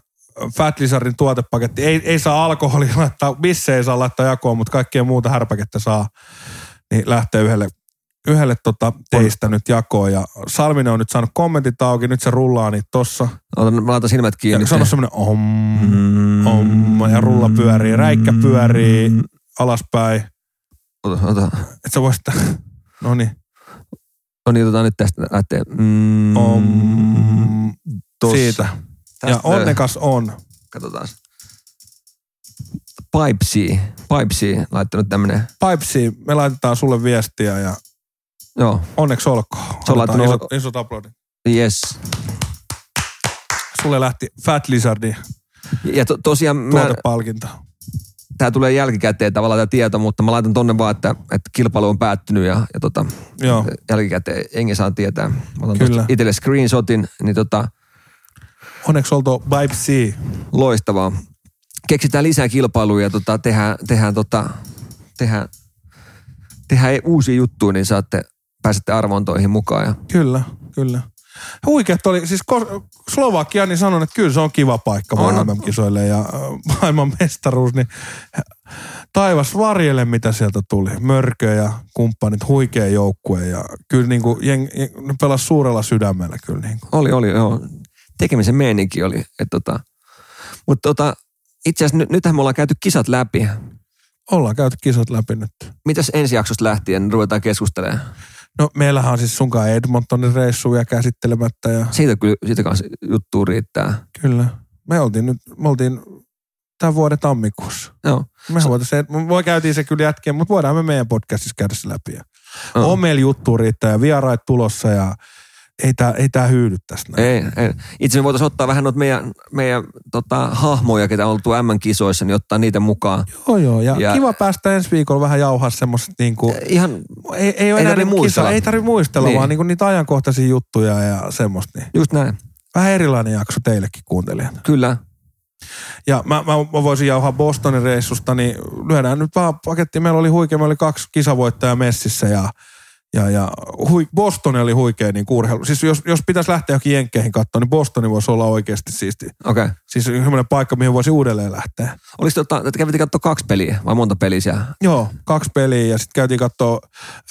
S1: Fat Lizardin tuotepaketti. Ei, ei saa alkoholia laittaa, missä ei saa laittaa jakoon, mutta kaikkea muuta härpäkettä saa. Niin lähtee yhdelle, yhdelle tota teistä nyt jakoon. Ja Salminen on nyt saanut kommentit auki, nyt se rullaa niitä tossa.
S2: Oota, mä laitan silmät kiinni.
S1: Ja sano semmoinen om,
S2: Mm.
S1: om, ja rulla pyörii, räikkä pyörii alaspäin.
S2: Ota, ota.
S1: Että sä voisit, no niin,
S2: No niin, otetaan nyt tästä lähtee. Mm,
S1: om,
S2: tossa.
S1: siitä. Ja onnekas on.
S2: Katsotaan. Pipesi, Pipesi laittanut tämmönen.
S1: Pipesi, me laitetaan sulle viestiä ja
S2: Joo,
S1: onneksi olkoon.
S2: Se on laittanut-
S1: isot, isot aplodit.
S2: yes.
S1: Sulle lähti Fat Lizardin
S2: Ja to, tosiaan mä,
S1: tuotepalkinto.
S2: tää tulee jälkikäteen tavallaan tämä tieto, mutta mä laitan tonne vaan, että, että kilpailu on päättynyt ja, ja tota,
S1: Joo.
S2: jälkikäteen engi saa tietää. Mä otan
S1: No. Kyllä.
S2: tosta itselle screenshotin, niin tota,
S1: Onneksi oltu Vibe C.
S2: loistavaa. keksitään lisää kilpailuja ja tota, tehdään, tehdään, tota, tehdään, tehdään uusia juttuja, niin saatte, pääsette arvontoihin mukaan. Ja
S1: Kyllä, kyllä. Huikeat oli, siis Ko- Slovakia, niin sanon, että kyllä se on kiva paikka
S2: On.
S1: maailman kisoille ja äh, maailman mestaruus, niin taivas varjelle, mitä sieltä tuli. Mörkö ja kumppanit, huikea joukkue ja kyllä niin kuin jeng, jeng, ne pelasi suurella sydämellä kyllä niin kuin.
S2: oli, oli, joo. Tekemisen meininki oli. Et tota, mutta tota, itse asiassa nyt, nythän me ollaan käyty kisat läpi.
S1: Ollaan käyty kisat läpi nyt.
S2: Mitäs ensi jaksosta lähtien ruvetaan keskustelemaan?
S1: No meillähän on siis sunkaan Edmontonin reissuja käsittelemättä ja
S2: Siitä kyllä, siitä kanssa juttu riittää.
S1: kyllä. Me oltiin nyt, me oltiin tämän vuoden tammikuussa.
S2: Joo.
S1: Me voitaisiin, se, voi käytiin se kyllä jätkeen, mutta voidaan me meidän podcastissa käydä se läpi. Ja
S2: Joo.
S1: On meillä juttu riittää ja vieraat tulossa ja ei tämä ei tää hyydy tästä. näin.
S2: Ei, ei. Itse me voitaisiin ottaa vähän noita meidän, meidän tota, hahmoja, ketä on oltu M-kisoissa, niin ottaa niitä mukaan.
S1: Joo, joo. Ja,
S2: Ja-
S1: ja kiva päästä ensi viikolla vähän jauhaa semmoista, niin kuin,
S2: Ihan,
S1: ei, ei ole
S2: ei
S1: enää
S2: tarvi
S1: niinku
S2: muistella.
S1: kisaa, ei tarvitse muistella,
S2: Niin.
S1: niin. vaan niinku niitä ajankohtaisia juttuja ja semmoista. Niin.
S2: just näin,
S1: Vähän erilainen jakso teillekin kuuntelijat.
S2: kyllä.
S1: Ja mä, mä, mä voisin jauhaa Bostonin reissusta, niin lyödään nyt vaan paketti. Meillä oli huikea, meillä oli kaksi kisavoittajaa messissä ja, ja, ja hui, Boston oli huikea niin kuin urheilu. Siis jos, jos pitäisi lähteä johonkin jenkkeihin katsoa, niin Bostoni voisi olla oikeasti siisti.
S2: Okei. Okay.
S1: Siis semmoinen paikka, mihin voisi uudelleen lähteä.
S2: Olis tota, että kävitte katsoa kaksi peliä vai monta peliä siellä?
S1: Joo, kaksi peliä ja sitten käytiin katsoa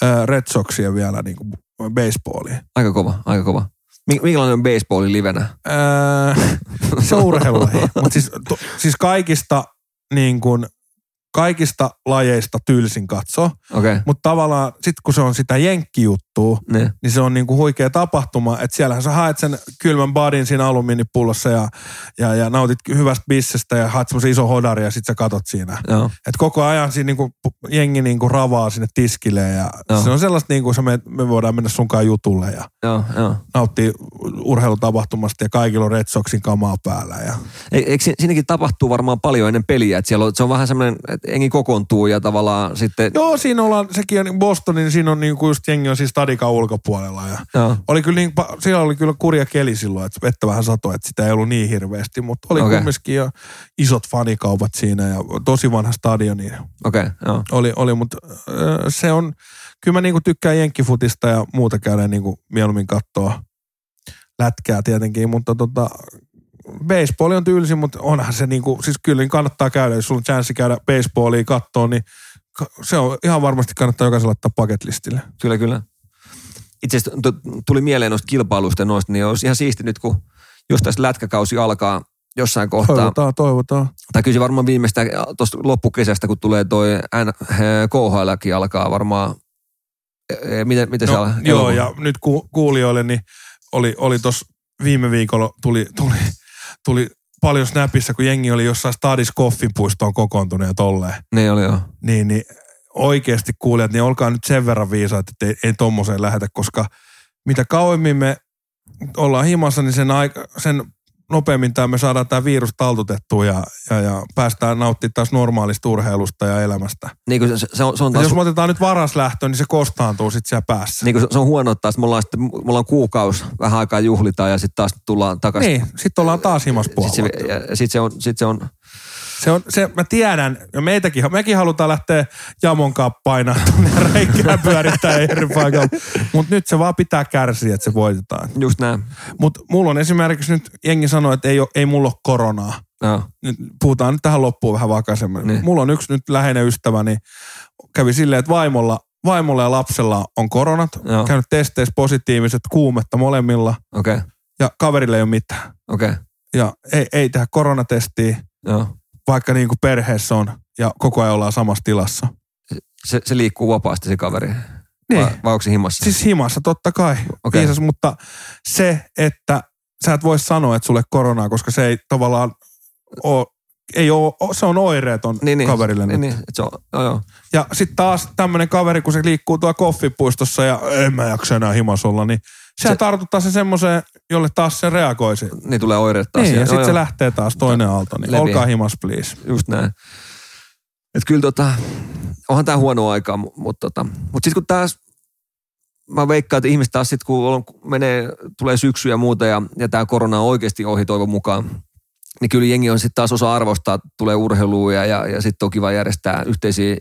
S1: ää, Red Soxia vielä niin kuin baseballia.
S2: Aika kova, aika kova. Mi- Minkälainen on baseballin livenä?
S1: Ää, se on urheilulaji. Mutta siis, to, siis kaikista, niin kuin, kaikista lajeista tylsin katsoa.
S2: Okei, okay.
S1: Mutta tavallaan sit kun se on sitä jenkkijuttua,
S2: niin.
S1: niin se on niinku huikea tapahtuma, että siellähän sä haet sen kylmän badin siinä alumiinipullossa ja, ja, ja nautit hyvästä bissestä ja haet semmoisen iso hodari ja sit sä katot siinä.
S2: Joo.
S1: Et koko ajan siinä niinku pu- jengi niinku ravaa sinne tiskille ja
S2: Joo.
S1: se on sellaista niinku sä me, me voidaan mennä sunkaan jutulle ja
S2: Joo, joo.
S1: nauttii urheilutapahtumasta ja kaikilla on Red Soxin kamaa päällä ja
S2: E- Eikö si- siinäkin tapahtuu varmaan paljon ennen peliä? Että siellä on, se on vähän semmoinen, että jengi kokoontuu ja tavallaan sitten...
S1: Joo, siinä ollaan, sekin on Bostonin, siinä on niinku just jengi on siis stadikan ulkopuolella. Ja
S2: Joo.
S1: oli kyllä niin, pa- siellä oli kyllä kurja keli silloin, että vettä vähän satoi, että sitä ei ollut niin hirveästi, mutta oli
S2: Okei.
S1: okay. kumminkin jo isot fanikaupat siinä ja tosi vanha stadioni
S2: Okei, okay, joo.
S1: oli, oli mutta se on, kyllä mä niinku tykkään jenkkifutista ja muuta käydä niinku mieluummin kattoa lätkää tietenkin, mutta tota, baseball on tylsi, mutta onhan se niinku, siis kyllä niin kannattaa käydä, jos sulla on chanssi käydä baseballia kattoon, niin ka- se on ihan varmasti kannattaa jokaisella laittaa paketlistille.
S2: Kyllä, kyllä. Itse asiassa tu- tuli mieleen noista kilpailuista ja noista, niin olisi ihan siisti nyt, kun jos tässä lätkäkausi alkaa jossain kohtaa,
S1: Toivotaan, toivotaan.
S2: tai kyllä se varmaan viimeistään tuosta loppukesästä, kun tulee toi N- KHLkin alkaa varmaan, E- e- miten, miten no, se
S1: No,
S2: alkaa?
S1: joo,
S2: Elokuun.
S1: ja nyt ku, kuulijoille, niin oli, oli tuossa viime viikolla tuli, tuli, tuli paljon snapissa, kun jengi oli jossain Stadis Koffinpuistoon kokoontunut ja tolleen.
S2: Niin oli joo.
S1: niin, niin oikeasti kuulijat, niin olkaa nyt sen verran viisaat, että ei, ei tommoseen lähetä, koska mitä kauemmin me ollaan himassa, niin sen, aika, sen nopeammin tämä me saadaan tämä virus taltutettua ja, ja, ja päästään nauttimaan taas normaalista urheilusta ja elämästä.
S2: Niin kuin se, se, on, se on
S1: Ja
S2: taas
S1: jos me otetaan nyt varaslähtö, niin se kostaantuu sitten siellä päässä.
S2: niin kuin se, se on huono taas, me ollaan, sitten, me ollaan kuukaus, vähän aikaa juhlitaan ja sitten taas tullaan takaisin.
S1: Niin, sitten ollaan taas himas puolella.
S2: Sitten Siis se, ja sit se, on, sit se on,
S1: Se on, se, mä tiedän, ja meitäkin, mekin halutaan lähteä jamon kanssa painaa tuonne reikään pyörittää eri paikalla. Mutta nyt se vaan pitää kärsiä, että se voitetaan.
S2: just näin.
S1: Mutta mulla on esimerkiksi nyt, jengi sanoi, että ei, oo, ei mulla ole koronaa.
S2: Joo,
S1: Nyt puhutaan nyt tähän loppuun vähän vakaisemmin.
S2: Niin.
S1: Niin. Mulla on yksi nyt läheinen ystäväni, kävi silleen, että vaimolla, vaimolla ja lapsella on koronat.
S2: Joo.
S1: Joo. Käynyt testeissä positiiviset, kuumetta molemmilla
S2: okei, okay,
S1: ja kaverille ei ole mitään.
S2: okei, okay,
S1: Ja ei, ei tehdä koronatestiä,
S2: joo.
S1: vaikka niin kuin perheessä on ja koko ajan ollaan samassa tilassa.
S2: se, se liikkuu vapaasti se kaveri.
S1: Niin.
S2: Vai, vai onko se himassa?
S1: Siis himassa totta kai,
S2: Okei.
S1: okay. viisas, mutta se, että sä et voi sanoa, että sulle koronaa, koska se ei tavallaan oo, ei oo, o- se on oireeton niin, niin, kaverille.
S2: Niin,
S1: Niin, niin.
S2: niin. Et se on, no joo.
S1: Ja sitten taas tämmöinen kaveri, kun se liikkuu tuolla koffipuistossa ja en mä jaksa enää himas olla, niin
S2: Se-
S1: sehän se, tartuttaa se semmoiseen, jolle taas se reagoisi.
S2: Niin tulee oireet taas.
S1: Niin, ja
S2: Joo,
S1: sitten se
S2: joo.
S1: lähtee taas toinen aalto, niin
S2: Leviää.
S1: olkaa himas please.
S2: Just näin. Et kyllä tota, onhan tää huono aikaa, mutta mut tota, mut sit kun taas, mä veikkaan, että ihmiset taas sit kun on, menee, tulee syksy ja muuta ja, ja tää korona on oikeasti ohi toivon mukaan, niin kyllä jengi on sitten taas osa arvostaa, tulee urheilua ja, ja, ja sitten on kiva järjestää yhteisiä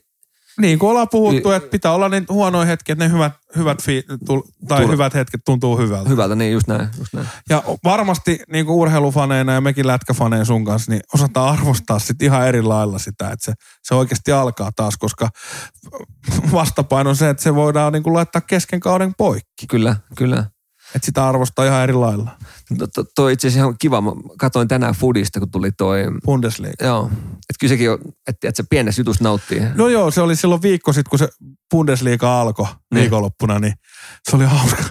S1: Niin kuin ollaan puhuttu, että pitää olla niin huonoja hetkiä, että ne hyvät, hyvät fi- tul- tai
S2: Tule-
S1: hyvät hetket tuntuu hyvältä.
S2: hyvältä, niin just näin, just näin.
S1: Ja varmasti niin kuin urheilufaneina ja mekin lätkäfaneina sun kanssa, niin osataan arvostaa sit ihan eri lailla sitä, että se, se oikeasti alkaa taas, koska vastapaino on se, että se voidaan niin kuin laittaa kesken kauden poikki.
S2: Kyllä, kyllä.
S1: Että sitä arvostaa ihan eri lailla.
S2: To, to, toi itse asiassa ihan kiva. Mä katoin tänään Foodista, kun tuli toi,
S1: Bundesliga.
S2: joo. Että kyllä sekin on, että, että se pienessä jutussa nauttii.
S1: No joo, se oli silloin viikko sitten, kun se Bundesliga alkoi
S2: Niin.
S1: viikonloppuna, niin se oli hauska.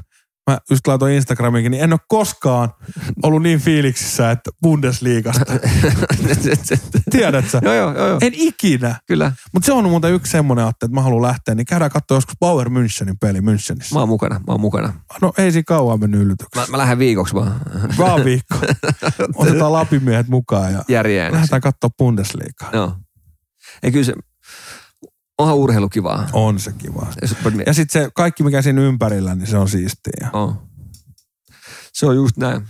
S1: Mä just laitoin Instagramiinkin, niin en ole koskaan ollut niin fiiliksissä, että Bundesliigasta. Tiedätkö?
S2: joo, joo, joo, joo.
S1: En ikinä.
S2: Kyllä,
S1: Mutta se on muuten yksi semmoinen ajatte, että mä haluan lähteä, niin käydään katsoa joskus Bauer Münchenin peli Münchenissä.
S2: mä oon mukana, mä oon mukana.
S1: No ei siinä kauan mennyt
S2: Mä,
S1: yllytyksi.
S2: mä lähden viikoksi vaan
S1: Vaan viikko. Otetaan Lapimiehet mukaan ja
S2: järjeen.
S1: lähdetään katsoa Bundesliigaa.
S2: Joo. Ei kyllä se, onhan urheilu kivaa.
S1: On se kiva.
S2: Jos-
S1: Ja sitten se kaikki, mikä siinä ympärillä, niin se on siistiä.
S2: on. Se on just näin.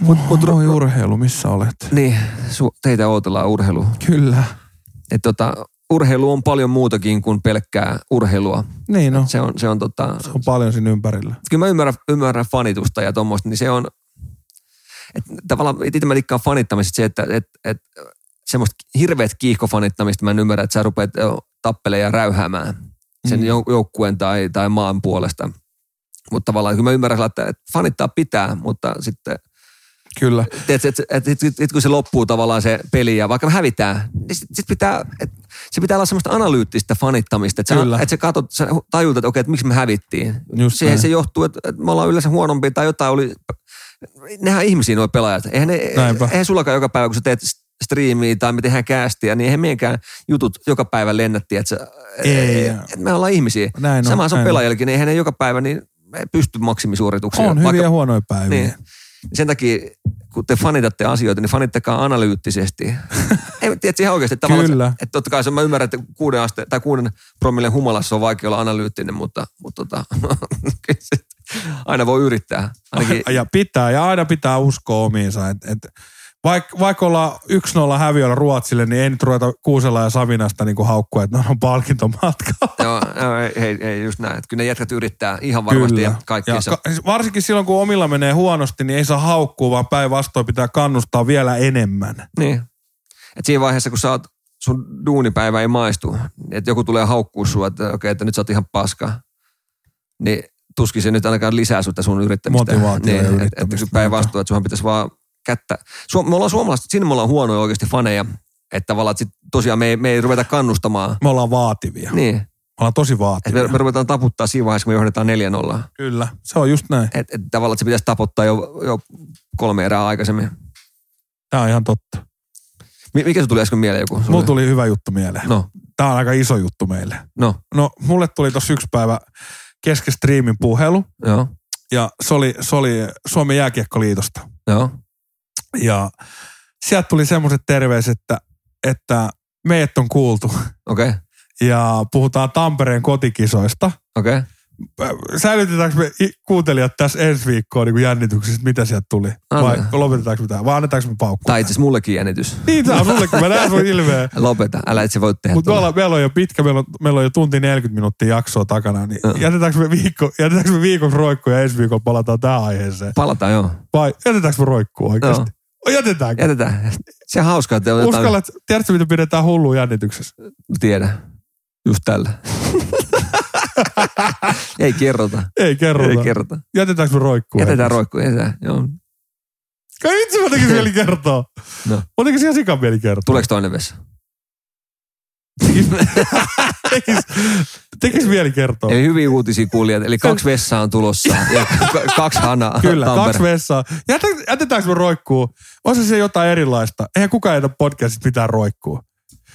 S1: Mut, mut Rohi urheilu, missä olet?
S2: Niin, su- teitä ootellaan urheilu.
S1: Kyllä.
S2: Et tota, urheilu on paljon muutakin kuin pelkkää urheilua.
S1: Niin no.
S2: Se on, se on tota,
S1: Se on paljon siinä ympärillä.
S2: kyllä mä ymmärrän, ymmärrän fanitusta ja tuommoista, niin se on, että tavallaan itse mä dikkaan fanittamisesta se, että et, et, semmoista hirveät kiihkofanittamista mä en ymmärrä, että sä rupeat ö, tappelemaan ja räyhäämään sen
S1: Mm.
S2: mm. joukkueen tai, tai maan puolesta. Mutta tavallaan kyllä mä ymmärrän, että että fanittaa pitää, mutta sitten
S1: Kyllä.
S2: Tiedätkö, että et, et, et, et, kun se loppuu tavallaan se peli ja vaikka me hävitään, niin sit, sit pitää, et, se pitää olla semmoista analyyttistä fanittamista. Että
S1: Kyllä.
S2: sä, et sä, katot, sä tajutat, että okei, että miksi me hävittiin.
S1: Just
S2: Siihen
S1: näin.
S2: se johtuu, että, että me ollaan yleensä huonompia tai jotain oli... Nehän on ihmisiä nuo pelaajat. Eihän, ne,
S1: Näinpä.
S2: eihän sullakaan joka päivä, kun sä teet striimiä tai me tehdään käästiä, niin eihän meidänkään jutut joka päivä lennätti. Että, sä,
S1: Ei.
S2: että me ollaan ihmisiä.
S1: Näin on,
S2: Sama se on
S1: näin on.
S2: pelaajillakin, niin eihän ne joka päivä niin ei pysty maksimisuorituksiin.
S1: On hyviä ja huonoja päiviä.
S2: Niin. Sen takia, kun te fanitatte asioita, niin fanittakaa analyyttisesti. Ei, tiedätkö ihan oikeasti. tavallaan
S1: Kyllä.
S2: Se, että totta kai se, mä ymmärrän, että kuuden, aste, tai kuuden promille humalassa on vaikea olla analyyttinen, mutta, mutta tota, kyllä se- aina voi yrittää. Ainakin,
S1: Ja pitää, ja aina pitää uskoa omiinsa. Et, et, vaikka, vaikka ollaan 1-0 häviöllä Ruotsille, niin ei nyt ruveta Kuusela ja Savinasta niinku haukkua, että ne on palkintomatkalla.
S2: joo, joo, ei- ei, ei, just näin. Että kyllä ne jätkät yrittää ihan varmasti ja kaikki se.
S1: ka- siis varsinkin silloin, kun omilla menee huonosti, niin ei saa haukkua, vaan päinvastoin pitää kannustaa vielä enemmän.
S2: Niin. Et siinä vaiheessa, kun sä oot, sun duunipäivä ei maistu, että joku tulee haukkuu sua, että okei, että nyt sä oot ihan paska, niin tuskin se nyt ainakaan lisää sut sun yrittämistä.
S1: Motivaatiota ja
S2: niin, et-
S1: yrittämistä.
S2: Et, et, päinvastoin, että sunhan pitäisi vaan kättä. Suom- me ollaan suomalaiset, siinä me ollaan huonoja oikeasti faneja, että tavallaan että sit, tosiaan me ei, me ei ruveta kannustamaan.
S1: Me ollaan vaativia.
S2: Niin,
S1: Niin. Me ollaan tosi
S2: että
S1: vaativia.
S2: me, me ruvetaan taputtaa siinä vaiheessa, kun me johdetaan 4-0.
S1: Kyllä, se on just näin.
S2: Että et, tavallaan että se pitäisi taputtaa jo, jo kolme erää aikaisemmin.
S1: Tämä on ihan totta.
S2: Mi- mikä se tuli äsken mieleen joku?
S1: Mulla tuli hyvä juttu mieleen.
S2: No,
S1: Tämä on aika iso juttu meille.
S2: no,
S1: No, mulle tuli tossa yksi päivä kesken striimin puhelu,
S2: joo,
S1: ja se oli, se oli Suomen jääkiekkoliitosta.
S2: joo.
S1: Ja sieltä tuli semmoiset terveiset, että, että meidät on kuultu
S2: Okei, okay,
S1: ja puhutaan Tampereen kotikisoista.
S2: okei. Okay.
S1: Säilytetäänkö me i- kuuntelijat tässä ensi viikkoon niin jännityksessä, että mitä sieltä tuli? Vai
S2: Anna.
S1: lopetetaanko mitään? Vai annetaanko me paukkua?
S2: Tai itse asiassa mullekin jännitys.
S1: Niin, tää on sullekin. Mä näen sun ilmeen.
S2: Lopeta, älä itse voi tehdä
S1: Mutta me
S2: tuolla.
S1: ollaan, meillä on jo pitkä, meillä on, meillä on jo tunti 40 minuuttia jaksoa takana, niin
S2: Joo.
S1: jätetäänkö me, viikko, jätetäänkö me viikon roikkuu ja ensi viikolla palataan tähän aiheeseen?
S2: Palataan, joo.
S1: Vai jätetäänkö me roikkuu oikeasti? Jätetäänkö?
S2: Jätetään. Se on hauskaa, että on jotain,
S1: Uskallat, tiedätkö mitä pidetään hullu jännityksessä?
S2: tiedä. Just tällä. Ei kerrota.
S1: Ei kerrota.
S2: Ei kerrota.
S1: Jätetäänkö me roikkuu?
S2: Jätetään roikkuu, jätetään. Joo.
S1: Kai vitsi mä tekisin mieli kertoa.
S2: No.
S1: Mä tekisin ihan sikan mieli kertoa.
S2: Tuleeko toinen vessa?
S1: Tekis, tekis mieli kertoa.
S2: Eli hyviä uutisia kuulijat. Eli kaksi vessaa on tulossa ja k- kaksi hanaa.
S1: Kyllä,
S2: Tampere.
S1: kaksi vessaa. Jätä, jätetäänkö me roikkuu? Onko se jotain erilaista? Eihän kukaan jätä podcastit mitään roikkuu.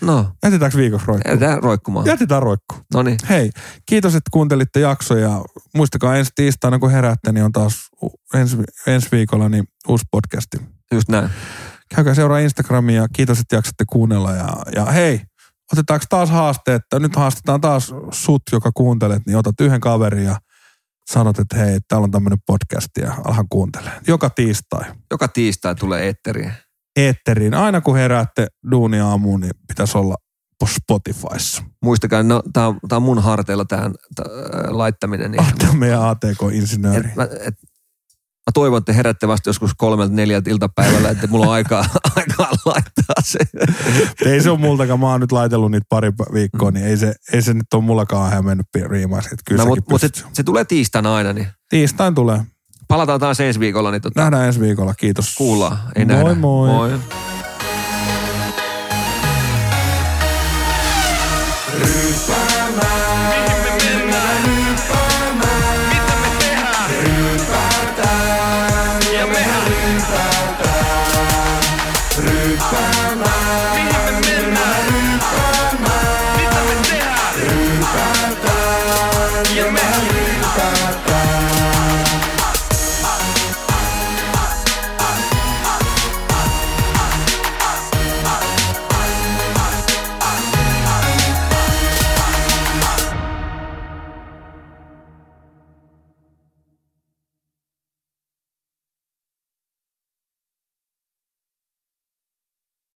S2: No,
S1: Jätetäänkö viikossa roikkuu?
S2: jätetään roikkumaan.
S1: Jätetään roikkuu.
S2: No niin,
S1: Hei, kiitos, että kuuntelitte jaksoja. Muistakaa ensi tiistaina, kun heräätte, niin on taas u- ensi, ensi viikolla niin uusi podcasti.
S2: just näin.
S1: Käykää seuraa Instagramia. Kiitos, että jaksatte kuunnella. Ja, ja hei, otetaanko taas haaste, että nyt haastetaan taas sut, joka kuuntelet, niin otat yhden kaverin ja sanot, että hei, täällä on tämmöinen podcast ja alhan kuuntelemaan. Joka tiistai.
S2: Joka tiistai tulee eetteriä.
S1: eetteriin. Aina kun heräätte duunia aamuun, niin pitäisi olla Spotifyssa.
S2: Muistakaa, no, tämä on, tää on mun harteilla tämän laittaminen. Niin
S1: Ahta meidän ATK-insinööri.
S2: et, mä, et, mä toivon, että te herätte vasta joskus kolmelta neljältä iltapäivällä, että mulla on aikaa, aikaa laittaa se.
S1: Ei se ole multakaan, mä oon nyt laitellut niitä pari pä- viikkoa, niin ei se, ei se nyt ole mullakaan ihan mennyt pi- riimaan. siitä. Kyllä
S2: Mm. No,
S1: no,
S2: mutta mut se,
S1: mut,
S2: se tulee tiistaina aina, niin
S1: Tiistain tulee.
S2: palataan taas ensi viikolla. Niin tota,
S1: Nähdään ensi viikolla, kiitos.
S2: kuullaan. Ei
S1: Moi
S2: nähdä.
S1: moi.
S2: moi.